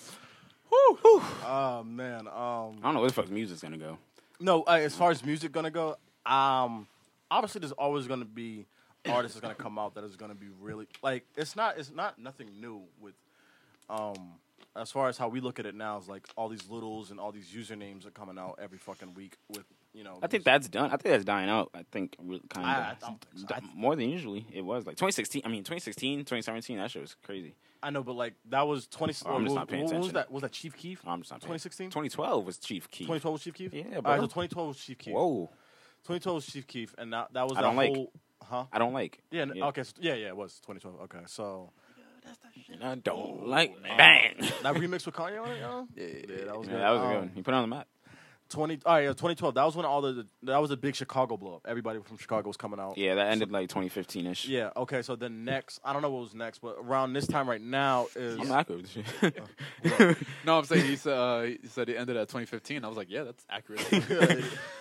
[SPEAKER 4] I
[SPEAKER 3] [laughs] Oh man. Um.
[SPEAKER 4] don't know where the fuck music's gonna go.
[SPEAKER 3] No. Uh, as far as music gonna go, um, obviously there's always gonna be artists that's gonna come out that is gonna be really like it's not it's not nothing new with um as far as how we look at it now is like all these littles and all these usernames are coming out every fucking week with you know
[SPEAKER 4] I think that's done. I think that's dying out. I think
[SPEAKER 3] I,
[SPEAKER 4] kind
[SPEAKER 3] I, don't think so.
[SPEAKER 4] of
[SPEAKER 3] I-
[SPEAKER 4] more than usually it was like 2016. I mean 2016, 2017. That shit was crazy.
[SPEAKER 3] I know, but like that was twenty.
[SPEAKER 4] Oh, I'm just
[SPEAKER 3] what-
[SPEAKER 4] not
[SPEAKER 3] what,
[SPEAKER 4] paying
[SPEAKER 3] was
[SPEAKER 4] attention.
[SPEAKER 3] that? Was that Chief Keef?
[SPEAKER 4] I'm just not. paying-
[SPEAKER 3] 2016?
[SPEAKER 4] 2012 was Chief Keef.
[SPEAKER 3] 2012 was Chief Keef.
[SPEAKER 4] Yeah,
[SPEAKER 3] All
[SPEAKER 4] bro.
[SPEAKER 3] right, so 2012 was Chief Keef.
[SPEAKER 4] Whoa,
[SPEAKER 3] 2012 was Chief Keef, and that, that was
[SPEAKER 4] I
[SPEAKER 3] that
[SPEAKER 4] don't like.
[SPEAKER 3] whole, huh?
[SPEAKER 4] I don't like.
[SPEAKER 3] Yeah, n- Okay. So, yeah, yeah. It was 2012. Okay. So
[SPEAKER 4] I don't like. Bang. Yeah, [laughs]
[SPEAKER 3] that remix with Kanye on it, yo? Yeah, yeah. That was good.
[SPEAKER 4] that was a
[SPEAKER 3] Um,
[SPEAKER 4] good one. You put it on the map.
[SPEAKER 3] 20. All right. yeah, 2012. That was when all the, the that was a big Chicago blow up. Everybody from Chicago was coming out.
[SPEAKER 4] Yeah, that ended like 2015 ish.
[SPEAKER 3] Yeah. Okay. So then next, I don't know what was next, but around this time right now is [laughs]
[SPEAKER 4] I'm not good with this shit.
[SPEAKER 2] [laughs]
[SPEAKER 4] [laughs]
[SPEAKER 2] No, I'm saying he said, uh, he said it ended at 2015. I was like, yeah, that's accurate.
[SPEAKER 3] Yeah,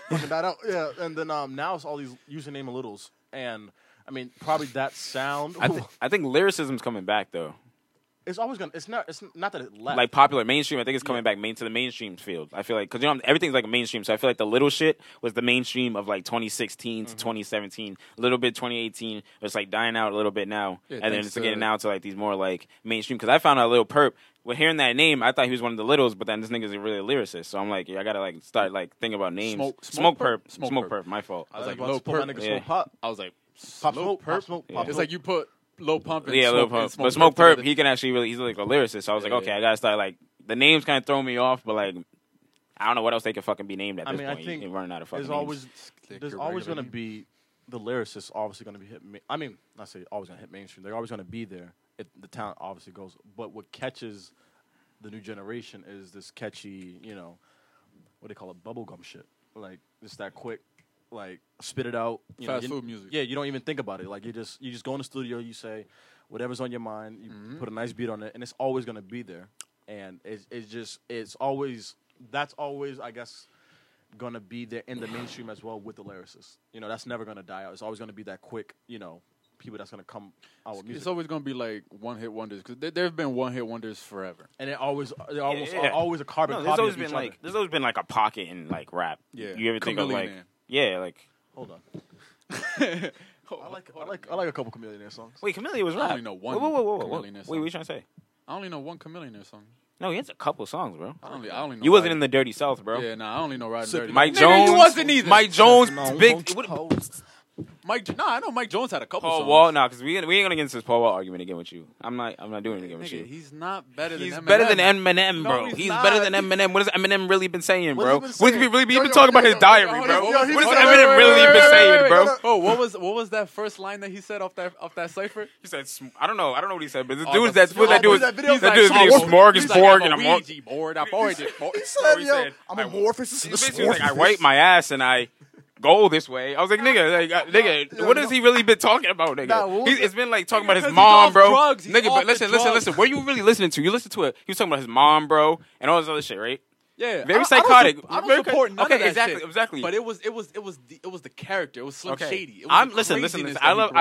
[SPEAKER 3] fucking died out. Yeah, and then um, now it's all these username and littles, and I mean probably that sound.
[SPEAKER 4] I, th- I think lyricism's coming back though.
[SPEAKER 3] [laughs] it's always gonna. It's not. It's not that it left.
[SPEAKER 4] Like popular mainstream, I think it's coming back main to the mainstream field. I feel like because you know everything's like mainstream, so I feel like the little shit was the mainstream of like 2016 to 2017, a little bit 2018. but It's like dying out a little bit now,
[SPEAKER 2] Yeah,
[SPEAKER 4] and then
[SPEAKER 2] thanks
[SPEAKER 4] it's
[SPEAKER 2] to-
[SPEAKER 4] getting out to like these more like mainstream. Because I found out little perp. When hearing that name, I thought he was one of the littles, but then this nigga's a really lyricist. So I'm like, yeah, I gotta like start like thinking about names.
[SPEAKER 2] Smoke- Smoke
[SPEAKER 4] smoke, perp,
[SPEAKER 2] Perp?
[SPEAKER 4] smoke,
[SPEAKER 2] Smoke
[SPEAKER 4] perp.
[SPEAKER 2] Perp.
[SPEAKER 4] My fault.
[SPEAKER 3] I was
[SPEAKER 2] like,
[SPEAKER 3] about
[SPEAKER 2] Lil
[SPEAKER 3] to put my
[SPEAKER 2] Perp.
[SPEAKER 3] nigga
[SPEAKER 4] Yeah.
[SPEAKER 3] Smoke Pop.
[SPEAKER 2] I was like,
[SPEAKER 3] Pop
[SPEAKER 2] Lil
[SPEAKER 3] Smoke, Pop
[SPEAKER 2] Perp?
[SPEAKER 3] Smoke,
[SPEAKER 4] Yeah.
[SPEAKER 3] Pop
[SPEAKER 2] It's
[SPEAKER 3] Smoke.
[SPEAKER 2] like you put Lil Pump and
[SPEAKER 4] yeah, Lil
[SPEAKER 2] Smoke,
[SPEAKER 4] Pump.
[SPEAKER 2] And
[SPEAKER 4] but Smoke Perp,
[SPEAKER 2] together.
[SPEAKER 4] he can actually really, he's like a lyricist. So I was like, okay, I gotta start like, the names kind of throw me off, but like, I don't know what else they could fucking be named at
[SPEAKER 3] I
[SPEAKER 4] this
[SPEAKER 3] mean, I
[SPEAKER 4] point.
[SPEAKER 3] think
[SPEAKER 4] You're running out of fucking
[SPEAKER 3] There's
[SPEAKER 4] names.
[SPEAKER 3] always
[SPEAKER 2] Like
[SPEAKER 3] there's
[SPEAKER 2] your
[SPEAKER 3] always
[SPEAKER 2] regular
[SPEAKER 3] gonna
[SPEAKER 2] name.
[SPEAKER 3] be the lyricist. Obviously gonna be hit. Ma- I mean, not say always gonna hit mainstream. They're always gonna be there. If the talent obviously goes, but what catches the new generation is this catchy, you know, what they call it, bubblegum shit. Like it's that quick, like spit it out. You know,
[SPEAKER 2] Fast
[SPEAKER 3] you-
[SPEAKER 2] food music.
[SPEAKER 3] Yeah, you don't even think about it. Like you just you just go in the studio, you say whatever's on your mind, you
[SPEAKER 2] Mm-hmm.
[SPEAKER 3] put a nice beat on it, and it's always gonna be there. And it's it's just it's always that's always I guess gonna be there in the mainstream as well with the lyricists. You know, that's never gonna die out. It's always gonna be that quick, you know, people that's gonna come out with music.
[SPEAKER 2] It's always gonna be like one hit wonders because there have been one hit wonders forever.
[SPEAKER 3] and it always they're almost
[SPEAKER 4] yeah.
[SPEAKER 3] always a carbon
[SPEAKER 4] No,
[SPEAKER 3] copy
[SPEAKER 4] there's always
[SPEAKER 3] of
[SPEAKER 4] been
[SPEAKER 3] each
[SPEAKER 4] like
[SPEAKER 3] other.
[SPEAKER 4] there's always been like a pocket in like rap.
[SPEAKER 2] Yeah.
[SPEAKER 4] You ever think of like
[SPEAKER 2] Chameleon Man.
[SPEAKER 4] yeah like
[SPEAKER 3] Hold
[SPEAKER 4] [laughs]
[SPEAKER 3] on.
[SPEAKER 2] Hold
[SPEAKER 3] I
[SPEAKER 2] on,
[SPEAKER 3] like I
[SPEAKER 2] hold on.
[SPEAKER 3] like I like a couple chameleon Air songs.
[SPEAKER 4] wait Chameleon was
[SPEAKER 2] I
[SPEAKER 4] rap.
[SPEAKER 2] only know one
[SPEAKER 4] Whoa whoa whoa whoa! whoa.
[SPEAKER 2] Chameleon
[SPEAKER 4] Wait,
[SPEAKER 2] Air
[SPEAKER 4] what are you
[SPEAKER 2] song.
[SPEAKER 4] trying to say?
[SPEAKER 2] I only know one chameleon or something.
[SPEAKER 4] No, he has a couple songs, bro.
[SPEAKER 2] I only, I only know.
[SPEAKER 4] You wasn't
[SPEAKER 2] Ride-
[SPEAKER 4] in the Dirty South, bro.
[SPEAKER 2] Yeah, nah, I only know Riding Dirty.
[SPEAKER 4] Mike
[SPEAKER 2] Nigga,
[SPEAKER 4] Jones
[SPEAKER 2] you wasn't either.
[SPEAKER 4] Mike Jones,
[SPEAKER 3] No,
[SPEAKER 4] big.
[SPEAKER 3] don't
[SPEAKER 4] What,
[SPEAKER 3] post.
[SPEAKER 2] Mike, no, I know Mike Jones had a couple.
[SPEAKER 4] Paul
[SPEAKER 2] songs.
[SPEAKER 4] Wall, no, because we ain't- we ain't gonna get into this Paul Wall argument again with you. I'm not I'm not doing it again with
[SPEAKER 2] Nigga,
[SPEAKER 4] you.
[SPEAKER 2] he's not better
[SPEAKER 4] He's
[SPEAKER 2] than Eminem.
[SPEAKER 4] better than Eminem,
[SPEAKER 2] No,
[SPEAKER 4] bro.
[SPEAKER 2] he's
[SPEAKER 4] he's
[SPEAKER 2] not.
[SPEAKER 4] better than Eminem. What has Eminem really been saying,
[SPEAKER 3] What has
[SPEAKER 4] bro?
[SPEAKER 3] he been
[SPEAKER 4] What has he
[SPEAKER 3] saying?
[SPEAKER 4] really
[SPEAKER 3] Yo,
[SPEAKER 4] been
[SPEAKER 3] yo,
[SPEAKER 4] talking about
[SPEAKER 3] yo,
[SPEAKER 4] his
[SPEAKER 3] yo,
[SPEAKER 4] diary,
[SPEAKER 3] yo,
[SPEAKER 4] bro?
[SPEAKER 3] yo, he
[SPEAKER 4] What has
[SPEAKER 3] said- wait,
[SPEAKER 4] Eminem
[SPEAKER 3] wait,
[SPEAKER 4] really
[SPEAKER 3] wait,
[SPEAKER 4] been
[SPEAKER 3] wait, wait,
[SPEAKER 4] saying,
[SPEAKER 3] wait,
[SPEAKER 4] bro?
[SPEAKER 3] wait,
[SPEAKER 2] Oh, what was what was that first line that he said off that off that cipher?
[SPEAKER 4] He said, sm- I don't know, I don't know what he said, but the
[SPEAKER 2] Oh,
[SPEAKER 4] dudes
[SPEAKER 2] the-
[SPEAKER 4] that what
[SPEAKER 2] oh,
[SPEAKER 4] that dude
[SPEAKER 2] was
[SPEAKER 3] that video?
[SPEAKER 4] is that
[SPEAKER 3] He's
[SPEAKER 4] dude's
[SPEAKER 3] like,
[SPEAKER 4] being
[SPEAKER 3] I'm a-
[SPEAKER 4] smorgasbord and I'm all-
[SPEAKER 2] Ouija board. I forged it.
[SPEAKER 4] He
[SPEAKER 3] said,
[SPEAKER 4] he
[SPEAKER 3] yo,
[SPEAKER 4] said,
[SPEAKER 3] I'm
[SPEAKER 4] I-
[SPEAKER 3] amorphous.
[SPEAKER 4] He basically was like, I wipe my ass and I go this way. I was like, nigga, like, uh, nigga, what has he really been talking about, nigga?
[SPEAKER 3] Nah, what was
[SPEAKER 4] He's-
[SPEAKER 3] it?
[SPEAKER 4] it's been like talking about his
[SPEAKER 2] Because he's
[SPEAKER 4] mom,
[SPEAKER 2] off
[SPEAKER 4] bro.
[SPEAKER 2] drugs. He's
[SPEAKER 4] Nigga,
[SPEAKER 2] off
[SPEAKER 4] but
[SPEAKER 2] the
[SPEAKER 4] listen, listen,
[SPEAKER 2] drugs.
[SPEAKER 4] listen. Were you really listening to? You listened to it. He was talking about his mom, bro, and all this other shit, right?
[SPEAKER 2] Yeah, I-
[SPEAKER 4] Very
[SPEAKER 2] I don't su-
[SPEAKER 4] psychotic.
[SPEAKER 2] I don't,
[SPEAKER 4] Very-
[SPEAKER 2] support none
[SPEAKER 4] okay,
[SPEAKER 2] of that
[SPEAKER 4] exactly,
[SPEAKER 2] shit.
[SPEAKER 4] exactly.
[SPEAKER 2] But it was, it was, it was, the, it was the character. It was Slim Shady. It was
[SPEAKER 4] I'm
[SPEAKER 2] the
[SPEAKER 4] listen, listen,
[SPEAKER 2] craziness
[SPEAKER 4] listen.
[SPEAKER 2] that
[SPEAKER 4] I
[SPEAKER 2] he
[SPEAKER 4] love, I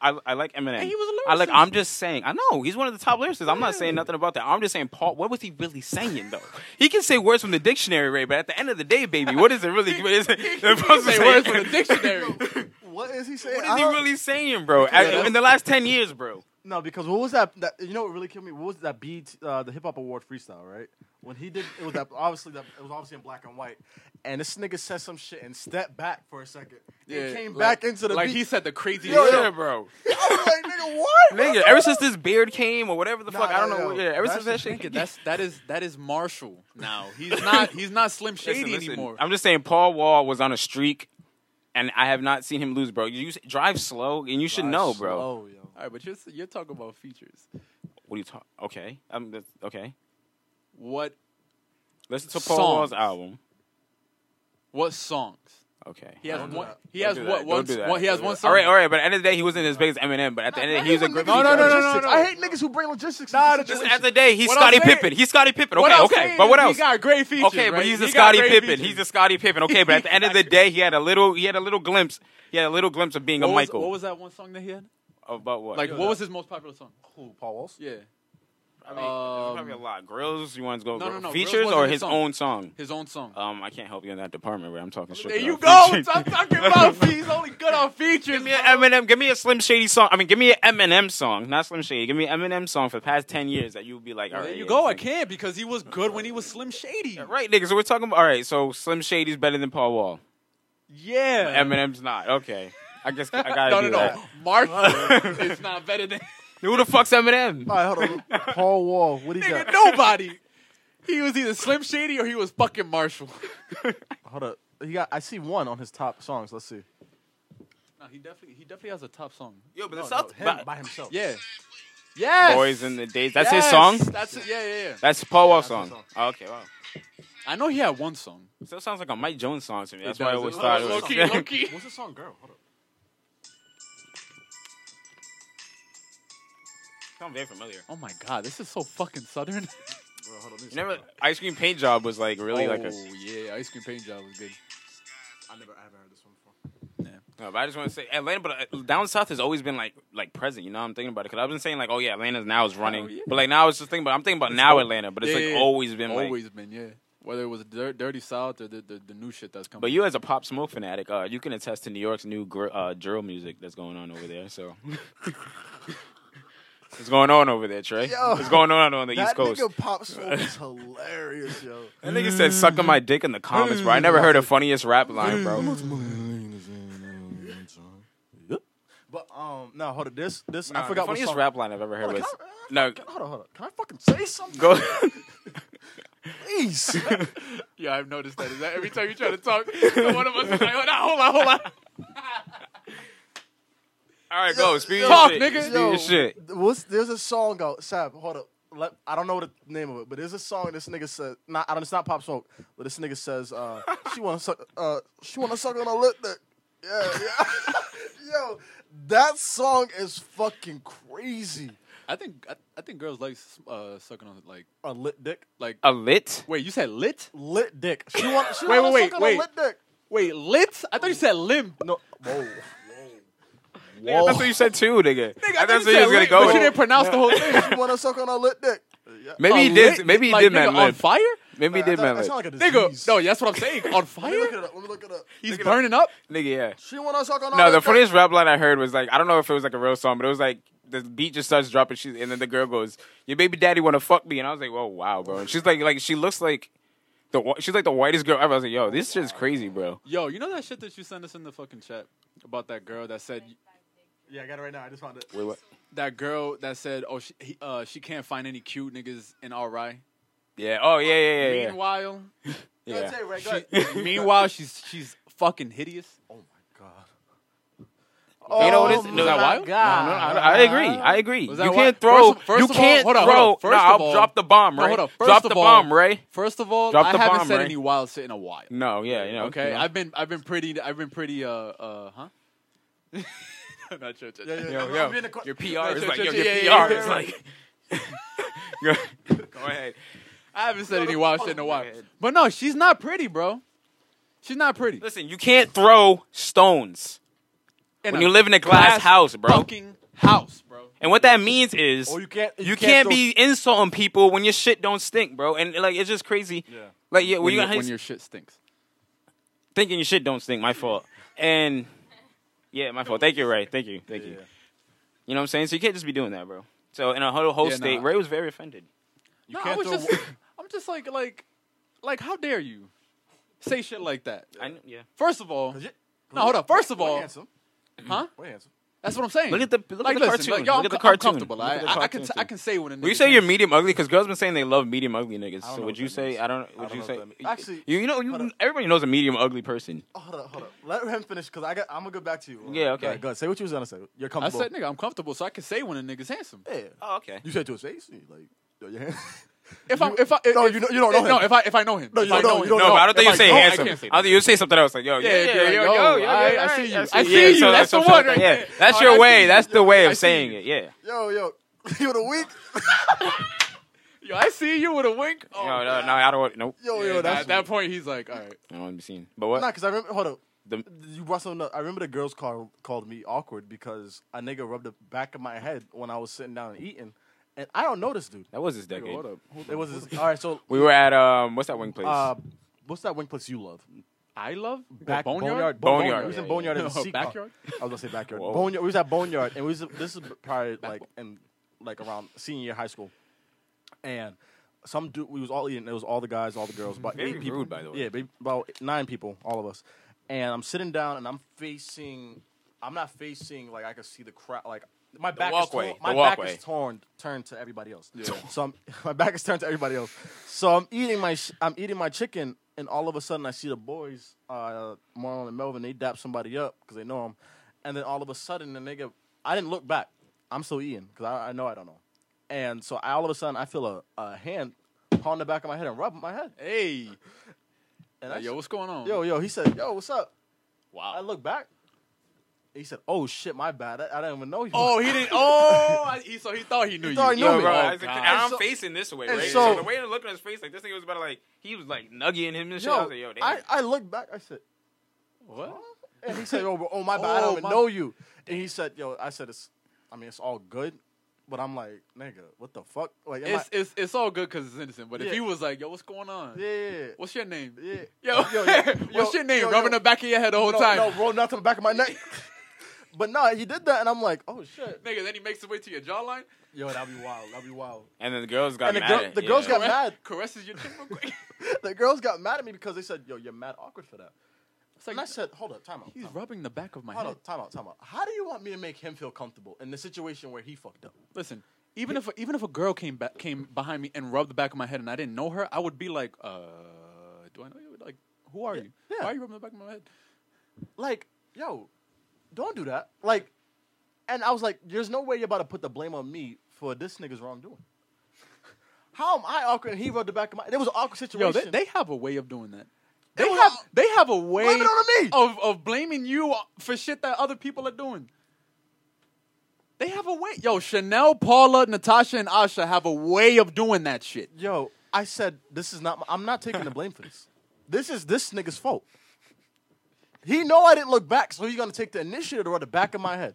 [SPEAKER 2] brought.
[SPEAKER 4] love, I, I like Eminem.
[SPEAKER 2] And he was a
[SPEAKER 4] I like.
[SPEAKER 2] lyricist.
[SPEAKER 4] I'm just saying. I know he's one of the top lyricists. I'm not saying nothing about that. I'm just saying, Paul. What was he really saying though? he can say words from the dictionary, Ray. But at the end of the day, baby, what is
[SPEAKER 2] [laughs]
[SPEAKER 4] it really? What is it?
[SPEAKER 2] He say words from the dictionary.
[SPEAKER 3] [laughs] What is he saying?
[SPEAKER 4] [laughs] What
[SPEAKER 3] I
[SPEAKER 4] is he
[SPEAKER 3] don't-
[SPEAKER 4] really saying, bro? At-
[SPEAKER 2] that's-
[SPEAKER 4] in the last ten years, bro.
[SPEAKER 3] No, because what was that? that you know what really killed me? What was that beat? Uh, the hip hop award freestyle, right? When he did, it was that obviously that it was obviously in black and white, and this nigga said some shit and stepped back for a second.
[SPEAKER 2] Yeah,
[SPEAKER 3] and came
[SPEAKER 2] like-
[SPEAKER 3] back into the
[SPEAKER 2] like
[SPEAKER 3] [laughs] beat.
[SPEAKER 2] he said the craziest
[SPEAKER 3] Yo,
[SPEAKER 2] shit.
[SPEAKER 3] yo.
[SPEAKER 4] Yeah, bro.
[SPEAKER 3] I was like, nigga, what?
[SPEAKER 4] Nigga, ever since this beard came or whatever the
[SPEAKER 3] Nah,
[SPEAKER 4] fuck, I don't
[SPEAKER 3] nah,
[SPEAKER 4] know.
[SPEAKER 3] yo.
[SPEAKER 4] Yeah, ever
[SPEAKER 3] That's
[SPEAKER 4] since that
[SPEAKER 3] just
[SPEAKER 4] shit.
[SPEAKER 2] Nigga, that's that is that is Marshall now. He's not he's not Slim Shady
[SPEAKER 4] Listen, listen,
[SPEAKER 2] anymore.
[SPEAKER 4] I'm just saying, Paul Wall was on a streak, and I have not seen him lose, bro. You s- drive slow, and you should know, bro.
[SPEAKER 3] Oh, yo.
[SPEAKER 2] All right, but you're you're talking about features.
[SPEAKER 4] What are you talking? Okay, um, that's, okay.
[SPEAKER 2] What
[SPEAKER 4] Listen to Paul
[SPEAKER 2] Songs.
[SPEAKER 4] Wall's album.
[SPEAKER 2] what songs?
[SPEAKER 4] Okay.
[SPEAKER 2] He has
[SPEAKER 3] Don't do
[SPEAKER 2] one.
[SPEAKER 3] that.
[SPEAKER 2] He has
[SPEAKER 4] Don't do
[SPEAKER 2] what
[SPEAKER 4] that.
[SPEAKER 2] one,
[SPEAKER 4] Don't do that.
[SPEAKER 2] one. He has
[SPEAKER 4] Don't do
[SPEAKER 2] one
[SPEAKER 4] that.
[SPEAKER 2] song.
[SPEAKER 4] All right, all right. But at the end of the day, he wasn't as big as Eminem. But at the end of the day, he was a great.
[SPEAKER 2] No, no, no, no, no,
[SPEAKER 3] Logistics.
[SPEAKER 2] no.
[SPEAKER 3] I hate niggas who bring logistics.
[SPEAKER 2] Nah,
[SPEAKER 3] into
[SPEAKER 2] just-
[SPEAKER 4] Just
[SPEAKER 3] situations.
[SPEAKER 4] at the day, he's
[SPEAKER 2] What I'm
[SPEAKER 4] Scottie
[SPEAKER 2] saying-
[SPEAKER 4] Pippen. He's Scottie Pippen.
[SPEAKER 2] What
[SPEAKER 4] Okay,
[SPEAKER 2] I'm
[SPEAKER 4] okay.
[SPEAKER 2] saying
[SPEAKER 4] But what
[SPEAKER 2] is
[SPEAKER 4] else?
[SPEAKER 2] He got great features.
[SPEAKER 4] Okay, but
[SPEAKER 2] right?
[SPEAKER 4] he's
[SPEAKER 2] He
[SPEAKER 4] a
[SPEAKER 2] got
[SPEAKER 4] Scottie
[SPEAKER 2] great
[SPEAKER 4] Pippen.
[SPEAKER 2] features.
[SPEAKER 4] He's a Scottie Pippen. Okay, but at the
[SPEAKER 2] [laughs]
[SPEAKER 4] end of the day, he had a little. He had a little glimpse. He had a little glimpse of being
[SPEAKER 2] what
[SPEAKER 4] a
[SPEAKER 2] was,
[SPEAKER 4] Michael.
[SPEAKER 2] What was that one song that he had?
[SPEAKER 4] about what?
[SPEAKER 2] Like, what was his most popular song?
[SPEAKER 3] Who, Paul Walsh?
[SPEAKER 2] Yeah,
[SPEAKER 4] I mean, there's probably a lot. Grills. You want to go?
[SPEAKER 2] Um, No, no, no, Grills
[SPEAKER 4] Features
[SPEAKER 2] wasn't
[SPEAKER 4] or
[SPEAKER 2] his
[SPEAKER 4] his
[SPEAKER 2] song.
[SPEAKER 4] own song?
[SPEAKER 2] his own song.
[SPEAKER 4] Um, I can't help you in that department. Where I'm talking shit.
[SPEAKER 2] there
[SPEAKER 4] about
[SPEAKER 2] you go.
[SPEAKER 4] [laughs] features.
[SPEAKER 2] I'm talking about he's only good on features.
[SPEAKER 4] Give me an Eminem. Give me a Slim Shady song. I mean, give me an Eminem song, not Slim Shady. Give me an Eminem song for the past ten years that you'll be like, all
[SPEAKER 2] There
[SPEAKER 4] right.
[SPEAKER 2] you
[SPEAKER 4] yeah,
[SPEAKER 2] go. I
[SPEAKER 4] Slim-
[SPEAKER 2] can't because he was good when he was Slim Shady.
[SPEAKER 4] Right, nigga. So we're talking about. All right. So Slim Shady's better than Paul
[SPEAKER 2] [laughs]
[SPEAKER 4] Wall.
[SPEAKER 2] Yeah.
[SPEAKER 4] Eminem's not. Okay. I guess I
[SPEAKER 2] [laughs]
[SPEAKER 4] gotta
[SPEAKER 2] no,
[SPEAKER 4] do
[SPEAKER 2] no, no.
[SPEAKER 4] that. [laughs]
[SPEAKER 2] Marshall is not better than
[SPEAKER 4] Who the fuck's [laughs] Eminem?
[SPEAKER 3] All right, hold on. [laughs] Paul Wall, what do you
[SPEAKER 2] nigga, [laughs]
[SPEAKER 3] got?
[SPEAKER 2] nobody. He was either Slim Shady or he was fucking
[SPEAKER 4] [laughs]
[SPEAKER 2] Marshall.
[SPEAKER 3] Hold up. He got. I see one on his top songs. Let's see.
[SPEAKER 2] No, he definitely he definitely has a top song.
[SPEAKER 4] Yo, but the
[SPEAKER 3] No, no,
[SPEAKER 4] South
[SPEAKER 3] him
[SPEAKER 4] but-
[SPEAKER 3] by himself.
[SPEAKER 2] Yeah. Yes.
[SPEAKER 4] Boys in the Days. That's his
[SPEAKER 2] Yes.
[SPEAKER 4] song.
[SPEAKER 2] That's it. Yeah, yeah, yeah.
[SPEAKER 4] That's Paul Wall's
[SPEAKER 3] that's
[SPEAKER 4] song.
[SPEAKER 3] his
[SPEAKER 4] Oh, okay. Wow.
[SPEAKER 2] I know he had one song.
[SPEAKER 4] Still sounds like a Mike Jones song to me. That's
[SPEAKER 2] It
[SPEAKER 4] why I
[SPEAKER 2] does.
[SPEAKER 4] always
[SPEAKER 2] It
[SPEAKER 4] thought
[SPEAKER 2] was
[SPEAKER 4] it was.
[SPEAKER 2] low-key,
[SPEAKER 4] [laughs]
[SPEAKER 2] low-key.
[SPEAKER 3] What's the song, girl? Hold up.
[SPEAKER 4] Sound very familiar.
[SPEAKER 2] Oh my god, this is so fucking southern.
[SPEAKER 3] Bro, hold on.
[SPEAKER 4] You never. Ice cream paint job was like really
[SPEAKER 2] oh
[SPEAKER 4] like a.
[SPEAKER 2] yeah, ice cream paint job was good.
[SPEAKER 3] I never. I haven't heard this one before.
[SPEAKER 4] No, but I just want to say Atlanta, but uh, down south has always been like like present. You know, I'm thinking about it because I've been saying like, oh yeah, Atlanta's now is running,
[SPEAKER 2] Oh, yeah.
[SPEAKER 4] but like now it's just thinking about. I'm thinking about now Atlanta, but it's
[SPEAKER 2] Yeah,
[SPEAKER 4] like
[SPEAKER 2] yeah, yeah.
[SPEAKER 4] always been like.
[SPEAKER 2] always been yeah. Whether it was dir- Dirty South or the, the the new shit that's coming.
[SPEAKER 4] But you, as a pop smoke fanatic, uh, you can attest to New York's new gr- uh, drill music that's going on over there. So, what's going on over there, Trey?
[SPEAKER 3] Yo.
[SPEAKER 4] what's going on on the East Coast?
[SPEAKER 3] nigga pop smoke is hilarious, yo.
[SPEAKER 4] That nigga said "sucking my dick" in the comments, bro. I never heard a funniest rap line, bro.
[SPEAKER 3] But um, no, hold on. This this
[SPEAKER 4] Nah,
[SPEAKER 3] I forgot
[SPEAKER 4] the
[SPEAKER 3] what
[SPEAKER 4] funniest
[SPEAKER 3] song.
[SPEAKER 4] rap line I've ever heard
[SPEAKER 3] Hold on,
[SPEAKER 4] was
[SPEAKER 3] can I-
[SPEAKER 4] no.
[SPEAKER 3] Hold on, hold on. Can I fucking say something?
[SPEAKER 4] Go.
[SPEAKER 3] Please.
[SPEAKER 4] [laughs]
[SPEAKER 2] Yeah, I've noticed that. Is that every time you try to talk, so one of us is like, hold on, hold on, hold on.
[SPEAKER 4] [laughs] All right, go. Speak your
[SPEAKER 2] Talk,
[SPEAKER 4] shit.
[SPEAKER 2] nigga.
[SPEAKER 4] Speak
[SPEAKER 3] Yo,
[SPEAKER 4] your shit.
[SPEAKER 3] What's, there's a song out. Sab, hold up. Let, I don't know the name of it, but there's a song this nigga says. Not, I don't. It's not pop smoke, but this nigga says uh, [laughs] she wanna suck. Uh, she wanna suck on a lip. That, yeah, [laughs] yeah. Yo, that song is fucking crazy.
[SPEAKER 2] I think I, I think girls like uh, sucking on like
[SPEAKER 3] A lit dick.
[SPEAKER 2] like.
[SPEAKER 4] A lit?
[SPEAKER 2] wait, you said lit?
[SPEAKER 3] Lit dick. She want. She
[SPEAKER 2] Wait,
[SPEAKER 3] wanna
[SPEAKER 2] wait,
[SPEAKER 3] suck
[SPEAKER 2] wait,
[SPEAKER 3] on a lit dick.
[SPEAKER 2] Wait, lit? I thought you said limp.
[SPEAKER 3] No. Whoa.
[SPEAKER 4] Nigga, that's what you said too, nigga.
[SPEAKER 2] I
[SPEAKER 4] that's
[SPEAKER 2] thought
[SPEAKER 4] what
[SPEAKER 2] you said
[SPEAKER 4] you was gonna
[SPEAKER 2] limp,
[SPEAKER 4] go.
[SPEAKER 2] But you
[SPEAKER 4] with.
[SPEAKER 2] didn't pronounce
[SPEAKER 4] [laughs]
[SPEAKER 2] the whole thing.
[SPEAKER 3] she wanna suck on a lit dick. Yeah.
[SPEAKER 4] Maybe he
[SPEAKER 2] A
[SPEAKER 4] did.
[SPEAKER 2] lit?
[SPEAKER 4] Maybe he
[SPEAKER 2] Like,
[SPEAKER 4] did
[SPEAKER 2] nigga,
[SPEAKER 4] man
[SPEAKER 2] on
[SPEAKER 4] limp.
[SPEAKER 2] fire.
[SPEAKER 4] Maybe he
[SPEAKER 3] That,
[SPEAKER 4] did man
[SPEAKER 3] that
[SPEAKER 4] limp.
[SPEAKER 3] sound like a disease.
[SPEAKER 2] Nigga, no, that's what I'm saying. On
[SPEAKER 3] Let me look it
[SPEAKER 2] fire?
[SPEAKER 3] up. Let me look it up.
[SPEAKER 2] He's
[SPEAKER 4] Nigga,
[SPEAKER 2] burning up.
[SPEAKER 4] Nigga, yeah.
[SPEAKER 3] She wanna suck on a
[SPEAKER 4] No,
[SPEAKER 3] lit
[SPEAKER 4] the
[SPEAKER 3] dick.
[SPEAKER 4] funniest rap line I heard was like, I don't know if it was like a real song, but it was like the beat just starts dropping, she, and then the girl goes, "Your baby daddy want to fuck me," and I was like, "Whoa, wow, bro." And she's like, like she looks like the wh- she's like the whitest girl ever. I was like, "Yo, this shit's crazy, bro."
[SPEAKER 2] Yo, you know that shit that you sent us in the fucking chat about that girl that said
[SPEAKER 3] Yeah, I got it right now. I just found it.
[SPEAKER 4] Wait, what?
[SPEAKER 2] that girl that said, oh, she he, uh, she can't find any cute niggas in RI.
[SPEAKER 4] Yeah. Oh yeah, yeah, yeah, yeah.
[SPEAKER 2] Meanwhile,
[SPEAKER 3] Go
[SPEAKER 4] yeah.
[SPEAKER 3] ahead, Ray, go ahead.
[SPEAKER 4] [laughs]
[SPEAKER 2] she, meanwhile she's she's fucking hideous.
[SPEAKER 3] Oh my god.
[SPEAKER 4] You know
[SPEAKER 3] Oh
[SPEAKER 4] what it is?
[SPEAKER 2] Was that
[SPEAKER 4] my
[SPEAKER 2] wild?
[SPEAKER 4] No, no, I, I agree. I agree.
[SPEAKER 2] Was
[SPEAKER 4] You
[SPEAKER 2] that
[SPEAKER 4] can't
[SPEAKER 2] why-
[SPEAKER 4] throw.
[SPEAKER 2] First of- first
[SPEAKER 4] you
[SPEAKER 2] of all-
[SPEAKER 4] can't
[SPEAKER 2] hold on,
[SPEAKER 4] throw.
[SPEAKER 2] hold on. First
[SPEAKER 4] no,
[SPEAKER 2] of
[SPEAKER 4] I'll
[SPEAKER 2] all-
[SPEAKER 4] drop the bomb,
[SPEAKER 2] No,
[SPEAKER 4] right?
[SPEAKER 2] hold on. First
[SPEAKER 4] drop
[SPEAKER 2] of
[SPEAKER 4] the
[SPEAKER 2] all-
[SPEAKER 4] bomb, right?
[SPEAKER 2] First of all,
[SPEAKER 4] Drop
[SPEAKER 2] I
[SPEAKER 4] the
[SPEAKER 2] haven't
[SPEAKER 4] bomb,
[SPEAKER 2] said
[SPEAKER 4] Ray.
[SPEAKER 2] any wild shit in a while.
[SPEAKER 4] No, yeah, you know.
[SPEAKER 2] Okay,
[SPEAKER 4] you know.
[SPEAKER 2] I've been I've been pretty I've been pretty uh uh huh. [laughs] I'm not sure.
[SPEAKER 3] Yeah, yeah.
[SPEAKER 4] Yo,
[SPEAKER 3] I'm
[SPEAKER 4] yo,
[SPEAKER 3] being a qu-
[SPEAKER 4] your PR is
[SPEAKER 2] Yeah,
[SPEAKER 4] like,
[SPEAKER 2] yeah,
[SPEAKER 4] yo, your
[SPEAKER 2] yeah,
[SPEAKER 4] PR
[SPEAKER 2] yeah,
[SPEAKER 4] is
[SPEAKER 2] yeah.
[SPEAKER 4] like. Go [laughs] go ahead.
[SPEAKER 2] I haven't said any wild shit in a while.
[SPEAKER 4] man.
[SPEAKER 2] But no, she's not pretty, bro. She's not pretty.
[SPEAKER 4] Listen, you can't throw stones
[SPEAKER 2] And
[SPEAKER 4] when
[SPEAKER 2] a
[SPEAKER 4] you live in a glass house, bro.
[SPEAKER 2] Fucking house, bro.
[SPEAKER 4] And what that means is
[SPEAKER 3] Oh, you can't. You,
[SPEAKER 4] you, can't, be insulting people when your shit don't stink, bro. And like, it's just crazy.
[SPEAKER 3] Yeah.
[SPEAKER 4] Like, yeah, when,
[SPEAKER 2] When,
[SPEAKER 4] you
[SPEAKER 2] your-
[SPEAKER 4] got
[SPEAKER 2] when your shit stinks.
[SPEAKER 4] thinking your shit don't stink, my fault. And yeah, my fault. Thank you, Ray. Thank you, thank you.
[SPEAKER 3] Yeah.
[SPEAKER 4] You know what I'm saying? So you can't just be doing that, bro. So in a whole, whole
[SPEAKER 2] Yeah,
[SPEAKER 4] state,
[SPEAKER 2] nah.
[SPEAKER 4] Ray was very offended.
[SPEAKER 3] You
[SPEAKER 2] no, I
[SPEAKER 3] can't
[SPEAKER 2] was
[SPEAKER 3] throw. [laughs]
[SPEAKER 2] [laughs] just, I'm just like, like, like, how dare you say shit like that?
[SPEAKER 4] I kn- yeah.
[SPEAKER 2] First of all,
[SPEAKER 3] you-
[SPEAKER 2] no, hold up. First of
[SPEAKER 3] We're
[SPEAKER 2] all,
[SPEAKER 3] handsome.
[SPEAKER 2] huh?
[SPEAKER 3] We're handsome.
[SPEAKER 2] That's what I'm saying.
[SPEAKER 4] Look at the- look at
[SPEAKER 2] like,
[SPEAKER 4] the
[SPEAKER 2] listen,
[SPEAKER 4] cartoon.
[SPEAKER 2] Like, yo,
[SPEAKER 4] Look
[SPEAKER 2] I'm,
[SPEAKER 4] at the
[SPEAKER 2] co-
[SPEAKER 4] cartoon.
[SPEAKER 2] I'm comfortable.
[SPEAKER 4] Look
[SPEAKER 2] I,
[SPEAKER 4] at the
[SPEAKER 2] I, I can,
[SPEAKER 4] cartoon
[SPEAKER 2] t- I
[SPEAKER 4] thing.
[SPEAKER 2] can say when a nigga.
[SPEAKER 4] Well, you say you're
[SPEAKER 2] thinks-
[SPEAKER 4] medium ugly because girls been saying they love medium ugly niggas.
[SPEAKER 3] don't
[SPEAKER 4] So
[SPEAKER 3] know
[SPEAKER 4] would
[SPEAKER 3] what
[SPEAKER 4] you
[SPEAKER 3] that
[SPEAKER 4] say
[SPEAKER 3] means.
[SPEAKER 4] I don't?
[SPEAKER 3] I
[SPEAKER 4] Would
[SPEAKER 3] don't
[SPEAKER 4] you
[SPEAKER 3] know
[SPEAKER 4] say
[SPEAKER 3] what that means. Actually-
[SPEAKER 4] you, you know
[SPEAKER 3] Hold
[SPEAKER 4] you,
[SPEAKER 3] up.
[SPEAKER 4] everybody knows a medium ugly person.
[SPEAKER 3] Oh, hold up, hold up. Let him finish because I got. I'm gonna go back to you.
[SPEAKER 4] Yeah, okay.
[SPEAKER 3] Go ahead, go ahead. Say what you was gonna say. You're
[SPEAKER 2] I
[SPEAKER 3] comfortable.
[SPEAKER 2] said, nigga, I'm comfortable, so I can say when a nigga's handsome.
[SPEAKER 3] Yeah.
[SPEAKER 4] Oh, okay.
[SPEAKER 3] You said to his face. you Like, yo, your hands.
[SPEAKER 2] If I, if I, if,
[SPEAKER 3] No, you know- you don't know
[SPEAKER 2] if- No,
[SPEAKER 3] him.
[SPEAKER 2] if I, if I know him.
[SPEAKER 3] No,
[SPEAKER 2] If
[SPEAKER 3] you
[SPEAKER 2] I
[SPEAKER 3] don't-
[SPEAKER 2] know
[SPEAKER 3] you
[SPEAKER 2] him.
[SPEAKER 3] don't
[SPEAKER 4] No,
[SPEAKER 3] know.
[SPEAKER 4] but I don't think
[SPEAKER 2] if
[SPEAKER 4] you say
[SPEAKER 2] know, I
[SPEAKER 4] handsome. I,
[SPEAKER 2] can't say
[SPEAKER 4] think you say something else like yo, yeah,
[SPEAKER 2] Yeah,
[SPEAKER 4] yeah,
[SPEAKER 2] yeah,
[SPEAKER 4] yeah,
[SPEAKER 2] yo,
[SPEAKER 4] yo,
[SPEAKER 2] yo,
[SPEAKER 4] yeah,
[SPEAKER 2] I-
[SPEAKER 4] yeah,
[SPEAKER 2] I see you. I
[SPEAKER 4] yeah,
[SPEAKER 2] see you.
[SPEAKER 4] so
[SPEAKER 2] That's the
[SPEAKER 4] what I'm
[SPEAKER 2] one
[SPEAKER 4] saying.
[SPEAKER 2] right
[SPEAKER 4] Yeah,
[SPEAKER 2] there.
[SPEAKER 4] that's
[SPEAKER 2] All
[SPEAKER 4] your
[SPEAKER 2] right, I see
[SPEAKER 4] way.
[SPEAKER 2] you.
[SPEAKER 4] That's the way
[SPEAKER 2] I
[SPEAKER 4] of
[SPEAKER 2] see
[SPEAKER 4] saying
[SPEAKER 2] you.
[SPEAKER 4] it. Yeah.
[SPEAKER 3] [laughs] Yo, [laughs] yo. You the weak.
[SPEAKER 2] Yo, I see you with a wink. Oh,
[SPEAKER 4] No, no, no, I don't. want Nope.
[SPEAKER 3] Yo,
[SPEAKER 2] yeah,
[SPEAKER 3] yo. That's
[SPEAKER 2] at that point, he's like, all right.
[SPEAKER 4] I don't want to be seen. But what?
[SPEAKER 3] Nah, because I remember. Hold up.
[SPEAKER 4] The-
[SPEAKER 3] You brought something up. I remember the girls call, called me awkward because a nigga rubbed the back of my head when I was sitting down and eating, and I don't know this dude.
[SPEAKER 4] that was this
[SPEAKER 2] Yo,
[SPEAKER 4] decade.
[SPEAKER 2] hold up. Hold
[SPEAKER 3] It
[SPEAKER 2] up.
[SPEAKER 3] was his, all right.
[SPEAKER 4] [laughs]
[SPEAKER 3] So,
[SPEAKER 4] We were at um, what's that wing place?
[SPEAKER 3] uh, what's that wing place you love?
[SPEAKER 2] I love
[SPEAKER 3] Back
[SPEAKER 2] boneyard.
[SPEAKER 3] Bo-
[SPEAKER 4] Boneyard,
[SPEAKER 3] We was
[SPEAKER 4] yeah,
[SPEAKER 3] in boneyard
[SPEAKER 2] yeah.
[SPEAKER 3] in the
[SPEAKER 2] No,
[SPEAKER 3] Seacock.
[SPEAKER 2] backyard?
[SPEAKER 3] I was gonna say backyard.
[SPEAKER 4] Whoa.
[SPEAKER 3] Boneyard. We was at boneyard, and we was this is probably like in like around senior year high school, and some dude we was all eating. It was all the guys, all the girls, about
[SPEAKER 4] Very
[SPEAKER 3] eight people.
[SPEAKER 4] rude, by the way.
[SPEAKER 3] Yeah, babe, about nine people, all of us, and I'm sitting down and I'm facing. I'm not facing like I can see the crowd. Like my back
[SPEAKER 4] walkway,
[SPEAKER 3] is
[SPEAKER 4] the
[SPEAKER 3] torn. My back
[SPEAKER 4] walkway.
[SPEAKER 3] is torn turned to everybody else. [laughs] So I'm, my back is turned to everybody else. So I'm eating my sh- I'm eating my chicken, and all of a sudden I see the boys, uh, Marlon and Melvin, they dap somebody up because they know them, and then all of a sudden the nigga, I didn't look back. I'm still eating because I, I know I don't know, and so I, all of a sudden I feel a, a hand on the back of my head and rub my head.
[SPEAKER 2] Hey,
[SPEAKER 3] And
[SPEAKER 2] Like,
[SPEAKER 3] I,
[SPEAKER 2] yo, what's going on?
[SPEAKER 3] yo, yo, he said, yo, what's up?
[SPEAKER 2] wow.
[SPEAKER 3] I look back. He said, oh shit, my bad. I, I didn't even know you.
[SPEAKER 2] Oh, he
[SPEAKER 3] [laughs]
[SPEAKER 2] didn't. Oh, I- he, so he thought he knew
[SPEAKER 3] thought
[SPEAKER 2] you.
[SPEAKER 3] he knew
[SPEAKER 4] Yo,
[SPEAKER 3] me.
[SPEAKER 4] bro,
[SPEAKER 3] Oh,
[SPEAKER 4] I was like,
[SPEAKER 2] God.
[SPEAKER 4] and I'm
[SPEAKER 3] And so-
[SPEAKER 4] facing this way,
[SPEAKER 3] and
[SPEAKER 4] right?
[SPEAKER 3] so-
[SPEAKER 4] So, the way to look at his face, like this nigga was about to like he was like nuggying him
[SPEAKER 3] [laughs]
[SPEAKER 4] and shit. I was
[SPEAKER 3] yo,
[SPEAKER 4] like, yo, damn.
[SPEAKER 3] I, I look back. I said,
[SPEAKER 2] What?
[SPEAKER 3] And he said, "Oh, bro, oh my bad, I
[SPEAKER 2] Oh,
[SPEAKER 3] don't even
[SPEAKER 2] my-
[SPEAKER 3] know you." And he said, "Yo, I said it's, I mean, it's all good, but I'm like, nigga, what the fuck? Like, am
[SPEAKER 2] It's,
[SPEAKER 3] I,
[SPEAKER 2] it's it's all good because it's innocent. But if
[SPEAKER 3] Yeah.
[SPEAKER 2] he was like, yo, what's going on?
[SPEAKER 3] yeah,
[SPEAKER 2] What's your name?
[SPEAKER 3] yeah,
[SPEAKER 2] Yo,
[SPEAKER 3] Yo, yo,
[SPEAKER 2] [laughs] what's
[SPEAKER 3] yo,
[SPEAKER 2] your name?
[SPEAKER 3] yo,
[SPEAKER 2] Rubbing
[SPEAKER 3] yo.
[SPEAKER 2] the back of your head the whole
[SPEAKER 3] no,
[SPEAKER 2] time.
[SPEAKER 3] no, roll nothing to the back of my neck."
[SPEAKER 2] [laughs]
[SPEAKER 3] but no, he did that, and I'm like, "Oh shit,
[SPEAKER 2] Nigga, then he makes his way to your jawline,
[SPEAKER 3] yo, that'd be wild, that'd be wild."
[SPEAKER 4] and then the girls got
[SPEAKER 3] And the
[SPEAKER 4] mad.
[SPEAKER 3] girl-
[SPEAKER 4] at it.
[SPEAKER 3] the girls
[SPEAKER 4] yeah.
[SPEAKER 3] got- mad.
[SPEAKER 2] caresses your chin real
[SPEAKER 3] [laughs]
[SPEAKER 2] quick.
[SPEAKER 3] the girls got mad at me because they said, "Yo, you're mad awkward for that."
[SPEAKER 2] It's like,
[SPEAKER 3] and I said, "Hold up, time out,
[SPEAKER 2] he's
[SPEAKER 3] time out,
[SPEAKER 2] rubbing the back of my
[SPEAKER 3] hold
[SPEAKER 2] head.
[SPEAKER 3] up, time out, time out. How do you want me to make him feel comfortable in the situation where he fucked up?"
[SPEAKER 2] Listen, Even if even if a girl came back came behind me and rubbed the back of my head and I didn't know her, I would be like, uh, do I know you? Like, who are you?
[SPEAKER 3] yeah.
[SPEAKER 2] Why are you rubbing the back of my head?
[SPEAKER 3] like, yo, don't do that. Like, and I was like, there's no way you're about to put the blame on me for this nigga's wrongdoing. How am I awkward? And he rubbed the back of my. It was an awkward
[SPEAKER 2] Yo,
[SPEAKER 3] situation.
[SPEAKER 2] they, they have a way of doing that. They
[SPEAKER 3] They
[SPEAKER 2] have
[SPEAKER 3] will-
[SPEAKER 2] they have a way
[SPEAKER 3] Blame it on me.
[SPEAKER 2] of of blaming you for shit that other people are doing. They have a way. Yo, Chanel, Paula, Natasha, and Asha have a way of doing that shit.
[SPEAKER 3] yo, I said this is not. My, I'm not taking the blame for this. This is this nigga's fault. He know I didn't look back, so he's gonna take the initiative to rub the back of my head.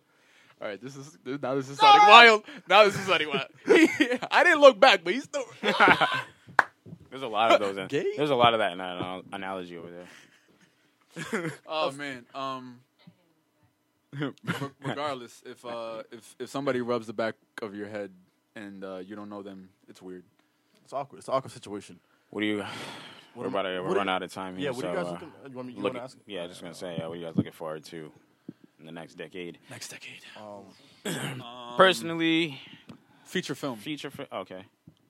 [SPEAKER 2] All right, this is this- now this is sounding wild. Now this is sounding [laughs] wild. He- I didn't look back, but he's still.
[SPEAKER 4] There's a lot
[SPEAKER 3] [laughs]
[SPEAKER 4] of those. In,
[SPEAKER 2] Gay?
[SPEAKER 4] there's a lot of that in that anal- analogy over there.
[SPEAKER 2] oh man. Um. re- regardless, if uh if if somebody rubs the back of your head and uh, you don't know them, it's weird.
[SPEAKER 3] It's awkward. It's an awkward situation.
[SPEAKER 4] What do you? [sighs]
[SPEAKER 3] am
[SPEAKER 4] we're about
[SPEAKER 3] I-
[SPEAKER 4] to
[SPEAKER 3] what
[SPEAKER 4] run
[SPEAKER 3] do-
[SPEAKER 4] out of time here.
[SPEAKER 3] Yeah, what are you
[SPEAKER 4] so,
[SPEAKER 3] guys
[SPEAKER 4] uh,
[SPEAKER 3] looking? You want me? You
[SPEAKER 4] look
[SPEAKER 3] want to
[SPEAKER 4] at-
[SPEAKER 3] ask?
[SPEAKER 4] Yeah, just gonna say, uh, what are you guys looking forward to in the next decade?
[SPEAKER 2] Next decade.
[SPEAKER 3] Um,
[SPEAKER 4] Personally,
[SPEAKER 2] Feature film.
[SPEAKER 4] feature. Fi- okay,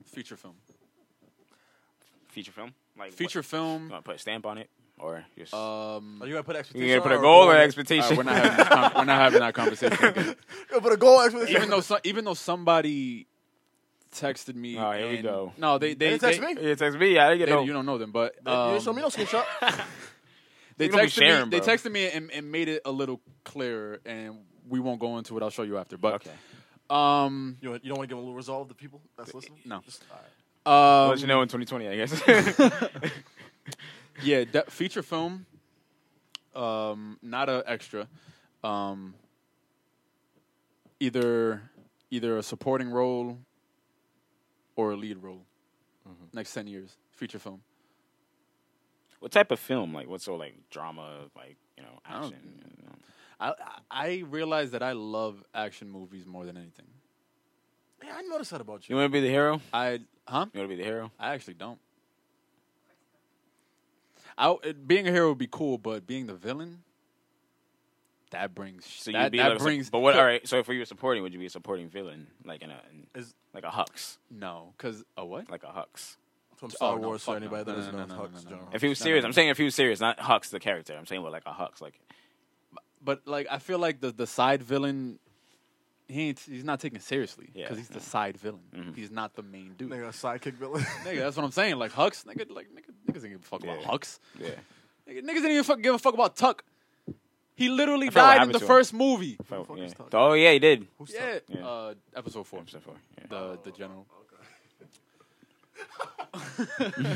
[SPEAKER 2] Feature film.
[SPEAKER 4] feature film. Like what-
[SPEAKER 2] Feature
[SPEAKER 4] You
[SPEAKER 2] film.
[SPEAKER 4] want to put a stamp on it, or just
[SPEAKER 2] Um.
[SPEAKER 3] are Oh, you gonna put
[SPEAKER 4] you
[SPEAKER 3] expectation?
[SPEAKER 4] gonna put
[SPEAKER 3] or
[SPEAKER 4] a goal
[SPEAKER 3] we're
[SPEAKER 4] or
[SPEAKER 3] gonna-
[SPEAKER 2] all
[SPEAKER 4] expectation? [laughs]
[SPEAKER 2] right, uh, we're not
[SPEAKER 3] [laughs]
[SPEAKER 2] having this con- we're not having that conversation again.
[SPEAKER 3] Yo, put a goal expectation.
[SPEAKER 2] Even though so- even though somebody texted me.
[SPEAKER 4] Oh, here we
[SPEAKER 2] and-
[SPEAKER 4] go.
[SPEAKER 2] No, they they,
[SPEAKER 3] They didn't text
[SPEAKER 2] they-
[SPEAKER 3] me?
[SPEAKER 4] yeah, text me. Yeah, I didn't
[SPEAKER 2] they-
[SPEAKER 4] get no.
[SPEAKER 2] you don't know them, but
[SPEAKER 3] you
[SPEAKER 2] um,
[SPEAKER 3] didn't show me no screenshot.
[SPEAKER 2] they
[SPEAKER 4] You don't be
[SPEAKER 2] texted
[SPEAKER 4] sharing,
[SPEAKER 2] me. They
[SPEAKER 4] bro.
[SPEAKER 2] texted me and, and made it a little clearer, and we won't go into it. I'll show you after. But
[SPEAKER 4] okay.
[SPEAKER 2] um,
[SPEAKER 3] You, you don't want to give a little resolve to people that's listening?
[SPEAKER 2] no.
[SPEAKER 3] Just, all right.
[SPEAKER 4] I'll
[SPEAKER 2] um
[SPEAKER 4] let you know in 2020,
[SPEAKER 2] [laughs]
[SPEAKER 4] I guess.
[SPEAKER 2] yeah, de- feature film. Um, not a extra. Um, either either a supporting role or a lead role.
[SPEAKER 4] Mm-hmm.
[SPEAKER 2] Next ten years, feature film.
[SPEAKER 4] what type of film? Like, what's so like drama? Like, you know,
[SPEAKER 2] don't-
[SPEAKER 4] action. you know?
[SPEAKER 2] I I- I realize that I love action movies more than anything.
[SPEAKER 3] Yeah, I noticed that about
[SPEAKER 4] You
[SPEAKER 3] you.
[SPEAKER 4] want to be the hero?
[SPEAKER 2] I huh?
[SPEAKER 4] You want to be the hero?
[SPEAKER 2] I actually don't. I, it, being a hero would be cool, but being the villain, that brings
[SPEAKER 4] So
[SPEAKER 2] that,
[SPEAKER 4] you'd be
[SPEAKER 2] that
[SPEAKER 4] like, a su-
[SPEAKER 2] brings.
[SPEAKER 4] but what?
[SPEAKER 2] so-
[SPEAKER 4] All right. So if you were supporting, would you be a supporting villain? Like in a in-
[SPEAKER 3] Is
[SPEAKER 4] like a hux,
[SPEAKER 2] No, because a what?
[SPEAKER 4] like a hux.
[SPEAKER 3] from Star
[SPEAKER 2] Oh, no,
[SPEAKER 3] Wars for
[SPEAKER 2] fuck no.
[SPEAKER 3] anybody that
[SPEAKER 2] No,
[SPEAKER 3] doesn't
[SPEAKER 2] no, no,
[SPEAKER 3] know
[SPEAKER 2] no,
[SPEAKER 3] Hux
[SPEAKER 2] no, no,
[SPEAKER 3] genre.
[SPEAKER 2] no.
[SPEAKER 4] If he was serious, I'm saying if he was serious, not hux the character. I'm saying well, like a hux, like
[SPEAKER 2] But like, I feel like the the side villain, he ain't, he's not taken seriously
[SPEAKER 4] Yeah, Mm-hmm.
[SPEAKER 2] because he's the
[SPEAKER 4] yeah.
[SPEAKER 2] side villain. He's not the main dude. Nigga.
[SPEAKER 3] Nigga, sidekick
[SPEAKER 2] [laughs]
[SPEAKER 3] villain.
[SPEAKER 2] that's what I'm saying. Like Hux, nigga, like nigga, niggas didn't give a fuck
[SPEAKER 4] Yeah.
[SPEAKER 2] about Hux.
[SPEAKER 4] yeah.
[SPEAKER 2] Nigga, niggas didn't even fuck, give a fuck about Tuck. He literally
[SPEAKER 4] forgot what
[SPEAKER 2] died in
[SPEAKER 4] happened
[SPEAKER 2] the
[SPEAKER 4] to him.
[SPEAKER 2] first movie.
[SPEAKER 4] Oh,
[SPEAKER 3] fuck
[SPEAKER 4] yeah.
[SPEAKER 3] is Tuck?
[SPEAKER 4] Oh, yeah, he did.
[SPEAKER 3] Who's
[SPEAKER 2] Yeah,
[SPEAKER 3] Tuck?
[SPEAKER 4] Yeah.
[SPEAKER 2] Uh, episode four.
[SPEAKER 4] Episode four, yeah.
[SPEAKER 2] The the general.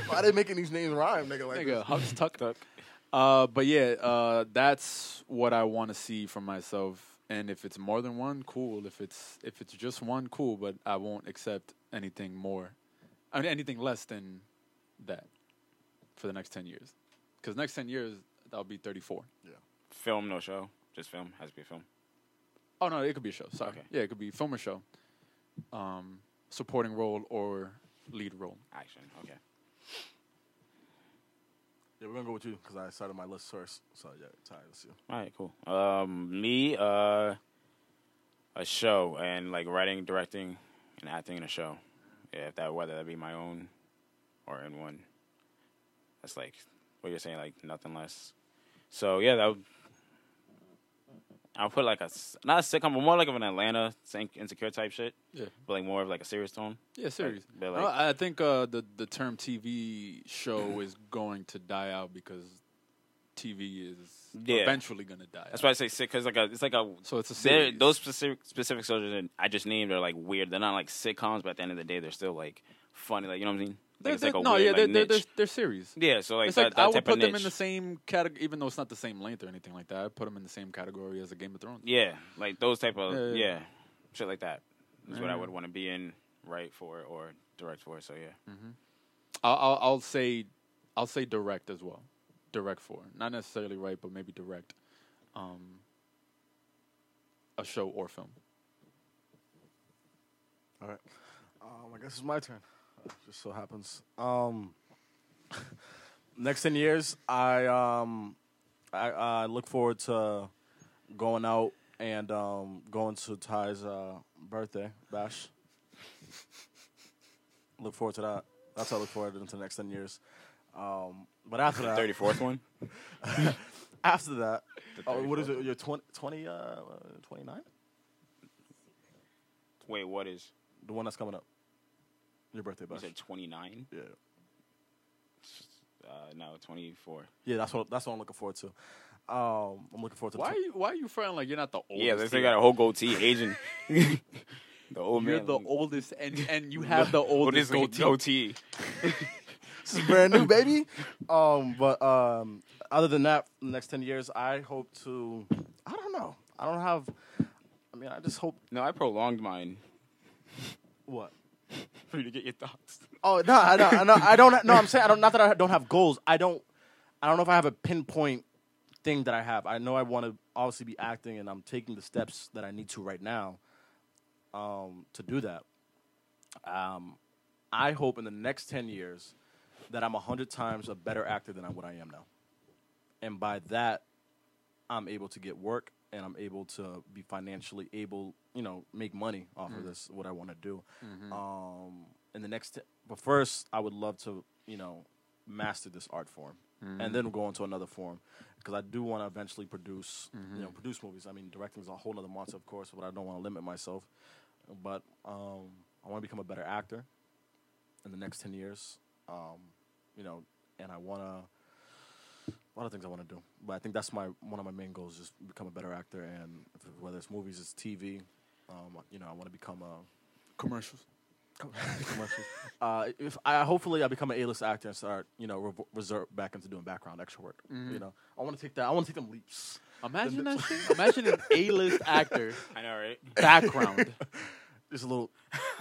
[SPEAKER 3] Why they making these names rhyme, nigga? Like,
[SPEAKER 2] Nigga,
[SPEAKER 3] this?
[SPEAKER 2] Hux Tuck. [laughs] Uh, but yeah, uh, that's what I want to see from myself. And if it's more than one, cool. If it's if it's just one, cool. But I won't accept anything more, I mean anything less than that for the next ten years. Because next ten years, I'll be thirty four.
[SPEAKER 4] Film, no show. Just film. Has to be a film.
[SPEAKER 2] Oh no, it could be a show. Sorry,
[SPEAKER 4] Okay.
[SPEAKER 2] yeah, it could be film or show, um, supporting role or lead role.
[SPEAKER 4] Action. Okay.
[SPEAKER 3] yeah, we're gonna go with you because I started my list first. So yeah, tired. Let's see.
[SPEAKER 4] All right, cool. Um, me, uh, a show and like writing, directing, and acting in a show. Yeah, if that whether that be my own or in one. That's like what you're saying, like nothing less. So yeah, that would, I'll put like a s- not a sitcom, but more like of an Atlanta Sank- insecure type shit,
[SPEAKER 2] Yeah.
[SPEAKER 4] but like more of like a serious tone.
[SPEAKER 2] Yeah, series.
[SPEAKER 4] they're
[SPEAKER 2] No,
[SPEAKER 4] like-
[SPEAKER 2] I I think uh, the the term TV
[SPEAKER 4] [clears throat]
[SPEAKER 2] show is going to die out because TV is
[SPEAKER 4] Yeah.
[SPEAKER 2] eventually going to die.
[SPEAKER 4] That's
[SPEAKER 2] out.
[SPEAKER 4] why I say sick because like a, it's like a
[SPEAKER 2] So it's a
[SPEAKER 4] they're-
[SPEAKER 2] series.
[SPEAKER 4] those specific specific soldiers that I just named are like weird. They're not like sitcoms, but at the end of the day, they're still like funny. Like you know what I mean? Like,
[SPEAKER 2] They're,
[SPEAKER 4] it's like
[SPEAKER 2] they're-
[SPEAKER 4] a
[SPEAKER 2] no,
[SPEAKER 4] weird
[SPEAKER 2] yeah,
[SPEAKER 4] like,
[SPEAKER 2] they're, they're,
[SPEAKER 4] niche.
[SPEAKER 2] they're, they're series.
[SPEAKER 4] yeah, so like
[SPEAKER 2] it's
[SPEAKER 4] that,
[SPEAKER 2] like I
[SPEAKER 4] that type
[SPEAKER 2] would
[SPEAKER 4] of
[SPEAKER 2] put them
[SPEAKER 4] niche.
[SPEAKER 2] in the same category, even though it's not the same length or anything like that. I put them in the same category as a Game of Thrones.
[SPEAKER 4] Yeah, like those type of
[SPEAKER 2] Yeah,
[SPEAKER 4] yeah,
[SPEAKER 2] yeah.
[SPEAKER 4] shit like that is what I would want to be in, write for or direct for. So yeah,
[SPEAKER 2] I'll, I'll I'll say I'll say direct as well. Direct for not necessarily right, but maybe direct, um, a show or film.
[SPEAKER 3] All right. Um, I guess it's my turn. Just so happens. Um, [laughs] next ten years, I um, I, I look forward to going out and um, going to Ty's uh, birthday bash. look forward to that. That's what I look forward to into the next ten years. Um, but after that,
[SPEAKER 4] Thirty fourth one.
[SPEAKER 3] after that, oh, what is it? You're 20, 20 uh, uh, 29?
[SPEAKER 4] [laughs] Wait, what is?
[SPEAKER 3] The one that's coming up. Your birthday,
[SPEAKER 4] You
[SPEAKER 3] bud.
[SPEAKER 4] said twenty nine.
[SPEAKER 3] Yeah,
[SPEAKER 4] Uh, no, twenty four.
[SPEAKER 3] yeah. That's what that's what I'm looking forward to. Um, I'm looking forward to.
[SPEAKER 2] Why are you why are you feeling like you're not the oldest?
[SPEAKER 4] Yeah, this
[SPEAKER 2] here?
[SPEAKER 4] nigga got a whole goatee [laughs] Asian. the old
[SPEAKER 2] You're
[SPEAKER 4] man.
[SPEAKER 2] the oldest, and and
[SPEAKER 4] [laughs]
[SPEAKER 2] you have the oldest
[SPEAKER 4] What
[SPEAKER 2] goatee.
[SPEAKER 4] is goatee?
[SPEAKER 3] This is brand
[SPEAKER 2] [laughs]
[SPEAKER 3] new, baby. Um, but um, other than that, the next ten years, I hope to. I don't know. I don't have. I mean, I just hope
[SPEAKER 4] No, I
[SPEAKER 2] [laughs]
[SPEAKER 4] prolonged mine
[SPEAKER 3] what.
[SPEAKER 4] for you to get your thoughts.
[SPEAKER 3] Oh no, I don't. I don't- I don't. No, I'm saying I don't. Not that I don't have goals. I don't. I don't know if I have a pinpoint thing that I have. I know I want to obviously be acting, and I'm taking the steps that I need to right now um, to do that. Um, I hope in the next ten years that I'm hundred times a better actor than I, what I am now, and by that, I'm able to get work and I'm able to be financially able, you know, make money off of this. What I want to do. Um, in the next, but first, I would love to, you know, master this art form, and then go into another form because I do want to eventually produce, you know, produce movies. I mean, directing is a whole other monster, of course, but I don't want to limit myself. But um, I want to become a better actor in the next ten years. Um, you know, and I want to a lot of things I want to do, but I think that's my one of my main goals: is become a better actor, and if, whether it's movies, it's TV. Um, you know, I want to become a
[SPEAKER 2] Commercials.
[SPEAKER 3] [laughs] commercial. uh, if I hopefully I become an A-list actor and start, you know, revo reserve back into doing background extra work.
[SPEAKER 2] Mm-hmm.
[SPEAKER 3] You know, I want to take that. I want to take them leaps.
[SPEAKER 2] Imagine that shit. Imagine an
[SPEAKER 4] [laughs]
[SPEAKER 2] A-list actor
[SPEAKER 4] I know, right?
[SPEAKER 2] background.
[SPEAKER 3] Just
[SPEAKER 2] [laughs]
[SPEAKER 3] a little.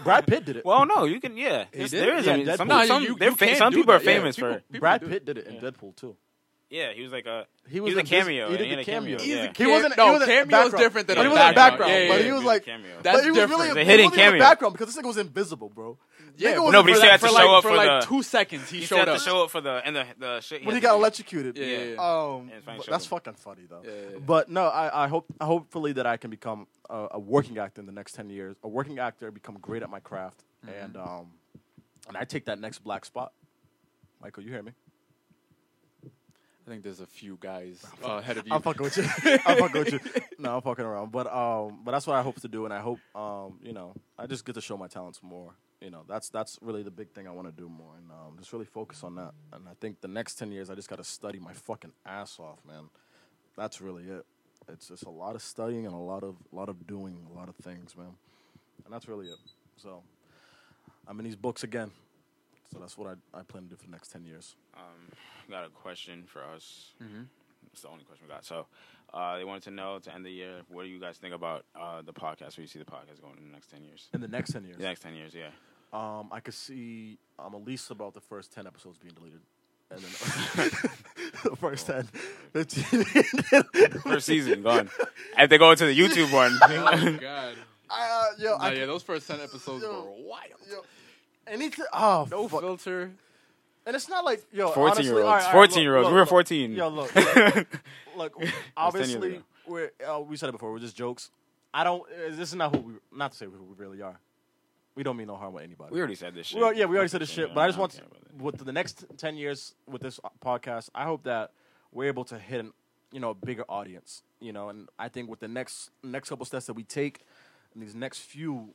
[SPEAKER 3] Brad Pitt did it.
[SPEAKER 4] Well, no, you can. Yeah,
[SPEAKER 2] He
[SPEAKER 4] Yes,
[SPEAKER 2] did?
[SPEAKER 4] there is.
[SPEAKER 2] Yeah,
[SPEAKER 4] I mean,
[SPEAKER 2] Deadpool.
[SPEAKER 4] some,
[SPEAKER 2] No,
[SPEAKER 4] some,
[SPEAKER 2] you-
[SPEAKER 4] they're
[SPEAKER 2] you can
[SPEAKER 4] fa- some
[SPEAKER 2] do
[SPEAKER 4] people are
[SPEAKER 2] that, yeah.
[SPEAKER 4] famous
[SPEAKER 2] People-
[SPEAKER 4] for. it.
[SPEAKER 2] people
[SPEAKER 3] Brad
[SPEAKER 2] do it.
[SPEAKER 3] Pitt did it in Deadpool too.
[SPEAKER 4] Yeah, he was like a.
[SPEAKER 3] He
[SPEAKER 4] He
[SPEAKER 3] was a
[SPEAKER 4] was, a
[SPEAKER 3] vis-
[SPEAKER 4] cameo.
[SPEAKER 3] he did
[SPEAKER 4] He
[SPEAKER 3] the
[SPEAKER 4] a cameo.
[SPEAKER 3] cameo. He
[SPEAKER 4] yeah.
[SPEAKER 3] was He wasn't- he
[SPEAKER 2] No,
[SPEAKER 3] wasn't
[SPEAKER 2] cameo's
[SPEAKER 3] background.
[SPEAKER 2] different than
[SPEAKER 3] But
[SPEAKER 2] a
[SPEAKER 3] he was in
[SPEAKER 2] background.
[SPEAKER 3] background,
[SPEAKER 2] Yeah, yeah,
[SPEAKER 3] but
[SPEAKER 2] yeah.
[SPEAKER 3] he was
[SPEAKER 4] a
[SPEAKER 3] like-
[SPEAKER 4] cameo.
[SPEAKER 2] That's
[SPEAKER 3] but he was really
[SPEAKER 2] different.
[SPEAKER 4] It's a
[SPEAKER 3] he wasn't
[SPEAKER 4] hidden
[SPEAKER 3] even
[SPEAKER 4] cameo.
[SPEAKER 3] background because this nigga was invisible, bro. Nigga
[SPEAKER 2] yeah,
[SPEAKER 3] was
[SPEAKER 2] but
[SPEAKER 4] No, but he
[SPEAKER 2] for
[SPEAKER 4] still
[SPEAKER 2] like-
[SPEAKER 4] had to
[SPEAKER 2] for
[SPEAKER 4] show
[SPEAKER 2] like,
[SPEAKER 4] up
[SPEAKER 2] for
[SPEAKER 4] for
[SPEAKER 2] like
[SPEAKER 4] the-
[SPEAKER 2] two seconds. He,
[SPEAKER 4] He
[SPEAKER 2] showed
[SPEAKER 4] had
[SPEAKER 2] up.
[SPEAKER 4] to show up for the and the the shit.
[SPEAKER 3] when he
[SPEAKER 4] had
[SPEAKER 3] got
[SPEAKER 4] to do.
[SPEAKER 3] electrocuted.
[SPEAKER 2] Yeah, yeah, yeah.
[SPEAKER 3] Um,
[SPEAKER 4] And Frank
[SPEAKER 3] but
[SPEAKER 4] showed
[SPEAKER 3] that's
[SPEAKER 4] him.
[SPEAKER 3] fucking funny though.
[SPEAKER 2] Yeah, yeah, yeah.
[SPEAKER 3] But no, I, I hope hopefully that I can become a, a working actor in the next ten years. A working actor, become great at my craft, and um, and I take that next black spot. Michael, you hear me?
[SPEAKER 2] I think there's a few guys uh, ahead of you.
[SPEAKER 3] I'm fucking with you. I'm fucking with you. No, I'm fucking around. But um, but that's what I hope to do, and I hope um, you know, I just get to show my talents more. You know, that's that's really the big thing I want to do more, and um, just really focus on that. And I think the next ten years, I just got to study my fucking ass off, man. That's really it. It's just a lot of studying and a lot of lot of doing a lot of things, man. And that's really it. So I'm in these books again. So that's what I, I plan to do for the next ten years.
[SPEAKER 4] got a question for us.
[SPEAKER 3] Mm-hmm.
[SPEAKER 4] It's the only question we got. So uh, they wanted to know to end the year, what do you guys think about uh, the podcast? Where you see the podcast going in the next ten years?
[SPEAKER 3] In the next ten years.
[SPEAKER 4] The next ten years, yeah.
[SPEAKER 3] Um, I could see um, at least about the first 10 episodes being deleted. And then the [laughs] first
[SPEAKER 4] Oh,
[SPEAKER 3] 10, 15.
[SPEAKER 4] First season gone. If they go into the YouTube
[SPEAKER 2] Oh,
[SPEAKER 4] [laughs] one,
[SPEAKER 2] God.
[SPEAKER 3] [laughs] I, uh, yo,
[SPEAKER 2] Nah,
[SPEAKER 3] I,
[SPEAKER 2] yeah, those first ten episodes
[SPEAKER 3] Yo.
[SPEAKER 2] were wild.
[SPEAKER 3] yo, anything. Oh,
[SPEAKER 2] No
[SPEAKER 3] fuck.
[SPEAKER 2] filter.
[SPEAKER 3] And it's not like, yo,
[SPEAKER 4] 14
[SPEAKER 3] honestly,
[SPEAKER 4] year
[SPEAKER 3] all right,
[SPEAKER 4] olds,
[SPEAKER 3] all right,
[SPEAKER 4] 14 year olds.
[SPEAKER 3] look,
[SPEAKER 4] We were
[SPEAKER 3] look,
[SPEAKER 4] 14.
[SPEAKER 3] Yo,
[SPEAKER 4] [laughs]
[SPEAKER 3] look, look, look, obviously,
[SPEAKER 4] ago.
[SPEAKER 3] we're, uh, we said it before, we're just jokes. I don't, uh, this is not who we, not to say who we really are. We don't mean no harm with anybody.
[SPEAKER 4] we already said this shit.
[SPEAKER 3] We already, yeah, we already said this
[SPEAKER 4] Yeah,
[SPEAKER 3] shit, but I just
[SPEAKER 4] don't
[SPEAKER 3] want to,
[SPEAKER 4] care about that.
[SPEAKER 3] with the next ten years with this podcast, I hope that we're able to hit an, you know a bigger audience. You know, and I think with the next next couple steps that we take, and these next few,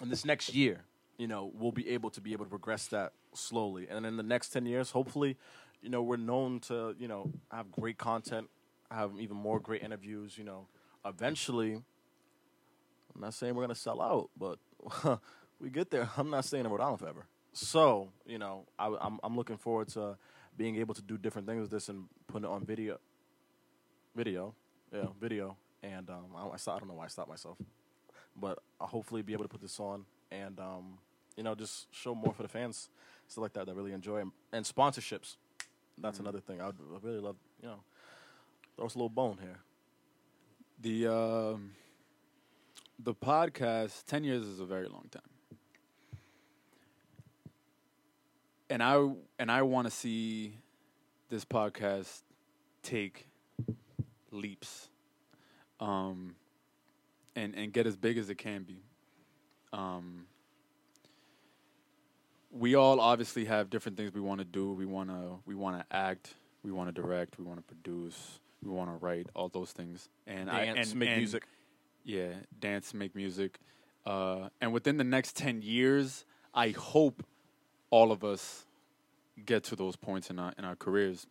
[SPEAKER 3] and this next year, you know, we'll be able to be able to progress that slowly, and in the next ten years, hopefully, you know, we're known to you know have great content, have even more great interviews. You know, eventually, I'm not saying we're gonna sell out, but [laughs] we get there. I'm not staying in Rhode Island forever. So you know, I, am I'm looking forward to being able to do different things with this and putting it on video, video, yeah, video. And um, I, I, saw, I don't know why I stopped myself, but I'll hopefully be able to put this on and um, you know just show more for the fans, stuff like that that really enjoy and, and sponsorships. That's another thing I'd, I really love. You know, throw us a little bone here.
[SPEAKER 2] The um, the podcast ten years is a very long time, and I and I want to see this podcast take leaps, um, and and get as big as it can be. Um, we all obviously have different things we want to do. We want to we want to act. We want to direct. We want to produce. We want to write all those things and I,
[SPEAKER 3] Dance,
[SPEAKER 2] and
[SPEAKER 3] make
[SPEAKER 2] and-
[SPEAKER 3] music.
[SPEAKER 2] Yeah, dance, make music, uh, and within the next ten years, I hope all of us get to those points in our in our careers.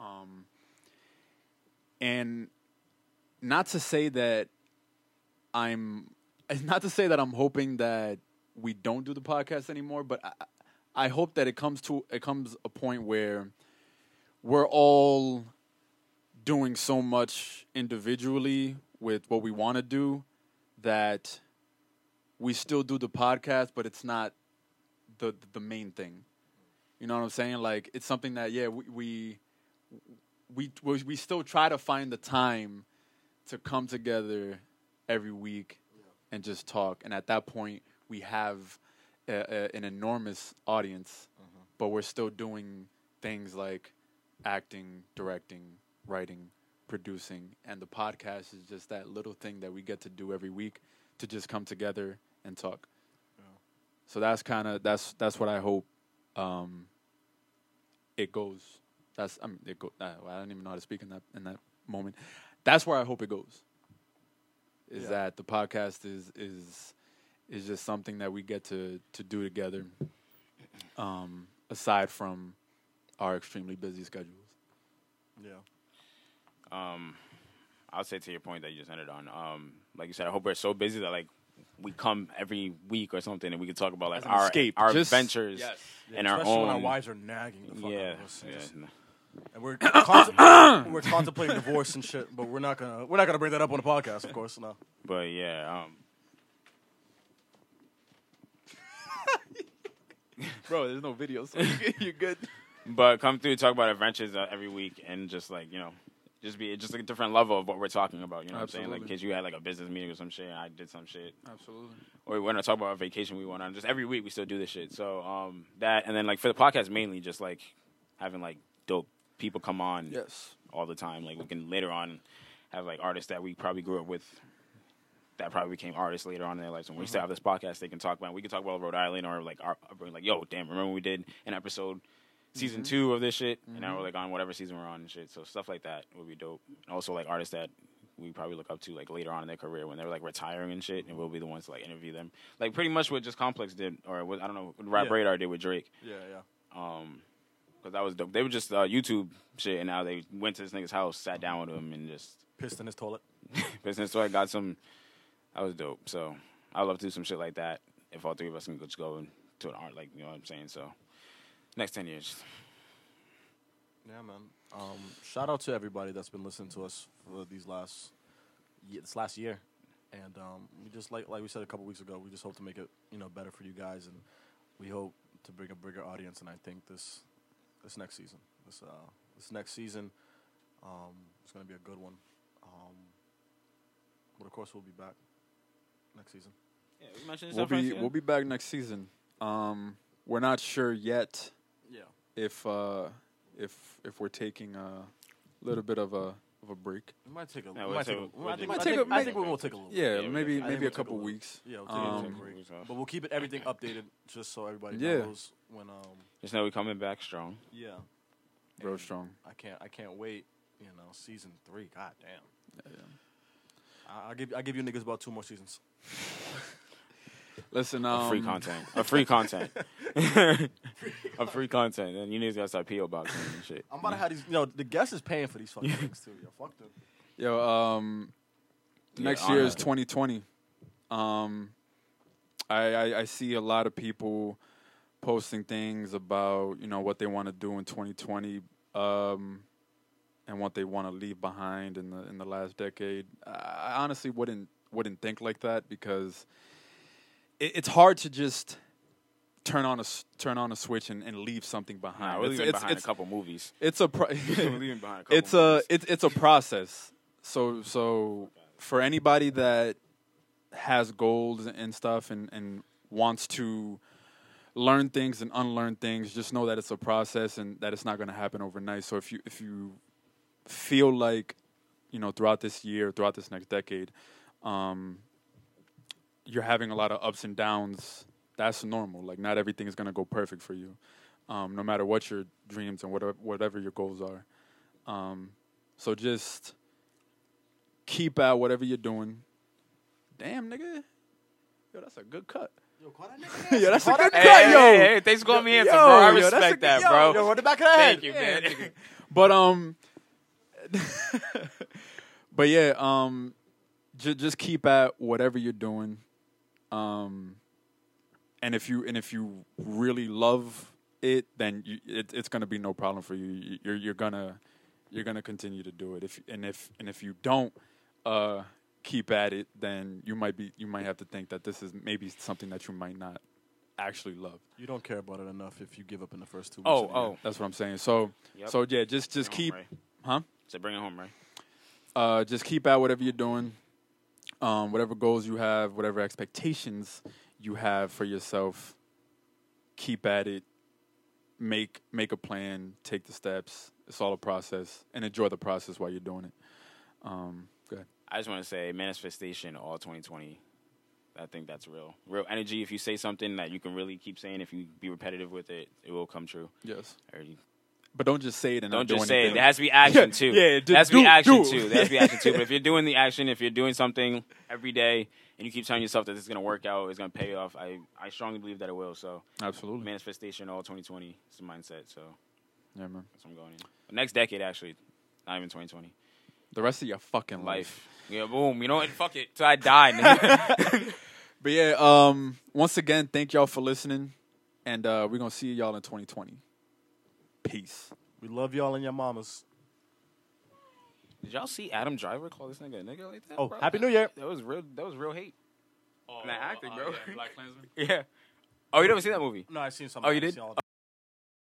[SPEAKER 2] Um, and not to say that I'm [laughs] not to say that I'm hoping that we don't do the podcast anymore, but I, I hope that it comes to it comes a point where we're all doing so much individually with what we want to do that we still do the podcast, but it's not the the main thing. You know what I'm saying? Like it's something that yeah we we we we, we still try to find the time to come together every week and just talk. And at that point, we have uh uh an enormous audience, but we're still doing things like acting, directing, writing, producing, and the podcast is just that little thing that we get to do every week to just come together and talk. So that's kind of that's that's what I hope um, it goes. That's I mean, it go, I, I don't even know how to speak in that in that moment. That's where I hope it goes. Is
[SPEAKER 3] Yeah.
[SPEAKER 2] that the podcast is is is just something that we get to to do together, um, aside from our extremely busy schedules.
[SPEAKER 3] Yeah.
[SPEAKER 4] um, I'll say to your point that you just ended on. Um, like you said, I hope we're so busy that like we come every week or something and we can talk about like
[SPEAKER 2] As an
[SPEAKER 4] our
[SPEAKER 2] escape,
[SPEAKER 4] our
[SPEAKER 2] just-
[SPEAKER 4] adventures
[SPEAKER 2] Yes.
[SPEAKER 4] and our
[SPEAKER 3] Especially
[SPEAKER 4] own.
[SPEAKER 3] when our wives are nagging the fuck
[SPEAKER 4] yeah,
[SPEAKER 3] out of us. and
[SPEAKER 4] yeah.
[SPEAKER 3] just- And we're contem- we're contemplating [coughs] divorce and shit, but we're not gonna we're not gonna bring that up on the podcast, of course. No.
[SPEAKER 4] But yeah, um,
[SPEAKER 2] [laughs] Bro, there's no video, so you're good.
[SPEAKER 4] [laughs] but come through talk about adventures uh, every week and just like you know just be just like a different level of what we're talking about you know what i'm saying like
[SPEAKER 2] Absolutely.
[SPEAKER 4] because you had like a business meeting or some shit and i did some shit
[SPEAKER 2] Absolutely.
[SPEAKER 4] or we want to talk about our vacation we went on just every week we still do this shit so um that and then like for the podcast mainly just like having like dope people come on
[SPEAKER 2] Yes.
[SPEAKER 4] all the time like we can later on have like artists that we probably grew up with that probably became artists later on in their lives. When we still have this podcast, they can talk about. We can talk about Rhode Island or like our upbringing. Like, yo, damn, remember when we did an episode, season two of this shit, and now we're like on whatever season we're on and shit. So stuff like that would be dope. And also like artists that we probably look up to like later on in their career when they're like retiring and shit, and we'll be the ones to like interview them. Like pretty much what just Complex did, or what I don't know, what Rap
[SPEAKER 3] Yeah.
[SPEAKER 4] Radar did with Drake
[SPEAKER 3] Yeah, yeah.
[SPEAKER 4] um because that was dope. They were just uh, YouTube shit, and now they went to this nigga's house, sat down with him, and just
[SPEAKER 3] Pissed in his toilet.
[SPEAKER 4] business. So I got some. That was dope. So I would love to do some shit like that if all three of us can just go to an art, like you know what I'm saying. So next ten years,
[SPEAKER 3] Yeah, man. Um, shout out to everybody that's been listening to us for these last ye- this last year, and um, we just like like we said a couple weeks ago, we just hope to make it you know better for you guys, and we hope to bring a bigger audience. And I think this this next season, this uh, this next season, um, it's gonna be a good one. Um, but of course, we'll be back next season.
[SPEAKER 4] yeah, we mentioned
[SPEAKER 2] We'll be we'll be back next season. Um, we're not sure yet
[SPEAKER 3] Yeah,
[SPEAKER 2] if uh, if if we're taking a little bit of a of a break.
[SPEAKER 3] we might take a.
[SPEAKER 4] Yeah,
[SPEAKER 3] we
[SPEAKER 4] we'll
[SPEAKER 3] might
[SPEAKER 4] take
[SPEAKER 3] take a-
[SPEAKER 4] a- we'll
[SPEAKER 3] I
[SPEAKER 4] take
[SPEAKER 3] think-
[SPEAKER 4] a-
[SPEAKER 3] I
[SPEAKER 2] we'll
[SPEAKER 3] think
[SPEAKER 2] take a-
[SPEAKER 3] I think we will take a little.
[SPEAKER 2] Yeah,
[SPEAKER 4] Yeah,
[SPEAKER 2] maybe
[SPEAKER 3] I think
[SPEAKER 2] maybe a
[SPEAKER 3] we'll take a
[SPEAKER 2] couple
[SPEAKER 3] little-
[SPEAKER 2] weeks.
[SPEAKER 3] Yeah, we'll take a
[SPEAKER 2] Um,
[SPEAKER 3] little break. But we'll keep it, everything updated just so everybody
[SPEAKER 2] Yeah.
[SPEAKER 3] knows when um
[SPEAKER 4] Just know we coming back strong.
[SPEAKER 3] yeah.
[SPEAKER 2] real
[SPEAKER 3] And
[SPEAKER 2] strong.
[SPEAKER 3] I can't I can't wait, you know, season three. God damn. I I'll give I give you niggas about two more seasons.
[SPEAKER 2] Listen, um,
[SPEAKER 4] free content, a free content, [laughs] a free content. And you need to start PO boxing and shit.
[SPEAKER 3] I'm about to have these you know, the guest is paying for these fucking things too. Yo, fuck
[SPEAKER 4] [laughs]
[SPEAKER 3] them.
[SPEAKER 2] Yo, um,
[SPEAKER 4] Yeah,
[SPEAKER 2] next year is
[SPEAKER 4] honor.
[SPEAKER 2] 2020. Um, I, I I see a lot of people posting things about you know what they want to do in 2020, um, and what they want to leave behind in the in the last decade. I, I honestly wouldn't wouldn't think like that because it, it's hard to just turn on a s- turn on a switch and, and leave something behind.
[SPEAKER 4] Nah, we're
[SPEAKER 2] It's-
[SPEAKER 4] leaving
[SPEAKER 2] it's-
[SPEAKER 4] behind
[SPEAKER 2] it's-
[SPEAKER 4] a couple movies.
[SPEAKER 2] it's a
[SPEAKER 4] [laughs]
[SPEAKER 2] pro-
[SPEAKER 4] We're leaving behind a couple
[SPEAKER 2] it's a
[SPEAKER 4] movies.
[SPEAKER 2] it's it's a process. So so for anybody that has goals and stuff and and wants to learn things and unlearn things, just know that it's a process and that it's not going to happen overnight. So if you if you feel like you know throughout this year, throughout this next decade, um, you're having a lot of ups and downs that's normal. Like not everything is gonna go perfect for you, um, no matter what your dreams and whatever whatever your goals are. Um, so just keep at whatever you're doing. Damn, nigga, yo, that's a good cut. yeah, that's a good cut,
[SPEAKER 4] Hey, hey,
[SPEAKER 2] yo.
[SPEAKER 4] hey, hey, thanks for calling me in, bro. I
[SPEAKER 2] yo, that's a
[SPEAKER 4] respect
[SPEAKER 2] good-
[SPEAKER 4] that,
[SPEAKER 2] yo,
[SPEAKER 4] bro.
[SPEAKER 3] Yo, on the back of the head.
[SPEAKER 4] Thank you, man.
[SPEAKER 2] But um, [laughs] but yeah, um, j- just keep at whatever you're doing, um, and if you and if you really love it, then you, it, it's gonna be no problem for you. You- You're you're gonna you're gonna continue to do it. If and if and if you don't, uh, keep at it, then you might be you might have to think that this is maybe something that you might not actually love.
[SPEAKER 3] You don't care about it enough if you give up in the first two weeks. of
[SPEAKER 4] Oh,
[SPEAKER 3] the year.
[SPEAKER 4] oh.
[SPEAKER 2] That's what I'm saying. So
[SPEAKER 4] Yep.
[SPEAKER 2] so yeah, just just
[SPEAKER 4] Bring it
[SPEAKER 2] keep,
[SPEAKER 4] home, Ray.
[SPEAKER 2] huh?
[SPEAKER 4] So bring it home, right?
[SPEAKER 2] uh, just keep at whatever you're doing, um, whatever goals you have, whatever expectations you have for yourself. Keep at it. Make make a plan. Take the steps. It's all a process, and enjoy the process while you're doing it. Um, good.
[SPEAKER 4] I just want to say manifestation all 2020. I think that's real. Real energy. If you say something that you can really keep saying, if you be repetitive with it, it will come true.
[SPEAKER 2] Yes,
[SPEAKER 4] I already-
[SPEAKER 2] but don't just say it and
[SPEAKER 4] Don't
[SPEAKER 2] not do
[SPEAKER 4] just say it.
[SPEAKER 2] anything.
[SPEAKER 4] There has to be action too.
[SPEAKER 2] [laughs] yeah, do-
[SPEAKER 4] there has to be
[SPEAKER 2] do-
[SPEAKER 4] action
[SPEAKER 2] do.
[SPEAKER 4] too. There has to be action
[SPEAKER 2] [laughs]
[SPEAKER 4] too. But if you're doing the action, if you're doing something every day, and you keep telling yourself that it's gonna work out, it's gonna pay off, I, I strongly believe that it will. So
[SPEAKER 2] Absolutely.
[SPEAKER 4] manifestation all 2020 is the mindset. So
[SPEAKER 2] Yeah, man.
[SPEAKER 4] that's what I'm going in. Next decade, actually, not even 2020.
[SPEAKER 2] The rest of your fucking life.
[SPEAKER 4] Life. Yeah, boom. You know what? Fuck it. Till I
[SPEAKER 3] [laughs]
[SPEAKER 4] die. nigga.
[SPEAKER 2] But yeah, um, once again, thank y'all for listening, and uh, we're gonna see y'all in 2020. Peace.
[SPEAKER 3] We love y'all and your mamas.
[SPEAKER 4] Did y'all see Adam Driver call this nigga a nigga like that?
[SPEAKER 3] Oh,
[SPEAKER 4] bro?
[SPEAKER 3] Happy New Year.
[SPEAKER 4] That was real. That was real hate.
[SPEAKER 2] Oh,
[SPEAKER 4] Not acting, uh, bro. yeah,
[SPEAKER 2] Black Klansman.
[SPEAKER 4] [laughs] Yeah. Oh, you never seen that movie?
[SPEAKER 3] No, I've seen some.
[SPEAKER 4] Oh, you did?
[SPEAKER 3] Seen all